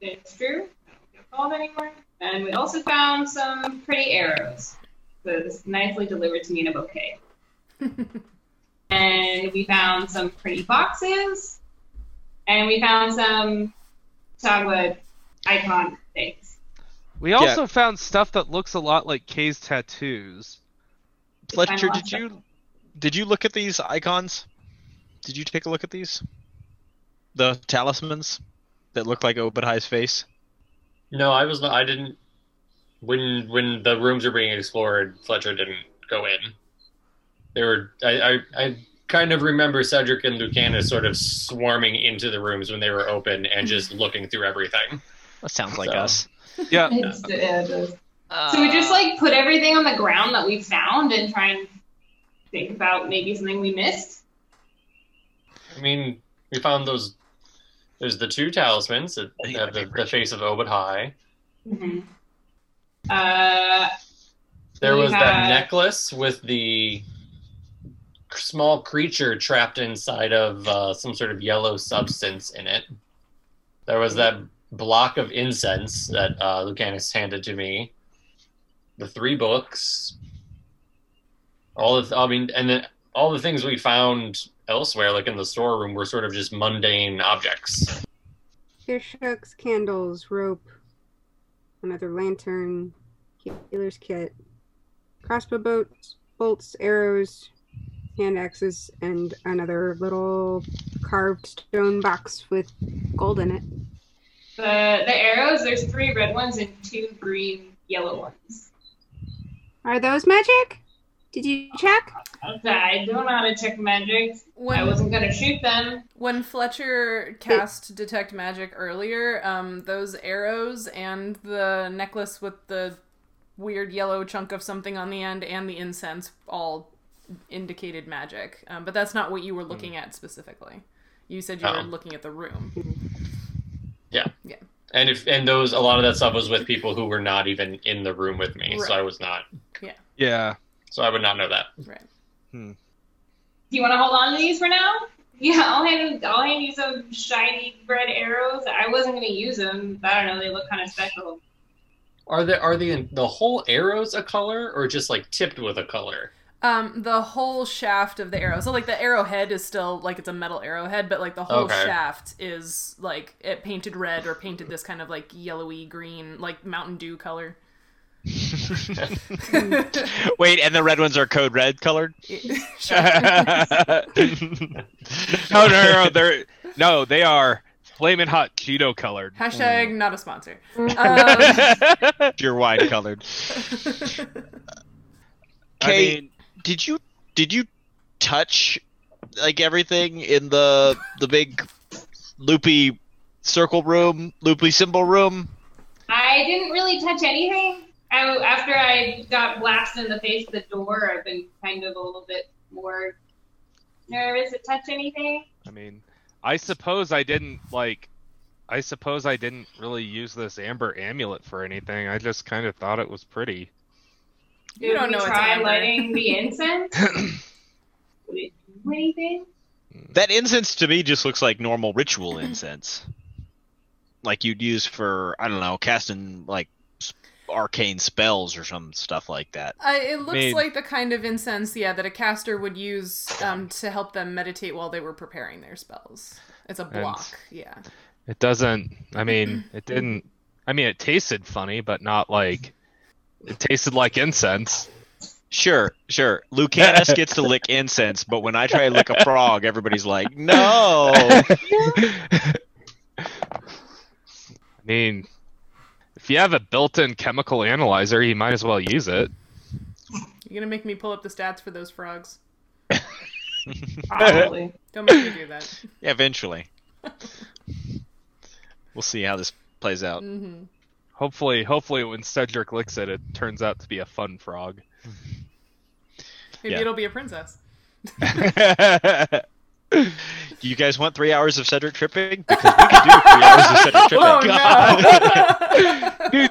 It's true. No called anymore. And we also found some pretty arrows. So it was nicely delivered to me in a bouquet. and we found some pretty boxes. And we found some Tagwa icon things.
We also found stuff that looks a lot like Kay's tattoos.
Fletcher,
I'm
did
awesome.
you did you look at these icons? Did you take a look at these? The talismans that look like Obadiah's face.
No, I was not. I didn't. When when the rooms were being explored, Fletcher didn't go in. They were. I I, I kind of remember Cedric and Lucana sort of swarming into the rooms when they were open and just looking through everything.
That sounds like
So-
us.
Yeah,
It's- it is. So we just like put everything on the ground that we found and try and think about maybe something we missed.
I mean, we found those. There's the two talismans that have the, the face of Obad High.
Uh,
There
We
was
had-
that necklace with the small creature trapped inside of uh, some sort of yellow substance in it. There was that block of incense that uh, Lucanus handed to me. The three books, all of I mean, and then all the things we found elsewhere, like in the storeroom, were sort of just mundane objects.
Fish hooks, candles, rope, another lantern, healer's kit, crossbow bolts, bolts, arrows, hand axes, and another little carved stone box with gold in it.
the the arrows. There's three red ones and two green yellow ones.
Are those magic? Did you check?
I don't know how to check magic. I
When
wasn't gonna shoot them.
when Fletcher cast detect magic earlier, um, those arrows and the necklace with the weird yellow chunk of something on the end and the incense all indicated magic. Um, but that's not what you were looking at specifically. You said you
Oh.
were looking at the room.
And if and those a lot of that stuff was with people who were not even in the room with me, so
Right.
I was not.
*laughs* yeah.
So I would not know that.
Do you want to hold on to these for now? Yeah, *laughs* I'll hand I'll hand you some shiny red arrows. I wasn't gonna use them. I don't know. They look kind of special.
Are the are the the whole arrows a color or just like tipped with a color?
Um, the whole shaft of the arrow. So like the arrowhead is still like it's a metal arrowhead, but like the whole
Okay.
shaft is like it painted red or painted this kind of like yellowy green, like Mountain Dew color.
*laughs* Wait, and the red ones are code red colored.
No, no, no, no, they're no, they are flaming hot Cheeto colored.
Hashtag not a sponsor. Um,
You're wide colored.
I
Kay,
mean,
did you did you touch like everything in the the big loopy circle room, loopy symbol room?
I didn't really touch anything. I, after I got blasted in the face with the door, I've been kind of a little bit more nervous to touch anything.
I mean, I suppose I didn't like. I suppose I didn't really use this amber amulet for anything. I just kind of thought it was pretty.
You don't
we
know it's
try
amber.
lighting
*laughs*
the incense? Would it do anything?
*laughs* That incense to me just looks like normal ritual incense. like you'd use for I don't know, casting like s- arcane spells or some stuff like that.
I, it looks
Made.
like the kind of incense, yeah, that a caster would use um, to help them meditate while they were preparing their spells. It's a block, yeah.
It doesn't. I
*laughs*
mean, it didn't. I mean, it tasted funny, but not like. It tasted like incense.
Sure, sure. Lucanus gets to lick incense, but when I try to lick a frog, everybody's like, "No."
I mean, if you have a built-in chemical analyzer, you might as well use it.
You're gonna make me pull up the stats for those frogs.
Probably.
Don't make me do that.
Eventually, we'll see how this plays
*laughs*
out.
hmm
Hopefully, hopefully, when Cedric licks it, it turns out to be a fun frog.
Maybe
Yeah.
it'll be a
*laughs*
princess.
Do you guys want three hours of Cedric tripping? Because we can do three hours of Cedric tripping.
*laughs* Oh no!
dude,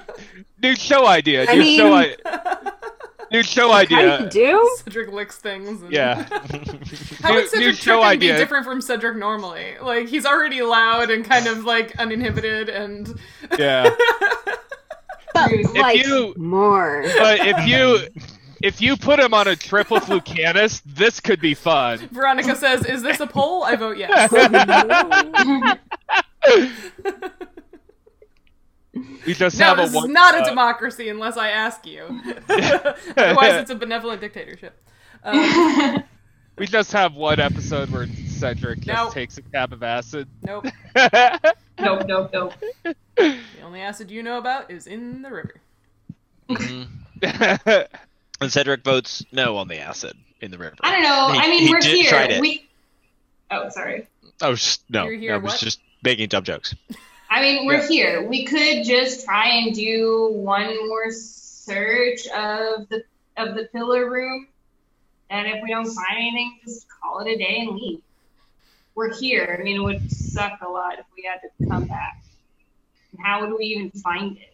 dude, show idea.
I
Dude, show
mean-
idea. *laughs* Dude, show
I
idea.
do.
Cedric licks things. And...
Yeah.
*laughs* How
New-
would
new
Cedric
show
Trippin
idea.
be different from Cedric normally? Like he's already loud and kind of like uninhibited and
Yeah.
But
If
like
you-
more. *laughs*
But if you if you put him on a trip with Lucanus, this could be fun.
Veronica says, "Is this a poll? I vote
*laughs*
yes."
You
*laughs*
just
no,
have
this
a
is
one. uh,
not a democracy unless I ask you.
*laughs*
*laughs* Otherwise, it's a benevolent dictatorship. Um,
*laughs* we just have one episode where Cedric just
No.
takes a cap of acid. *laughs*
nope.
*laughs* nope, nope, nope.
The only acid you know about is in the river.
And Cedric votes no on the acid in the river.
I don't know.
He-
I mean,
he
we're
did-
here.
tried it.
We. Oh, sorry.
I was just, no,
You're here,
I was
what?
just making dumb *laughs* jokes.
I mean, we're here. We could just try and do one more search of the of the pillar room, and if we don't find anything, just call it a day and leave. We're here. I mean, it would suck a lot if we had to come back. And How would we even find it?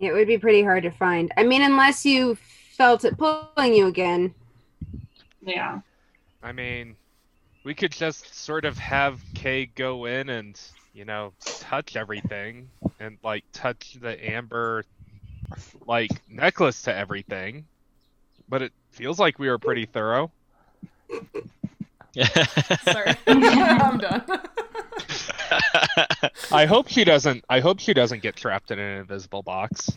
It would be pretty hard to find. I mean, unless you felt it pulling you again.
Yeah.
I mean, we could just sort of have Kay go in and, you know, touch everything and, like, touch the amber, like, necklace to everything. But it feels like we were pretty thorough.
Sorry, *laughs* I'm done. *laughs*
I hope she doesn't. I hope she doesn't get trapped in an invisible box. *laughs*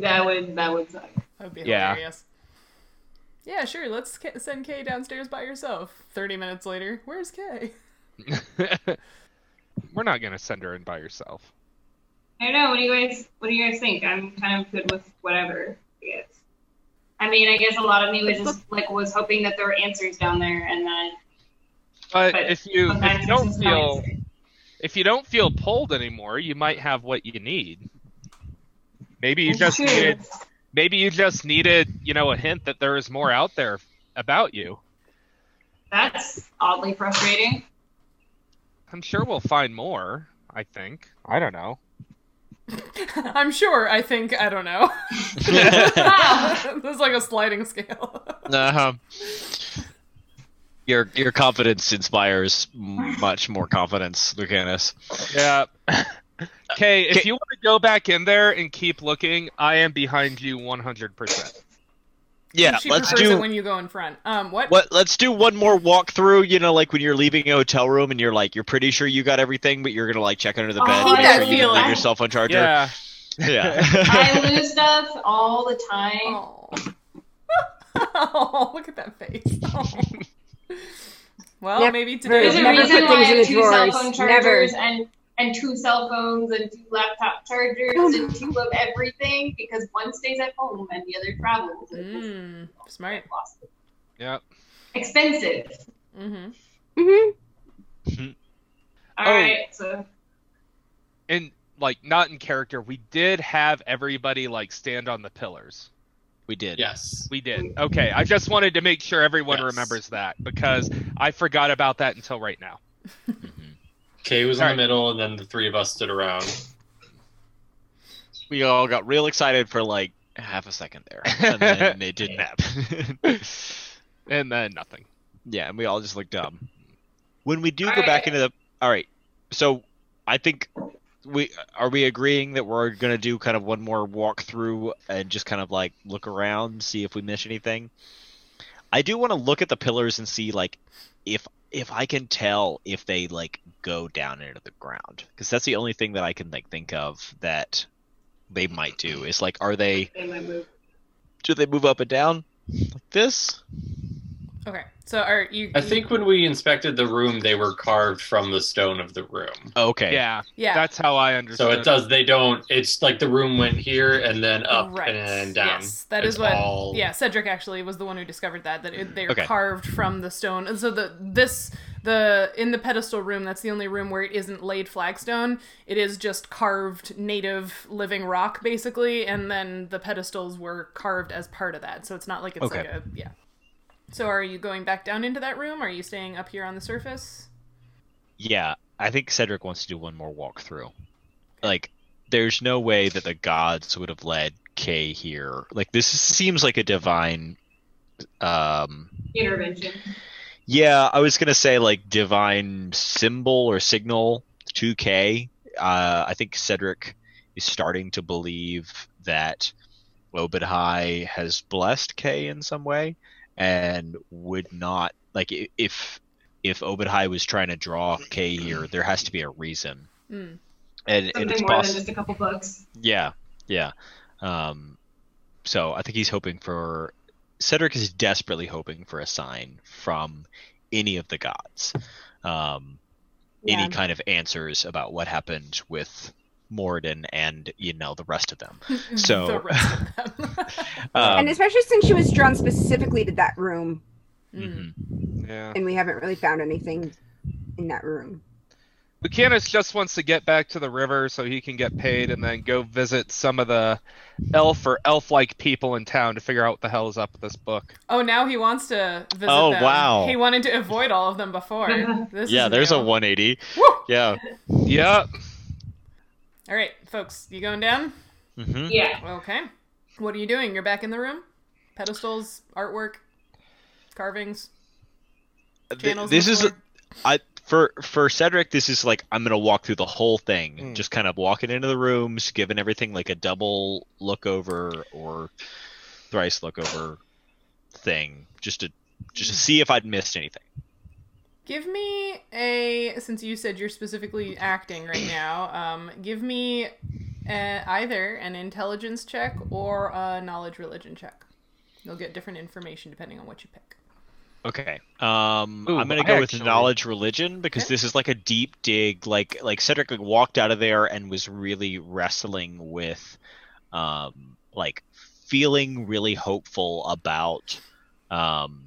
That would that would suck.
That would be
Yeah.
hilarious. Yeah, sure. Let's K- send Kay downstairs by herself. Thirty minutes later, where's Kay? *laughs*
We're not gonna send her in by herself.
I don't know. What do you guys What do you guys think? I'm kind of good with whatever. I guess. I mean, I guess a lot of me was just like was hoping that there were answers down there, and then
But,
But
if you if
sometimes there's
you don't
just no
feel
answer.
if you don't feel pulled anymore, you might have what you need. Maybe you just
True.
needed maybe you just needed you know a hint that there is more out there about you.
That's oddly
*laughs*
frustrating.
I'm sure we'll find more. I think. I don't know.
I'm sure. I think. I don't
*laughs*
know. *laughs* There's like a sliding scale.
Uh-huh. Your your confidence inspires m- much more confidence, Lucanus.
*laughs* Yeah. Okay, if
K-
you want to go back in there and keep looking, I am behind you 100%.
Yeah,
*laughs* she
let's
prefers it
do
when you go in front. Um, what?
what let's do one more walkthrough, you know, like when you're leaving a hotel room and you're like you're pretty sure you got everything, but you're gonna like check under the
Oh,
bed
I
and make
hate
sure
that
you didn't leave
feeling.
your cell phone charger.
Yeah.
*laughs*
*laughs* Yeah.
I lose stuff all the time.
*laughs* Oh. oh, look at that face. *laughs* Oh. Well,
Never-
maybe today.
There's a
Never
reason
put
why I
things in
have
the
two cell
drawers.
phone
Never.
chargers and and two cell phones and two laptop chargers
Oh,
and two of everything because one stays at home and the other travels.
Mm, smart.
Lost.
Yeah.
Expensive.
hmm
hmm
All
Oh.
right, so
And like not in character, we did have everybody like stand on the pillars.
*laughs* we did.
Yes.
We did. Okay, I just wanted to make sure everyone
Yes.
remembers that because I forgot about that until right now.
Kay was
Alright.
in the middle, and then the three of us stood around.
We all got real excited for like half a second there. And then
*laughs*
it didn't happen. *laughs*
And then nothing.
Yeah, and we all just look dumb. When we do
All
go back
right.
into the all right, so I think we are we agreeing that we're gonna do kind of one more walkthrough and just kind of like look around, see if we miss anything. I do want to look at the pillars and see like if if I can tell if they like go down into the ground because that's the only thing that I can like think of that they might do is like are they
they might move.
do they move up and down like this?
Okay, so are you?
I think when we inspected the room, they were carved from the stone of the room.
Oh, Okay,
Yeah,
Yeah.
that's how I understood.
So it does. They don't. It's like the room went here and then up
right.
and then down.
Yes, that
It's
is what.
all-
Yeah, Cedric actually was the one who discovered that that it, they're
Okay.
carved from the stone. And so the this the in the pedestal room, that's the only room where it isn't laid flagstone. It is just carved native living rock basically, and then the pedestals were carved as part of that. So it's not like it's
Okay.
like a yeah. So are you going back down into that room? Are you staying up here on the surface?
Yeah, I think Cedric wants to do one more walkthrough. Like, there's no way that the gods would have led Kay here. Like, this seems like a divine. Um,
Intervention.
yeah, I was gonna say like divine symbol or signal to Kay. Uh, I think Cedric is starting to believe that Obadhai has blessed Kay in some way, and would not like i- if if Obadhai was trying to draw Kay here, there has to be a reason
Hmm.
and, and
Something
it's
more than
possible.
just a couple books.
Yeah, yeah. Um, so I think he's hoping for. Cedric is desperately hoping for a sign from any of the gods, um,
Yeah.
any kind of answers about what happened with Morden and you know the rest of them. So-
the rest of them. *laughs*
Um,
and especially since she was drawn specifically to that room,
Mm.
mhm.
Yeah.
and we haven't really found anything in that room.
Lucanus just wants to get back to the river so he can get paid and then go visit some of the elf or elf like people in town to figure out what the hell is up with this book.
Oh, now he wants to visit
Oh,
them.
wow.
He wanted to avoid all of them before. This
Yeah,
is
there's
new.
a 180.
Woo!
Yeah.
Yep.
All right, folks, you going down?
hmm
Yeah.
Okay. What are you doing? You're back in the room? Pedestals, artwork, carvings, channels.
This is
before?
I for for Cedric, this is like I'm gonna walk through the whole thing,
Mm.
just kind of walking into the rooms, giving everything like a double look over or thrice look over thing, just to just to see if I'd missed anything.
Give me a since you said you're specifically acting right now. Um, give me uh either an intelligence check or a knowledge religion check. You'll get different information depending on what you pick.
Okay, um,
Ooh,
I'm gonna
I
go
actually-
with knowledge religion because this is like a deep dig. Like like Cedric like, walked out of there and was really wrestling with, um, like feeling really hopeful about, um,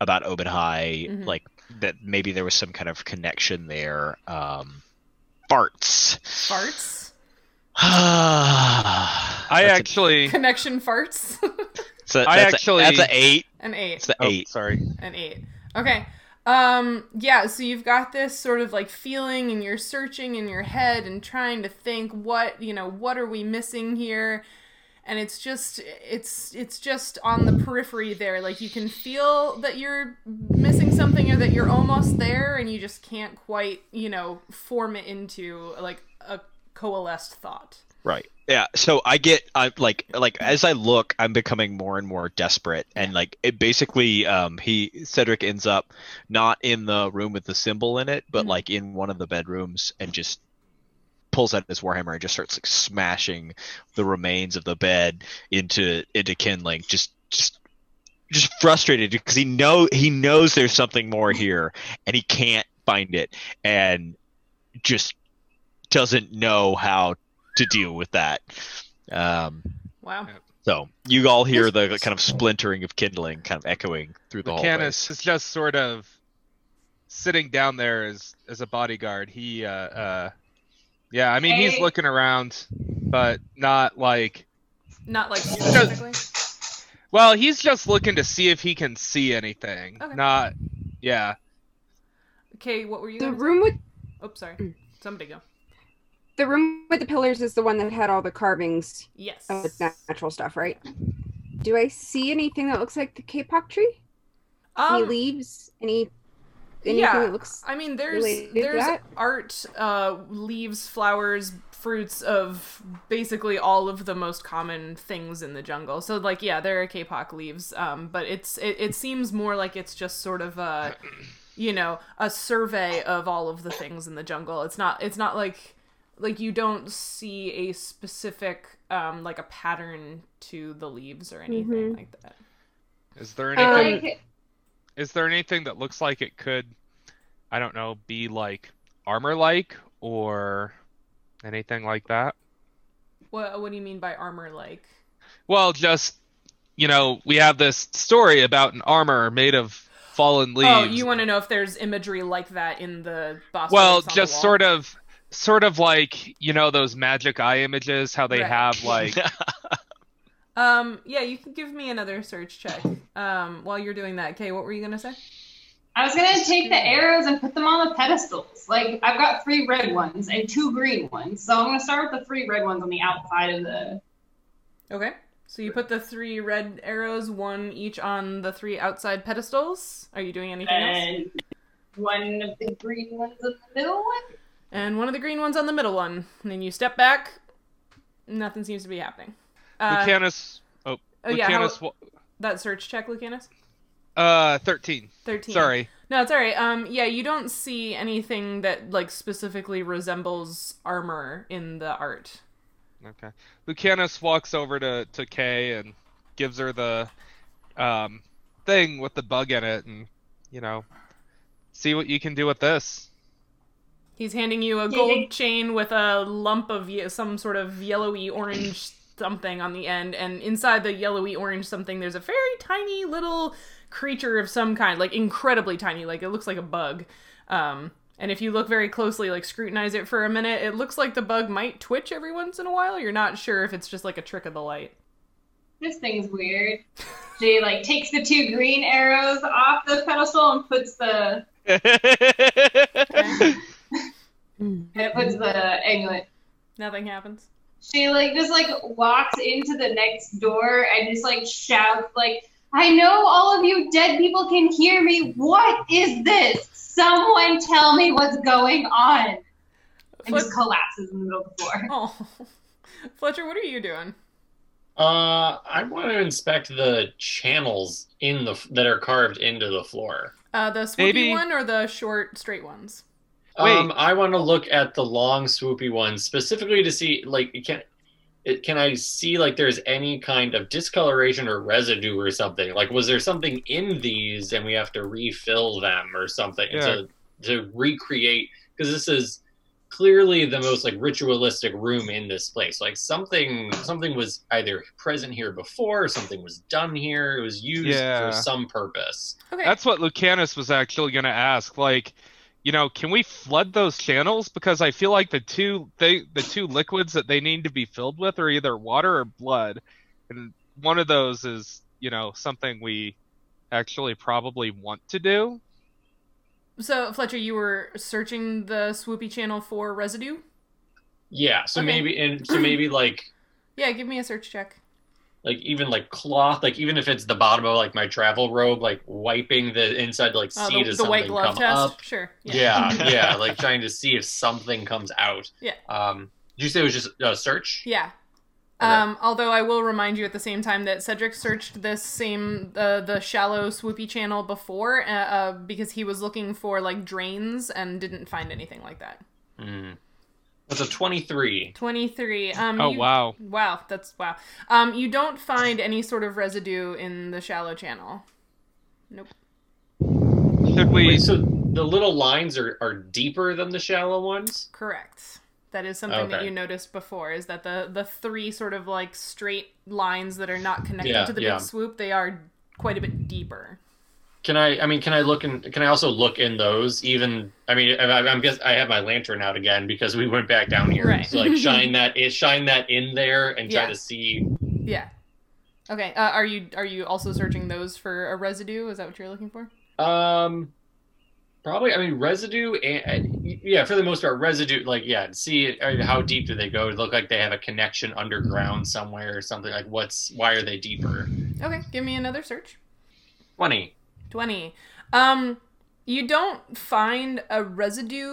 about Obed High.
Mm-hmm.
Mhm.
Like that maybe there was some kind of connection there. Um, farts. *sighs* *laughs*
Farts.
I
I
*laughs*
actually.
Connection farts. *laughs*
that's a,
I
that's a-
actually-
that's a eight.
An eight.
It's the
Oh,
eight.
sorry.
An eight. Okay. Um, yeah, so you've got this sort of like feeling and you're searching in your head and trying to think what, you know, what are we missing here? And it's just it's it's just on the periphery there. Like you can feel that you're missing something or that you're almost there and you just can't quite, you know, form it into like a coalesced thought.
Right. Yeah. So I get I like like as I look, I'm becoming more and more desperate, and like it basically, um, he Cedric ends up not in the room with the symbol in it, but
Mhm.
like in one of the bedrooms, and just pulls out his warhammer and just starts like smashing the remains of the bed into into kindling, just just just frustrated because he know he knows there's something more here, and he can't find it, and just doesn't know how to deal with that. Um,
Wow.
so you all hear the kind of splintering of kindling kind of echoing through the
Lucanus is just sort of sitting down there as as a bodyguard. He, uh, uh yeah, I mean he's
Hey.
looking around, but not like.
Not like
So-
specifically.
Well, he's just looking to see if he can see anything.
Okay.
Not, yeah.
Okay, what were you
The
gonna say?
room with
Oops, sorry. Somebody go.
the room with the pillars is the one that had all the carvings
Yes.
of the natural stuff, right? Do I see anything that looks like the kapok tree? any
Um,
leaves? Any anything
yeah.
that looks
I mean, there's
related to
there's
that?
art, uh, leaves, flowers, fruits of basically all of the most common things in the jungle. So like, yeah, there are kapok leaves, um, but it's it, it seems more like it's just sort of a, you know, a survey of all of the things in the jungle. It's not it's not like like you don't see a specific um like a pattern to the leaves or anything
Mhm.
like that.
Is there
I
anything?
like
is there anything that looks like it could, I don't know, be like armor like or anything like that?
What what do you mean by armor like?
Well, just you know, we have this story about an armor made of fallen leaves.
Oh, you want to know if there's imagery like that in the boss?
Well, just sort of *laughs* sort of like, you know, those magic eye images, how they
Right.
have like
Um, yeah, you can give me another search check. Um, while you're doing that, Kay, what were you gonna say?
I was gonna take the arrows and put them on the pedestals. Like I've got three red ones and two green ones, so I'm gonna start with the three red ones on the outside of the.
Okay, so you put the three red arrows, one each, on the three outside pedestals. Are you doing anything else?
And one of the green ones in the middle one.
And one of the green ones on the middle one. And then you step back. Nothing seems to be happening. *laughs* Uh,
Lucanus. Oh,
oh yeah, how-
Lucanus. wa-
that search check, Lucanus.
uh, thirteen.
Thirteen.
Sorry.
No, it's all right. Um, yeah, you don't see anything that like specifically resembles armor in the art.
Okay. Lucanus walks over to to Kay and gives her the um thing with the bug in it, and you know, see what you can do with this.
He's handing you a
Yeah,
gold
yeah.
chain with a lump of ye- some sort of yellowy orange something on the end, and inside the yellowy orange something, there's a very tiny little creature of some kind, like incredibly tiny, like it looks like a bug. Um, and if you look very closely, like scrutinize it for a minute, it looks like the bug might twitch every once in a while. You're not sure if it's just like a trick of the
*laughs*
light.
This thing's weird. She like takes the two green arrows off the pedestal and puts the and puts the amulet.
Nothing happens.
She like just like walks into the next door and just like shouts like, "I know all of you dead people can hear me. What is this? Someone tell me what's going on!" And
Flet-
just collapses in the middle of the floor.
oh, *laughs* Fletcher, what are you doing?
Uh, I want to inspect the channels in the that are carved into the floor.
Uh, the swoopy
Maybe-
one or the short, straight ones?
Wait.
Um, I want to look at the long swoopy ones specifically to see like it can it, can I see like there's any kind of discoloration or residue or something? Like was there something in these and we have to refill them or something to to recreate because this is clearly the most like ritualistic room in this place. Like something something was either present here before, or something was done here, it was used
Yeah.
for some purpose.
Okay.
That's what Lucanus was actually going to ask. Like, you know, can we flood those channels? Because I feel like the two they the two liquids that they need to be filled with are either water or blood, and one of those is you know something we actually probably want to do.
So, Fletcher, you were searching the swoopy channel for residue?
Yeah, so
Okay.
maybe and so maybe like
Yeah, give me a search check.
like even like cloth, like even if it's the bottom of like my travel robe, like wiping the inside to like
Oh,
see
the,
does
the
something
white glove
come
test?
up.
Sure.
Yeah,
*laughs*
yeah, like trying to see if something comes out.
Yeah.
Um, did you say it was just uh, search?
Yeah.
Okay.
Um, although I will remind you at the same time that Cedric searched this same uh, the shallow swoopy channel before uh, uh, because he was looking for like drains and didn't find anything like that.
Mm. That's a twenty-three.
Twenty three. Um,
Oh
you-
wow!
Wow, that's wow. Um, you don't find any sort of residue in the shallow channel.
Should we?
Wait, so the little lines are are deeper than the shallow ones.
Correct. That is something that
Okay.
you noticed before is that the the three sort of like straight lines that are not connected
Yeah,
to the
yeah.
big swoop, they are quite a bit deeper.
Can I? I mean, can I look in? Can I also look in those? Even I mean, I, I'm guess I have my lantern out again because we went back down here.
Right. *laughs*
So like shine that, shine that in there and try
Yeah.
to see
Yeah. Okay. Uh, are you are you also searching those for a residue? Is that what you're looking for?
Um, probably. I mean, residue and and- yeah, for the most part, residue. Like yeah, see it- uh, how deep do they go? It look like they have a connection underground somewhere or something. Like what's why are they deeper?
Okay, give me another search.
Twenty.
20 um you don't find a residue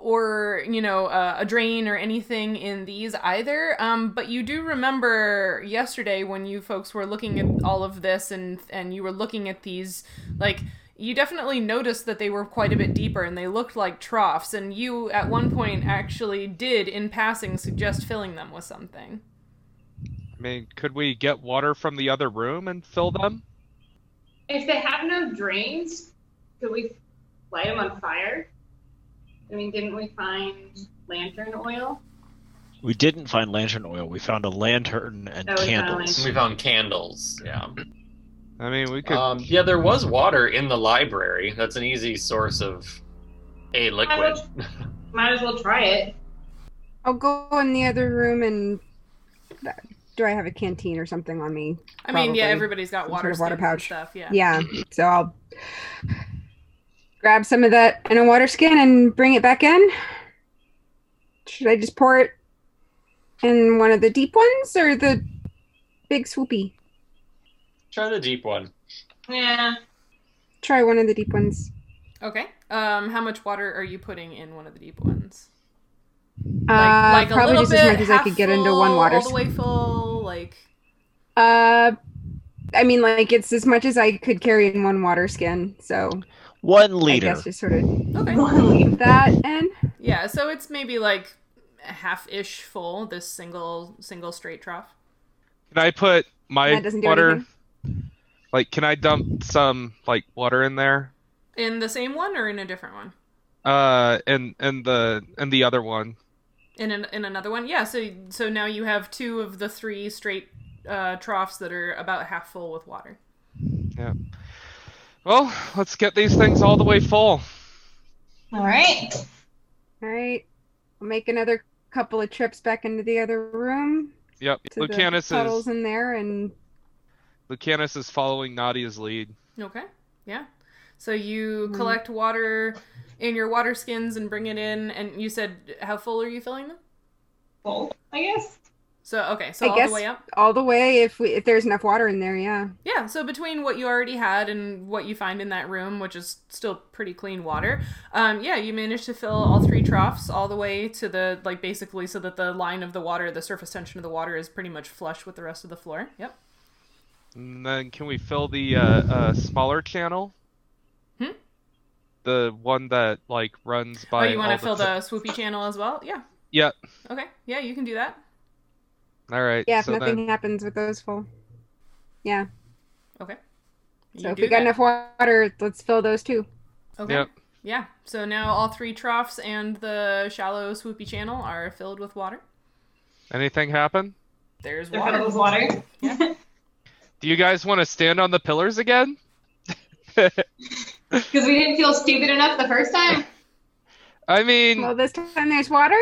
or you know a, a drain or anything in these either um but you do remember yesterday when you folks were looking at all of this and and you were looking at these like you definitely noticed that they were quite a bit deeper and they looked like troughs and you at one point actually did in passing suggest filling them with something
I mean, could we get water from the other room and fill them?
*laughs* If they have no drains, could we light them on fire? I mean, didn't we find lantern oil?
We didn't find lantern oil. We found a lantern and
Oh, we found a
candles.
We found candles. Yeah.
I mean, we could.
*laughs*
Uh,
Um, yeah, there was water in the library. That's an easy source of a liquid.
Might as well try it.
I'll go in the other room and uh, do I have a canteen or something on me?
I mean, yeah,
Probably.
everybody's got
Some
water,
sort of water
skins and stuff.
pouch.
Yeah.
Yeah. So I'll grab some of that in a water skin and bring it back in. Should I just pour it in one of the deep ones or the big swoopy?
Try the deep one.
Yeah.
Try one of the deep ones.
Okay. Um, how much water are you putting in one of the deep ones?
uh,
like, like a
probably
little
just
bit,
as much as I
half
could get into one
full,
water
all the way full, like.
Uh, I mean, like it's as much as I could carry in one water skin. So
One
I
liter.
guess just sort of
Okay.
put that in.
Yeah, so it's maybe like half-ish full. This single single straight trough.
Can I put my
That doesn't do
water?
anything?
Like, can I dump some like water in there?
In the same one or in a different one?
Uh, and and the and the other one.
In an, in another one? Yeah. So so now you have two of the three straight uh, troughs that are about half full with water.
Well, let's get these things all the way full.
*laughs* All right.
All right. I'll make another couple of trips back into the other room
Yep.
to
Lucanus
the puddles
is
in there and
Lucanus is following Nadia's lead.
Okay. Yeah. So you
Mhm.
collect water in your water skins and bring it in, and you said how full are you filling them?
Well, I guess.
So okay, so
I
all
guess-
the way up.
all the way if we if there's enough water in there, yeah.
Yeah. So between what you already had and what you find in that room, which is still pretty clean water, um, yeah, you managed to fill all three troughs all the way to the like basically so that the line of the water, the surface tension of the water, is pretty much flush with the rest of the floor. Yep. Oh,
And then can we fill the uh, uh, smaller channel?
Hmm?
The one that like runs by.
oh, you want
all
to fill
the.
the swoopy channel as well? Yeah.
Yep.
Okay. Yeah, you can do that.
All right.
Yeah, if
so
nothing
then-
happens with those full. Yeah.
Okay. You
So if
do
we got
that.
enough water, let's fill those too.
Okay.
Yep.
Yeah. So now all three troughs and the shallow swoopy channel are filled with water.
anything happen?
There's
They're filled
water.
with water.
Do you guys want to stand on the pillars again?
Because we didn't feel stupid enough the first time.
I mean,
Well, this time there's water.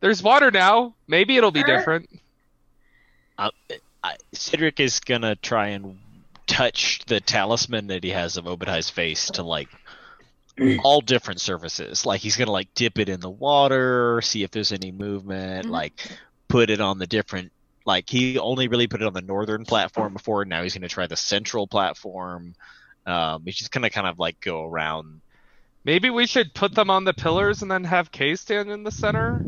there's water now. Maybe it'll be
Sure.
different.
Uh, I, Cedric is gonna try and touch the talisman that he has of Obadiah's face to like all different surfaces. Like he's gonna like dip it in the water, see if there's any movement.
Mhm.
Like put it on the different. Like he only really put it on the northern platform before. Now he's gonna try the central platform. Um, he's just gonna kind of like go around.
Maybe we should put them on the pillars and then have Kay stand in the center.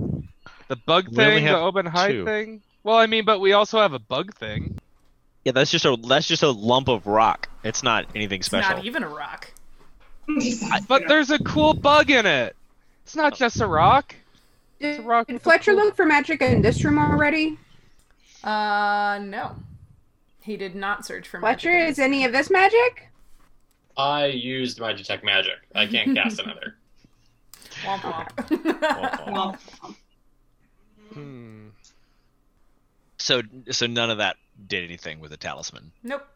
The bug
We only
thing, the
have
open high
two.
thing. Well, I mean, but we also have a bug thing.
Yeah, that's just a that's just a lump of rock. It's not anything
It's
special.
not even a rock.
But there's a cool bug in it. It's not just a rock. It's a
Did
rock.
Fletcher look for magic in this room already?
Uh, no. He did not search for magic.
Fletcher, is any of this magic?
I used my detect magic. I can't cast another.
Womp womp.
Well,
Hmm.
So so none of that did anything with the talisman.
*laughs* nope.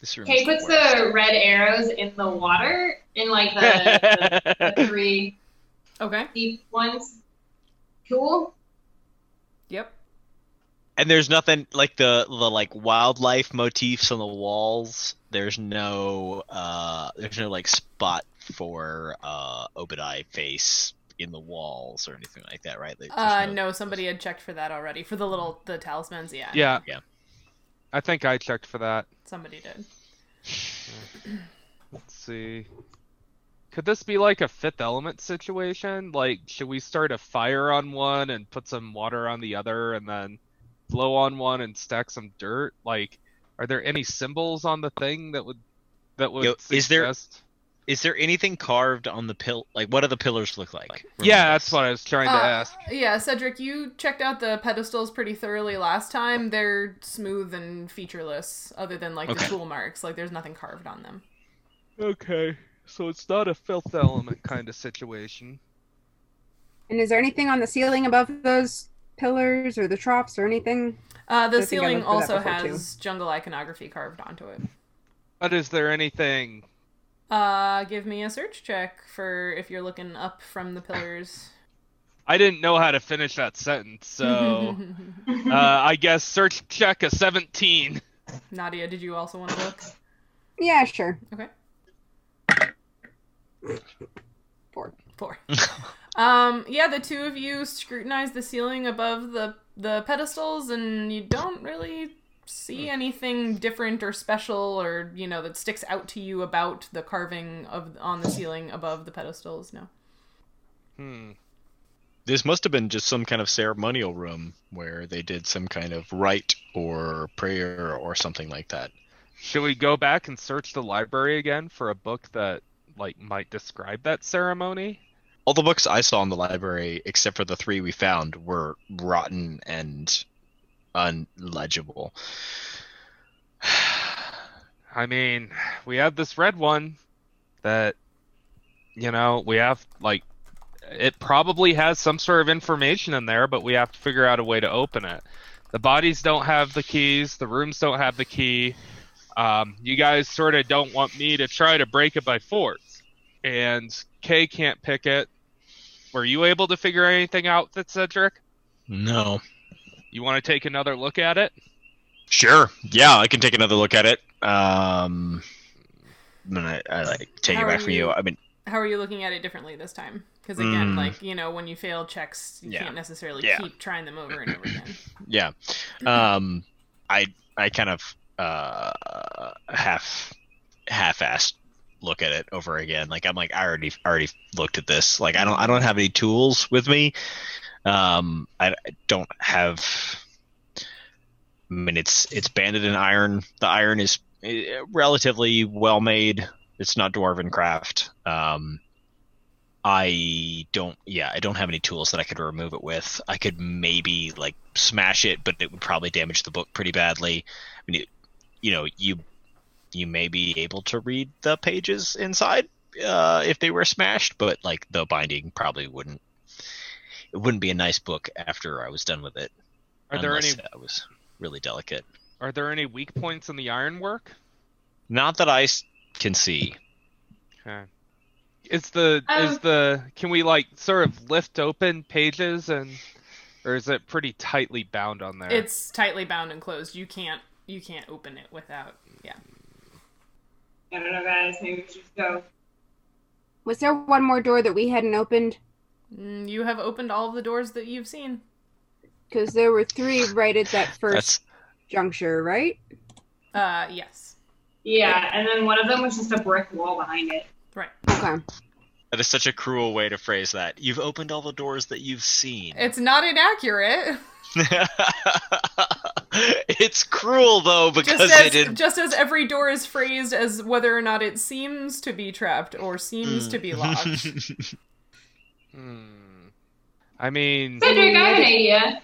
This room.
Kay
is
puts
worse.
the red arrows in the water in like the, the, the three
Okay.
deep ones. Cool.
Yep.
and there's nothing like the the like wildlife motifs on the walls. There's no uh there's no like spot for uh Obadiah face in the walls or anything like that, right? There- there's
Uh, no, somebody had checked for that already for the little the talismans. Yeah.
Yeah.
Yeah.
I think I checked for that.
Somebody did.
*sighs* Let's see. Could this be like a fifth element situation? Like, should we start a fire on one and put some water on the other and then blow on one and stack some dirt? Like, are there any symbols on the thing that would that would
Yo, is there-
suggest-
Is there anything carved on the pill? Like, what do the pillars look like?
Yeah, that's what I was trying
Uh,
to ask.
Yeah, Cedric, you checked out the pedestals pretty thoroughly last time. They're smooth and featureless, other than like
Okay.
the tool marks. Like there's nothing carved on them.
Okay, so it's not a fifth element kind of situation.
And is there anything on the ceiling above those pillars or the troughs or anything?
Uh,
I
the
think I
ceiling
looked at that
also
before,
has jungle iconography carved onto it.
But is there anything?
Uh, give me a search check for if you're looking up from the pillars.
I didn't know how to finish that
*laughs*
sentence, so uh, I guess search check a 17.
Nadia, did you also want to look?
Yeah, sure.
Okay.
Four.
Four. um, yeah, the two of you scrutinize the ceiling above the the pedestals, and you don't really see anything different or special, or you know that sticks out to you about the carving of on the ceiling above the pedestals. No.
Hmm.
This must have been just some kind of ceremonial room where they did some kind of rite or prayer or something like that.
Should we go back and search the library again for a book that like might describe that ceremony?
All the books I saw in the library, except for the three we found, were rotten and unlegible.
I mean, we have this red one that you know, we have like it probably has some sort of information in there, but we have to figure out a way to open it. The bodies don't have the keys, the rooms don't have the key. Um, you guys sort of don't want me to try to break it by force. And Kay can't pick it. Were you able to figure anything out, Cedric?
No.
You want to take another look at it?
Sure. Yeah, I can take another look at it. Um, I'm gonna I, like take
How
it
are
back from you.
you-
I mean,
How are you looking at it differently this time? Because again,
Mm.
like you know, when you fail checks, you
Yeah.
can't necessarily
Yeah.
keep trying them over and over again.
*clears throat* yeah. Um, I I kind of uh half half-assed look at it over again. Like I'm like I already already looked at this. Like I don't I don't have any tools with me. Um, I, I don't have. I mean, it's it's banded in iron. The iron is eh, relatively well made. It's not dwarven craft. Um, I don't. Yeah, I don't have any tools that I could remove it with. I could maybe like smash it, but it would probably damage the book pretty badly. I mean, it, you know, you you may be able to read the pages inside uh, if they were smashed, but like the binding probably wouldn't. It wouldn't be a nice book after I was done with it.
Are there any
unless That was really delicate.
are there any weak points in the ironwork?
Not that I s- can see.
Okay. Is the is
Um,
the can we like sort of lift open pages and or is it pretty tightly bound on there?
It's tightly bound and closed. You can't you can't open it without yeah.
*laughs* I don't know, guys. Maybe we should go.
Was there one more door that we hadn't opened?
Mm, You have opened all of the doors that you've seen.
Because there were three right at that first
That's
juncture, right?
Uh yes.
Yeah, and then one of them was just a brick wall behind it.
Right.
Okay.
that is such a cruel way to phrase that. You've opened all the doors that you've seen.
It's not inaccurate.
*laughs*
*laughs*
it's cruel though because
Just
they
as
did.
just as every door is phrased as whether or not it seems to be trapped or seems
Mm.
to be
*laughs*
locked.
Hmm. I mean,
Cedric, I have an idea.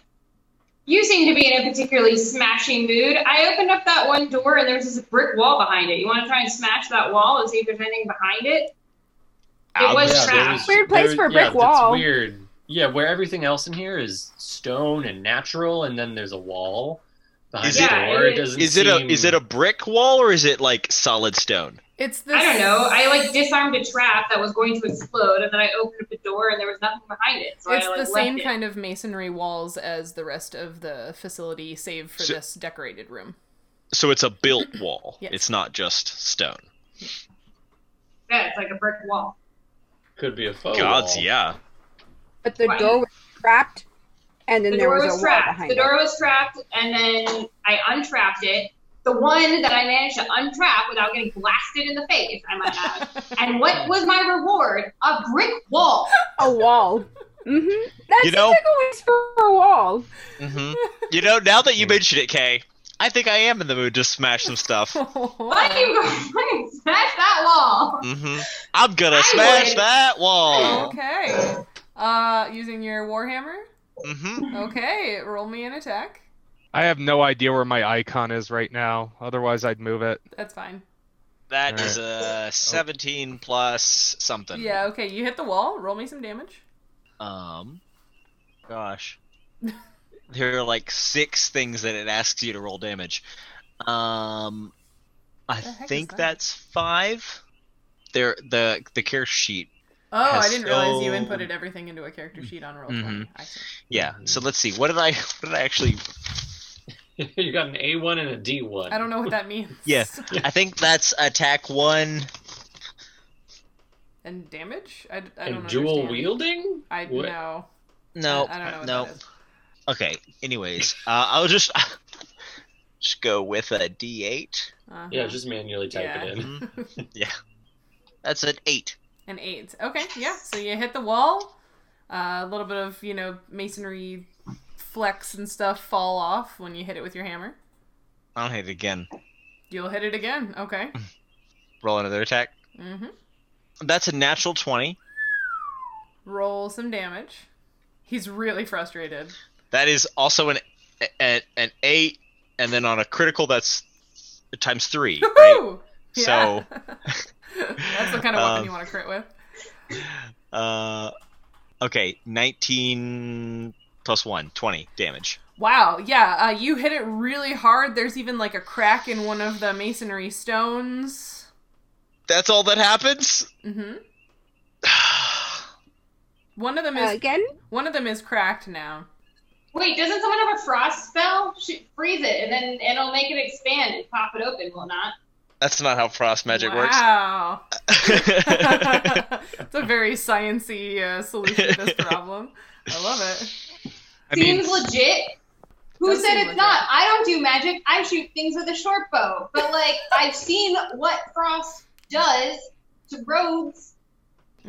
You seem to be in a particularly smashing mood. I opened up that one door and there's this brick wall behind it. You want to try and smash that wall and see if there's anything behind it? It was
yeah, there
trapped.
was-
Weird place
there-
for a
yeah,
brick
that's
wall.
Weird. Yeah, where everything else in here is stone and natural, and then there's a wall behind
Is
the
it-
door. It doesn't
Is it a
seem-
is it a brick wall or is it like solid stone?
It's the
I don't know. I like disarmed a trap that was going to explode, and then I opened up the door and there was nothing behind it. So
it's
I like
the
left
same
it.
kind of masonry walls as the rest of the facility, save for
So-
this decorated room. *laughs*
So it's a built wall.
Yes.
It's not just stone.
Yeah, it's like a brick wall.
Could be a faux
Gods,
*laughs* wall.
yeah.
But the
Right.
door was trapped, and then
the
there
door
was,
was,
a wall
trapped.
behind
The door was trapped, and then I untrapped it. The one that I managed to untrap without getting blasted in the face, I might
*laughs*
add. and what was my reward? A brick wall.
it. A wall. Mm-hmm. That's
You know-
a big always for a wall.
hmm *laughs* you know, now that you mention it, Kay, I think I am in the mood to smash some
*laughs*
stuff.
Why do you go *laughs* fucking smash that wall?
hmm I'm gonna
I
smash
would.
that wall.
okay. Uh using your warhammer?
hmm
Okay, roll me an attack.
I have no idea where my icon is right now. Otherwise, I'd move it.
That's fine.
That
Alright.
is a 17 plus something.
Yeah, okay, you hit the wall, roll me some damage.
Um,
*laughs*
gosh, there are like six things that it asks you to roll damage. Um, I
The heck is
think
that?
that's five. There, the the care sheet
Oh, I
has
didn't realize you
so-
inputted everything into a character sheet on Roll20.
Mhm.
I see.
Yeah. So let's see. What did I? *laughs* What did I actually?
you got an A one and a D one.
I don't know what
*laughs*
that means.
Yeah. I think that's attack one.
*laughs* And damage? I, I don't
And
understand.
dual wielding?
I
What?
know.
No.
I, I don't know. What
no.
that is.
Okay. Anyways, uh, I'll just *laughs* just go with a D8.
Uh-huh.
Yeah, just manually type it in.
That's an eight.
and eight. Okay, yeah. So you hit the wall. Uh, a little bit of you know masonry flex and stuff fall off when you hit it with your hammer.
I'll hit it again.
You'll hit it again.
*laughs*
Okay.
Roll another attack.
Mm-hmm.
That's a natural twenty.
Roll some damage. He's really frustrated.
That is also an an, an eight, and then on a critical, that's times three.
*laughs*
Right?
Woohoo!
So-
that's the kind of weapon
Um,
you want to crit with.
uh, okay, nineteen plus one, 20 damage.
Wow, yeah, uh, you hit it really hard. There's even like a crack in one of the masonry stones.
That's all that happens. *sighs*
Mm-hmm. One of them
Uh,
is
again,
one of them is cracked now.
Wait, doesn't someone have a frost spell? Shoot, freeze it, and then it'll make it expand and pop it open. Will not.
That's not how frost magic
Wow. *laughs*
works. *laughs*
it's a very sciency uh, solution to this problem. I love it.
I mean,
Seems legit. Who
Does
said
seem
it's
legit.
not? I don't do magic. I shoot things with a short bow. But like, I've seen what frost does to rogues.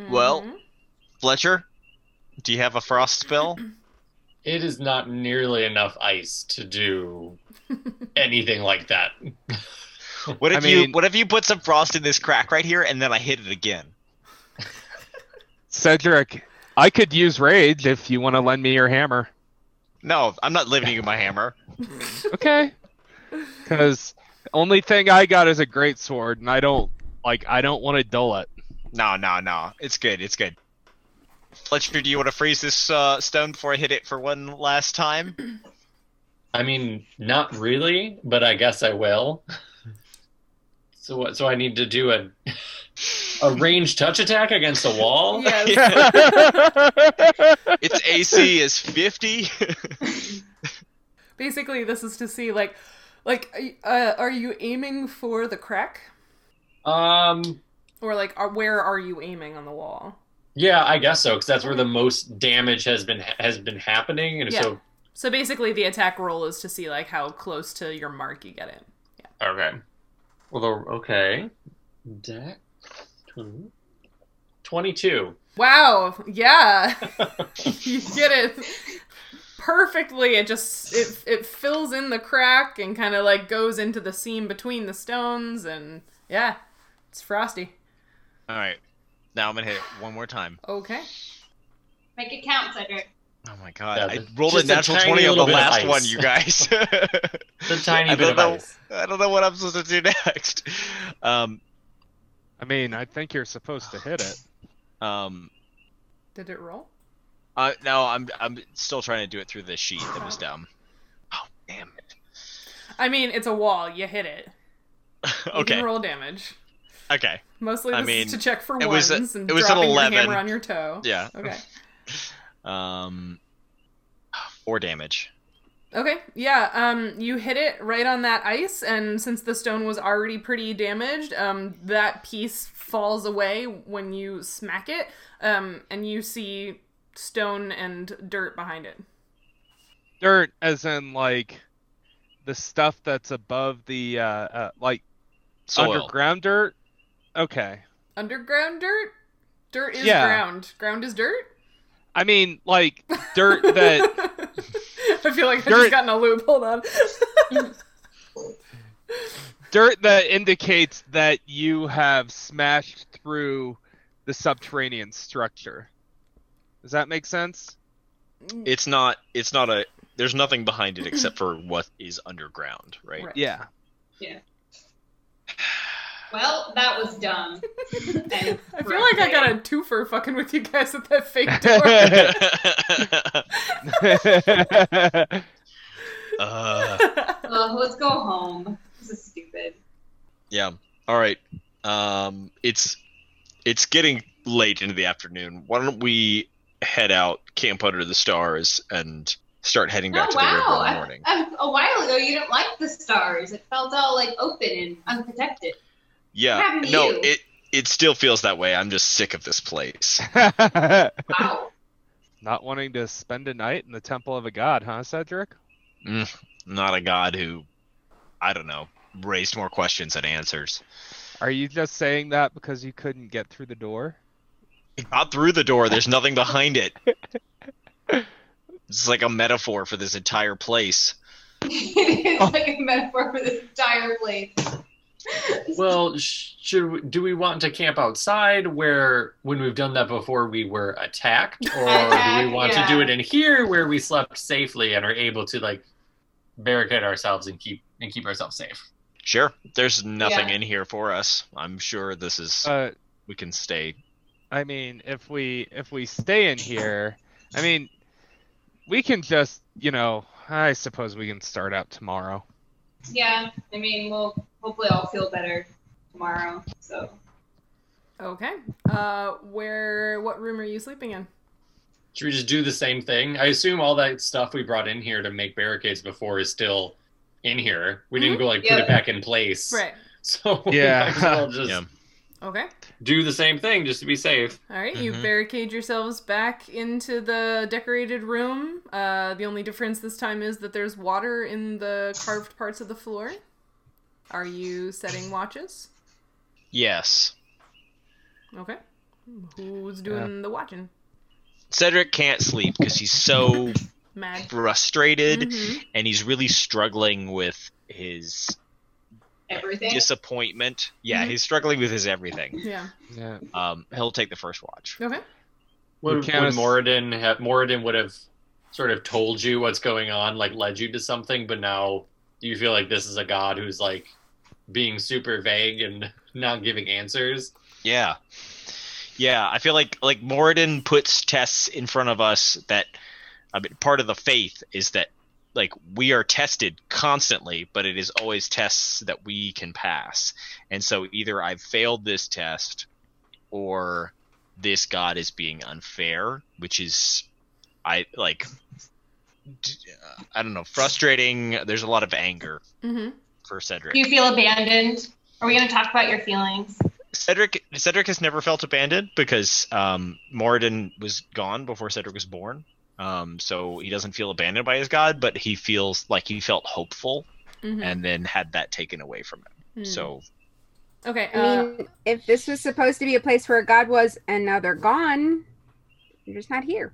Well-
Mhm.
*laughs* Fletcher, do you have a frost
*clears throat*
spell?
It is not nearly enough ice
*laughs*
to do anything like that.
What
I
if
mean-
you what if you put some frost in this crack right here and then I hit it again?
Cedric, I could use rage if you want to lend me your hammer.
No, I'm not limiting you my hammer.
Okay. Because only thing I got is a great sword, and I don't like. I don't want to dull it.
No, no, no. It's good. It's good. Fletcher, do you want to freeze this uh, stone before I hit it for one last time?
I mean, not really, but I guess I *laughs* will. So what? So I need to do a a range touch attack against a wall. *laughs*
Yes.
Its AC is 50.
Basically, this is to see like, like, uh, are you aiming for the crack,
Um.
or like, are, where are you aiming on the wall?
Yeah, I guess so, because that's where the most damage has been has been happening, and
Yeah.
so
So basically, the attack roll is to see like how close to your mark you get it.
okay. Although okay, deck twenty-two.
Wow.
*laughs*
Yeah. you get it perfectly. It just it it fills in the crack and kind of like goes into the seam between the stones and yeah, it's frosty.
*laughs* All right. Now I'm going to hit it one more time.
Okay.
Make it count, Cedric.
Oh my god.
Yeah,
I rolled a
just a
natural
tiny
20 on the
little bit of
last
ice. *laughs*
one, you guys. *laughs*
It's a tiny
I
bit of
don't know.
ice.
I don't know what I'm supposed to do next. Um
I mean, I think you're supposed to hit it.
um
Did it roll?
Uh, no, I'm I'm still trying to do it through the sheet that was dumb. Oh damn it!
I mean, it's a wall. You hit it. You
*laughs* okay,
Can roll damage.
okay,
Mostly
I
this is
mean,
to check for
it
ones
was a-
and
it was an
dropping your
11.
hammer on your toe.
yeah.
Okay.
Um, four damage.
Okay, yeah. Um, you hit it right on that ice, and since the stone was already pretty damaged, um, that piece falls away when you smack it, um, and you see stone and dirt behind it.
Dirt, as in like the stuff that's above the uh, uh like
Soil.
underground dirt. Okay.
Underground dirt. Dirt is
Yeah.
ground. Ground is dirt.
I mean, like dirt *laughs* that
*laughs* I feel like I
Dirt-
just got in a loop. Hold on.
dirt that indicates that you have smashed through the subterranean structure. Does that make sense?
It's not. It's not a. There's nothing behind it except for what is underground, right?
Right.
Yeah. *laughs*
Well, that was dumb. And
I feel like I got a twofer fucking with you guys at that fake door.
*laughs*
*laughs*
*laughs*
*laughs*
uh,
Ugh, let's go home. This is stupid.
yeah. All right. Um, it's it's getting
late into the afternoon. Why don't we head out, camp under the stars, and start heading back
oh
to the river
wow!
in the
I-
morning?
I- Um, A while ago, you didn't like the stars. It felt all like open and unprotected. What
yeah.
happened to
No,
you?
it it still feels that way. I'm just sick of this place.
Wow.
Not wanting to spend a night in the temple of a god, huh, Cedric?
Not a god who, I don't know, raised more questions than answers.
Are you just saying that because you couldn't get through the door?
Not through the door. There's nothing behind
*laughs*
it. It's like a metaphor for this entire place.
it is like a metaphor for this entire place.
Well, sh- should we, do we want to camp outside where when we've done that before we were attacked, or do
Attacked,
we want
yeah.
to do it in here where we slept safely and are able to like barricade ourselves and keep and keep ourselves safe?
Sure, there's nothing
Yeah.
in here for us. I'm sure this is.
Uh,
we can stay.
I mean, if we if we stay in here, I mean, we can just you know, I suppose we can start out tomorrow.
Yeah, I mean, we'll hopefully all feel better tomorrow. So
Okay. Uh, where? What room are you sleeping in?
Should we just do the same thing? I assume all that stuff we brought in here to make barricades before is still in here. We didn't go like put
Mm-hmm. Yeah.
it back in place,
Right.
*laughs* so we
Yeah.
might as well just
Yeah.
Okay.
do the same thing just to be safe.
All right, you
Mhm.
barricade yourselves back into the decorated room. Uh, the only difference this time is that there's water in the carved parts of the floor. Are you setting watches?
Yes,
Okay. Who's doing the watching?
Cedric can't sleep because he's so
Mad.
frustrated
Mhm.
and he's really struggling with his
everything.
disappointment. Yeah,
Mhm.
he's struggling with his everything.
Yeah.
Yeah.
Um, he'll take the first watch.
Okay.
Would, would
can't ass-
Moradin have Moradin would have sort of told you what's going on, like led you to something, but now you feel like this is a god who's like being super vague and *laughs* not giving answers.
Yeah. Yeah, I feel like like Moradin puts tests in front of us that I mean part of the faith is that like we are tested constantly, but it is always tests that we can pass. And so either I've failed this test or this god is being unfair, which is I like d- I don't know, frustrating. There's a lot of anger
Mm-hmm.
for Cedric.
Do you feel abandoned? Are we going to talk about your feelings?
Cedric Cedric has never felt abandoned because um, Moradin was gone before Cedric was born. Um, so he doesn't feel abandoned by his god, but he feels like he felt hopeful
Mm-hmm.
and then had that taken away from him. So
Okay. uh,
I mean, if this was supposed to be a place where God was and now they're gone, they're just not here.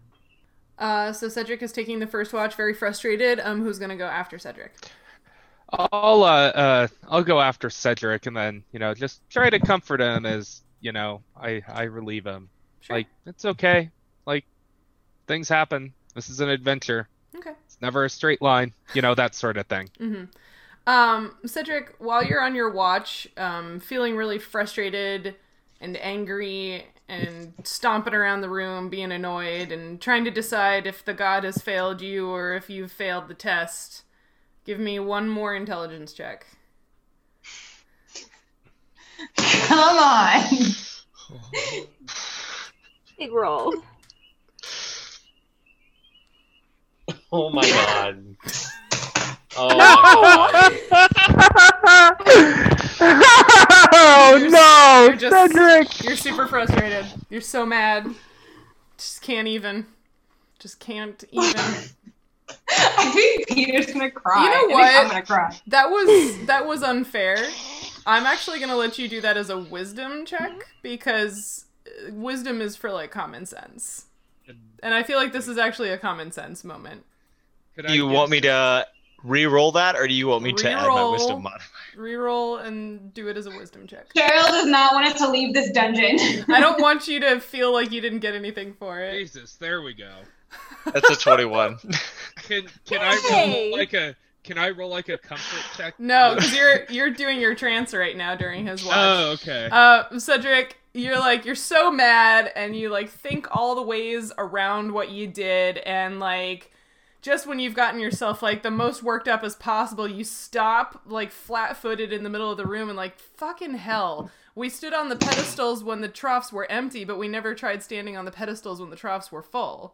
uh, uh, so Cedric is taking the first watch, very frustrated. Um, who's gonna go after Cedric?
I'll uh, uh I'll go after Cedric and then you know just try to comfort him as you know I I relieve him.
Sure.
Like it's okay. Like things happen. This is an adventure.
Okay.
It's never a straight line. You know that sort
*laughs*
of thing.
hmm Um, Cedric, while you're on your watch, um, feeling really frustrated and angry and stomping around the room, being annoyed and trying to decide if the god has failed you or if you've failed the test, give me one more intelligence check.
Come *laughs* on.
Big roll.
Oh my god. Oh my god.
oh
You're just- You're super frustrated. You're so mad. Just can't even. Just can't even.
I think Peter's going to cry.
You know
I think
what?
I'm going to cry.
That was that was unfair. I'm actually gonna let you do that as a wisdom check because uh, wisdom is for like common sense, and I feel like this is actually a common sense moment.
Could
do
Uh,
I
you
give-
want me to re-roll that, or do you want me to add my
Re-roll.
wisdom modifier?
Reroll and do it as a wisdom check.
Cheryl does not want us to leave this dungeon. *laughs*
I don't want you to feel like you didn't get anything for it.
Jesus, there we go.
That's a twenty-one.
*laughs* Can can I
Hey!
roll like a can I roll like a comfort check?
No, because you're you're doing your trance right now during his watch.
Oh, okay.
Uh, Cedric, you're like you're so mad, and you like think all the ways around what you did, and like just when you've gotten yourself like the most worked up as possible, you stop like flat footed in the middle of the room and like, fucking hell. We stood on the pedestals when the troughs were empty, but we never tried standing on the pedestals when the troughs were full.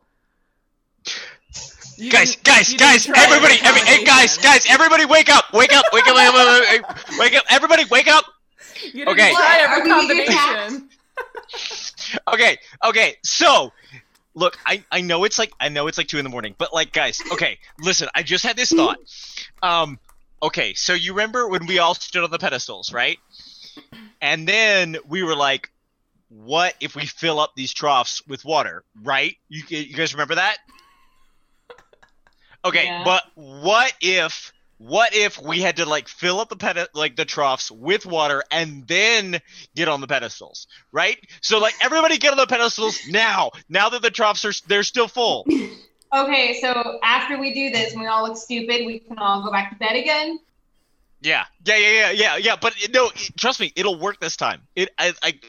You
guys,
didn't-
guys,
you didn't
guys,
try
everybody, every, hey, guys,
accommodation.
guys, everybody, wake up, wake up, wake up, wake up, wake up, wake up, everybody, wake up.
You didn't
okay.
try
Are
every
we being attacked?
combination.
Okay, okay, so. Look, I, I know it's like I know it's like two in the morning, but like guys, okay, listen, I just had this thought. Um, okay, so you remember when we all stood on the pedestals, right? And then we were like, "What if we fill up these troughs with water?" Right? You you guys remember that? Okay,
Yeah.
but what if what if we had to like fill up the pedi- like the troughs with water and then get on the pedestals, right? So like everybody get on the pedestals now. Now that the troughs are they're still full.
Okay, so after we do this and we all look stupid, we can all go back to bed again.
Yeah, yeah, yeah, yeah, yeah, yeah. But it- no, it- trust me, it'll work this time. It, I, I,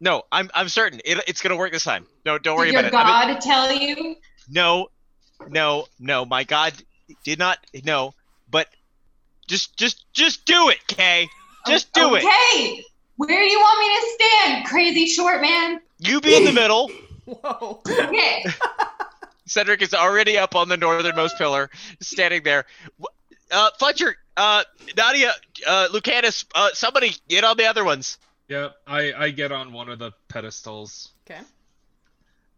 no, I'm, I'm certain it, it's gonna work this time. No, don't worry
Did your
about it. I mean,
God tell you?
no, no, no. My God did not. No, but just, just, just do it, Kay. Just do it.
Okay. Where do you want me to stand, crazy short man?
You be in the middle.
Whoa.
*laughs* Okay.
Cedric is already up on the northernmost pillar, standing there. Wh- Uh, Fletcher, uh, Nadia, uh, Lucanus, uh, somebody get on the other ones.
Yep, I, I get on one of the pedestals.
Okay.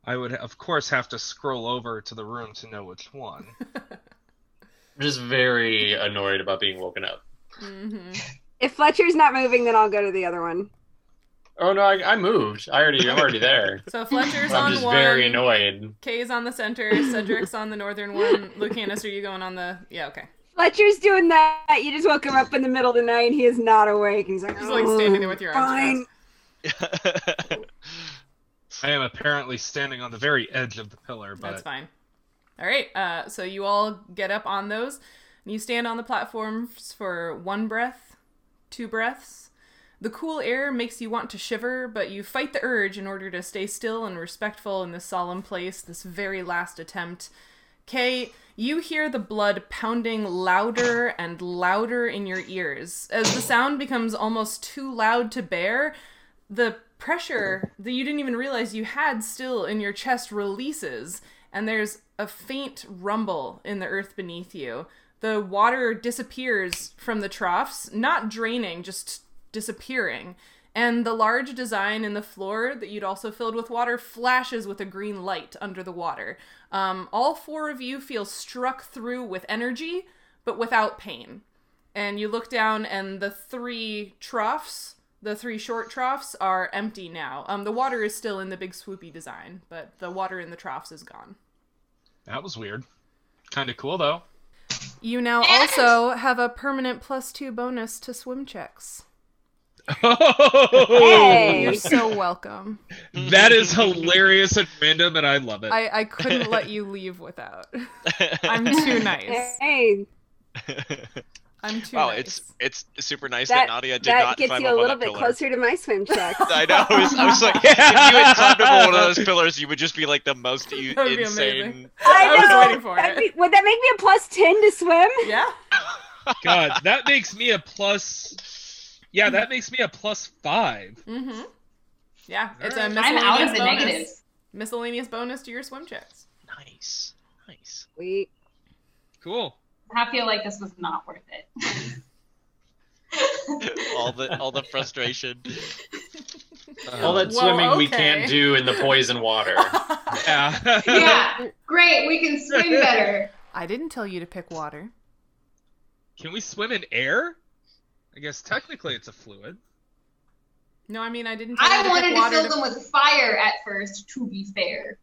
I would, of course, have to scroll over to the room to know which
*laughs*
one.
I'm just very annoyed about being woken up.
hmm
If Fletcher's not moving, then I'll go to the other one.
Oh no, I, I moved. I already, I'm already there.
So Fletcher's
I'm
on
just
one.
very annoyed.
Kay's on the center. Cedric's on the northern one. Lucanus, are you going on the? Yeah, okay.
Fletcher's doing that. You just woke him up in the middle of the night. He is not awake. He's like,
He's like standing there
"Oh,
with your arms
Fine.
I am apparently standing on the very edge of the pillar, but
That's fine. All right. Uh, so you all get up on those, and you stand on the platforms for one breath, two breaths. The cool air makes you want to shiver, but you fight the urge in order to stay still and respectful in this solemn place, this very last attempt. Kay, you hear the blood pounding louder and louder in your ears. As the sound becomes almost too loud to bear, the pressure that you didn't even realize you had still in your chest releases, and there's a faint rumble in the earth beneath you. The water disappears from the troughs, not draining, just disappearing. And the large design in the floor that you'd also filled with water flashes with a green light under the water. Um, all four of you feel struck through with energy, but without pain and you look down and the three troughs the three short troughs are empty now um the water is still in the big swoopy design but the water in the troughs is gone
that was weird. Kind of cool,
*laughs*
though.
you now also have a permanent plus two bonus to swim checks you're
Oh!
Hey.
so
*laughs*
welcome
that is hilarious and random, and I love it.
i i couldn't let you leave
*laughs*
without i'm too nice
Hey,
i'm too
wow,
nice
it's it's super nice that,
That-
Nadia did
that
not
gets
climb
you
up
a
on
little
that
bit
pillar.
closer to my swim check.
I know. I was, I was like, if you had climbed up on one of those pillars, you would just be like the most u-
That would be
insane.
amazing.
I
I was
know.
waiting for
That'd
it.
be- would that make me a plus ten to swim?
yeah
God, that makes me a plus. Yeah, that makes me a plus five.
mm-hmm yeah it's a
Alright.
miscellaneous
I'm out of the
bonus.
negatives.
miscellaneous bonus to your swim checks *laughs*
Nice, nice.
Sweet.
Cool.
I feel like this was not worth
*laughs*
it. *laughs*
All the all the frustration.
All that
Well,
swimming we
okay.
can't do in the
*laughs*
poison water.
Yeah.
yeah, great. We can swim better.
i didn't tell you to pick water
Can we swim in air? I guess technically it's a fluid.
No, I mean I didn't. tell you
I
pick
wanted to
water *laughs*
fill them with fire at first. To be fair,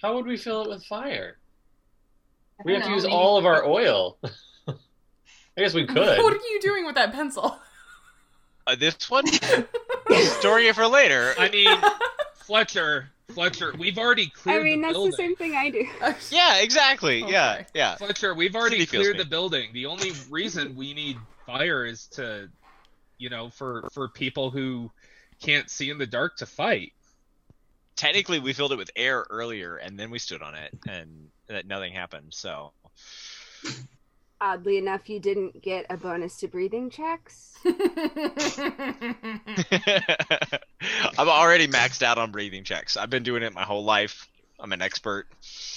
How would we fill it with fire?
I
We
don't
have to
know,
use
maybe-
all of our oil. *laughs* I guess we
What are
could.
you doing with that pencil?
Uh, this one, story for later.
I mean, Fletcher, Fletcher, we've already cleared
I mean,
the
that's
building.
the same thing I do.
Yeah, exactly. Yeah,
Okay.
yeah.
Fletcher, we've already
City feels
cleared
me.
the building. The only reason we need fire is to, you know, for for people who can't see in the dark to fight.
technically we filled it with air earlier, and then we stood on it, and that nothing happened.
*laughs*
So
Oddly enough, you didn't get a bonus to breathing checks.
I'm already maxed out on breathing checks. I've been doing it my whole life. I'm an expert.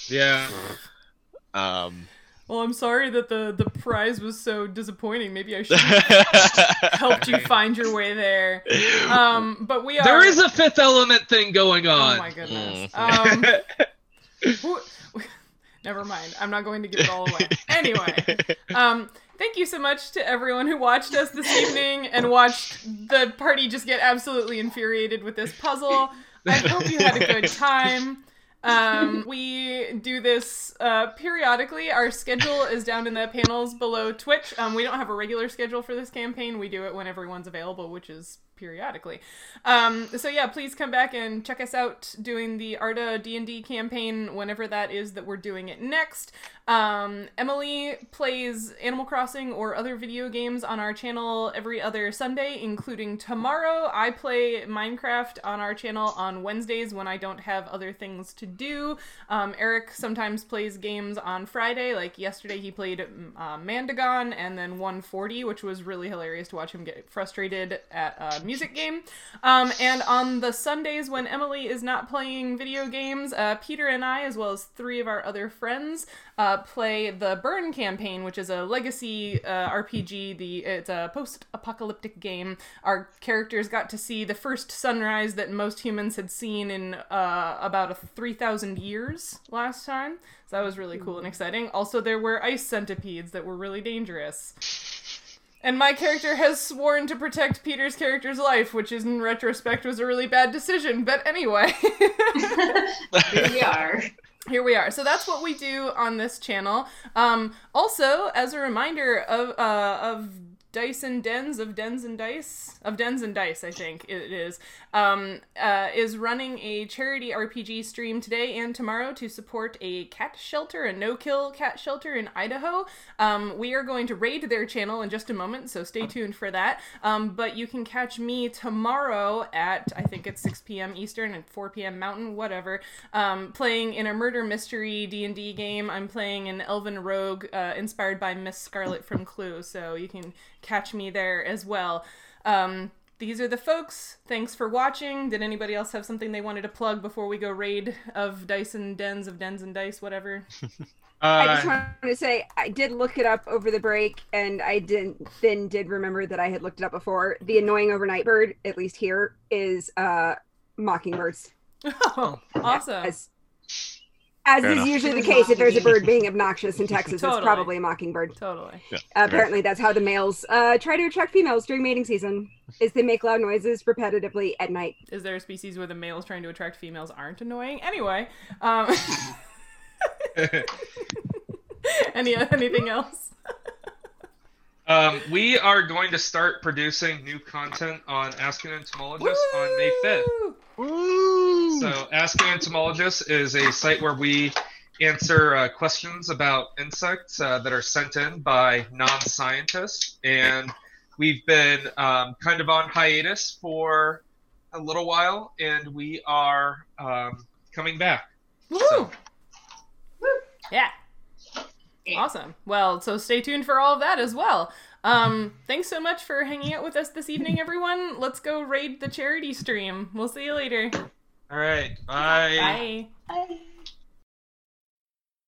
Yeah.
Um,
*laughs*
*laughs*
Well, I'm sorry that the the prize was so disappointing. Maybe I should have helped you find your way there. Um, but we are
There is a fifth element thing going
Oh
on.
my
*laughs*
goodness. Um, who- *laughs* never mind. I'm not going to give it all away. Anyway, um, thank you so much to everyone who watched us this evening and watched the party just get absolutely infuriated with this puzzle. I hope you had a good time. Um, we do this uh, periodically. Our schedule is down in the panels below Twitch. Um, we don't have a regular schedule for this campaign. We do it when everyone's available, which is periodically. Um, so yeah, please come back and check us out doing the Arda D and D campaign whenever that is that we're doing it next. Um, Emily plays Animal Crossing or other video games on our channel every other Sunday, including tomorrow. I play Minecraft on our channel on Wednesdays when I don't have other things to do. Um, Eric sometimes plays games on Friday, like yesterday he played mm, uh, Mandagon and then 140, which was really hilarious to watch him get frustrated at a music game. Um, and on the Sundays when Emily is not playing video games, uh, Peter and I, as well as three of our other friends, uh, play the Burn campaign, which is a legacy uh, RPG. The it's a post-apocalyptic game. Our characters got to see the first sunrise that most humans had seen in uh, about a three thousand years last time. So that was really cool and exciting. Also, there were ice centipedes that were really dangerous. And my character has sworn to protect Peter's character's life, which is in retrospect was a really bad decision. But anyway. *laughs*
Here we
*laughs*
are.
here we are so that's what we do on this channel um, also as a reminder of uh, of dice and dens of dens and dice of dens and dice i think it is um, uh, is running a charity rpg stream today and tomorrow to support a cat shelter a no-kill cat shelter in idaho um, we are going to raid their channel in just a moment so stay tuned for that um, but you can catch me tomorrow at i think it's 6 p.m eastern and 4 p.m mountain whatever um, playing in a murder mystery D and D game. I'm playing an elven rogue uh, inspired by Miss Scarlet from Clue, so you can catch me there as well. Um, these are the folks. Thanks for watching. Did anybody else have something they wanted to plug before we go raid of Dice and Dens of Dens and Dice, whatever? *laughs*
I just
Uh,
wanted to say I did look it up over the break, and I didn't then did remember that I had looked it up before. The annoying overnight bird, at least here, is uh mockingbirds.
Oh, awesome.
As as
Fair
is
enough.
usually the case, if there's a bird being obnoxious
*laughs*
in Texas,
Totally.
it's probably a mockingbird.
Totally.
Apparently, that's how the males uh, try to attract females during mating season: is they make loud noises repetitively at night.
Is there a species where the males trying to attract females aren't annoying? Anyway, um, *laughs* any anything else?
um, we are going to start producing new content on Ask an Entomologist on May 5th.
Woo!
So, Ask an Entomologist is a site where we answer uh, questions about insects uh, that are sent in by non scientists. And we've been um, kind of on hiatus for a little while, and we are um, coming back.
Woo!
Woo.
Yeah.
Yeah.
Awesome. Well, so stay tuned for all of that as well. Um, thanks so much for hanging out with us this evening, everyone. Let's go raid the charity stream. We'll see you later.
All right.
Bye.
Bye.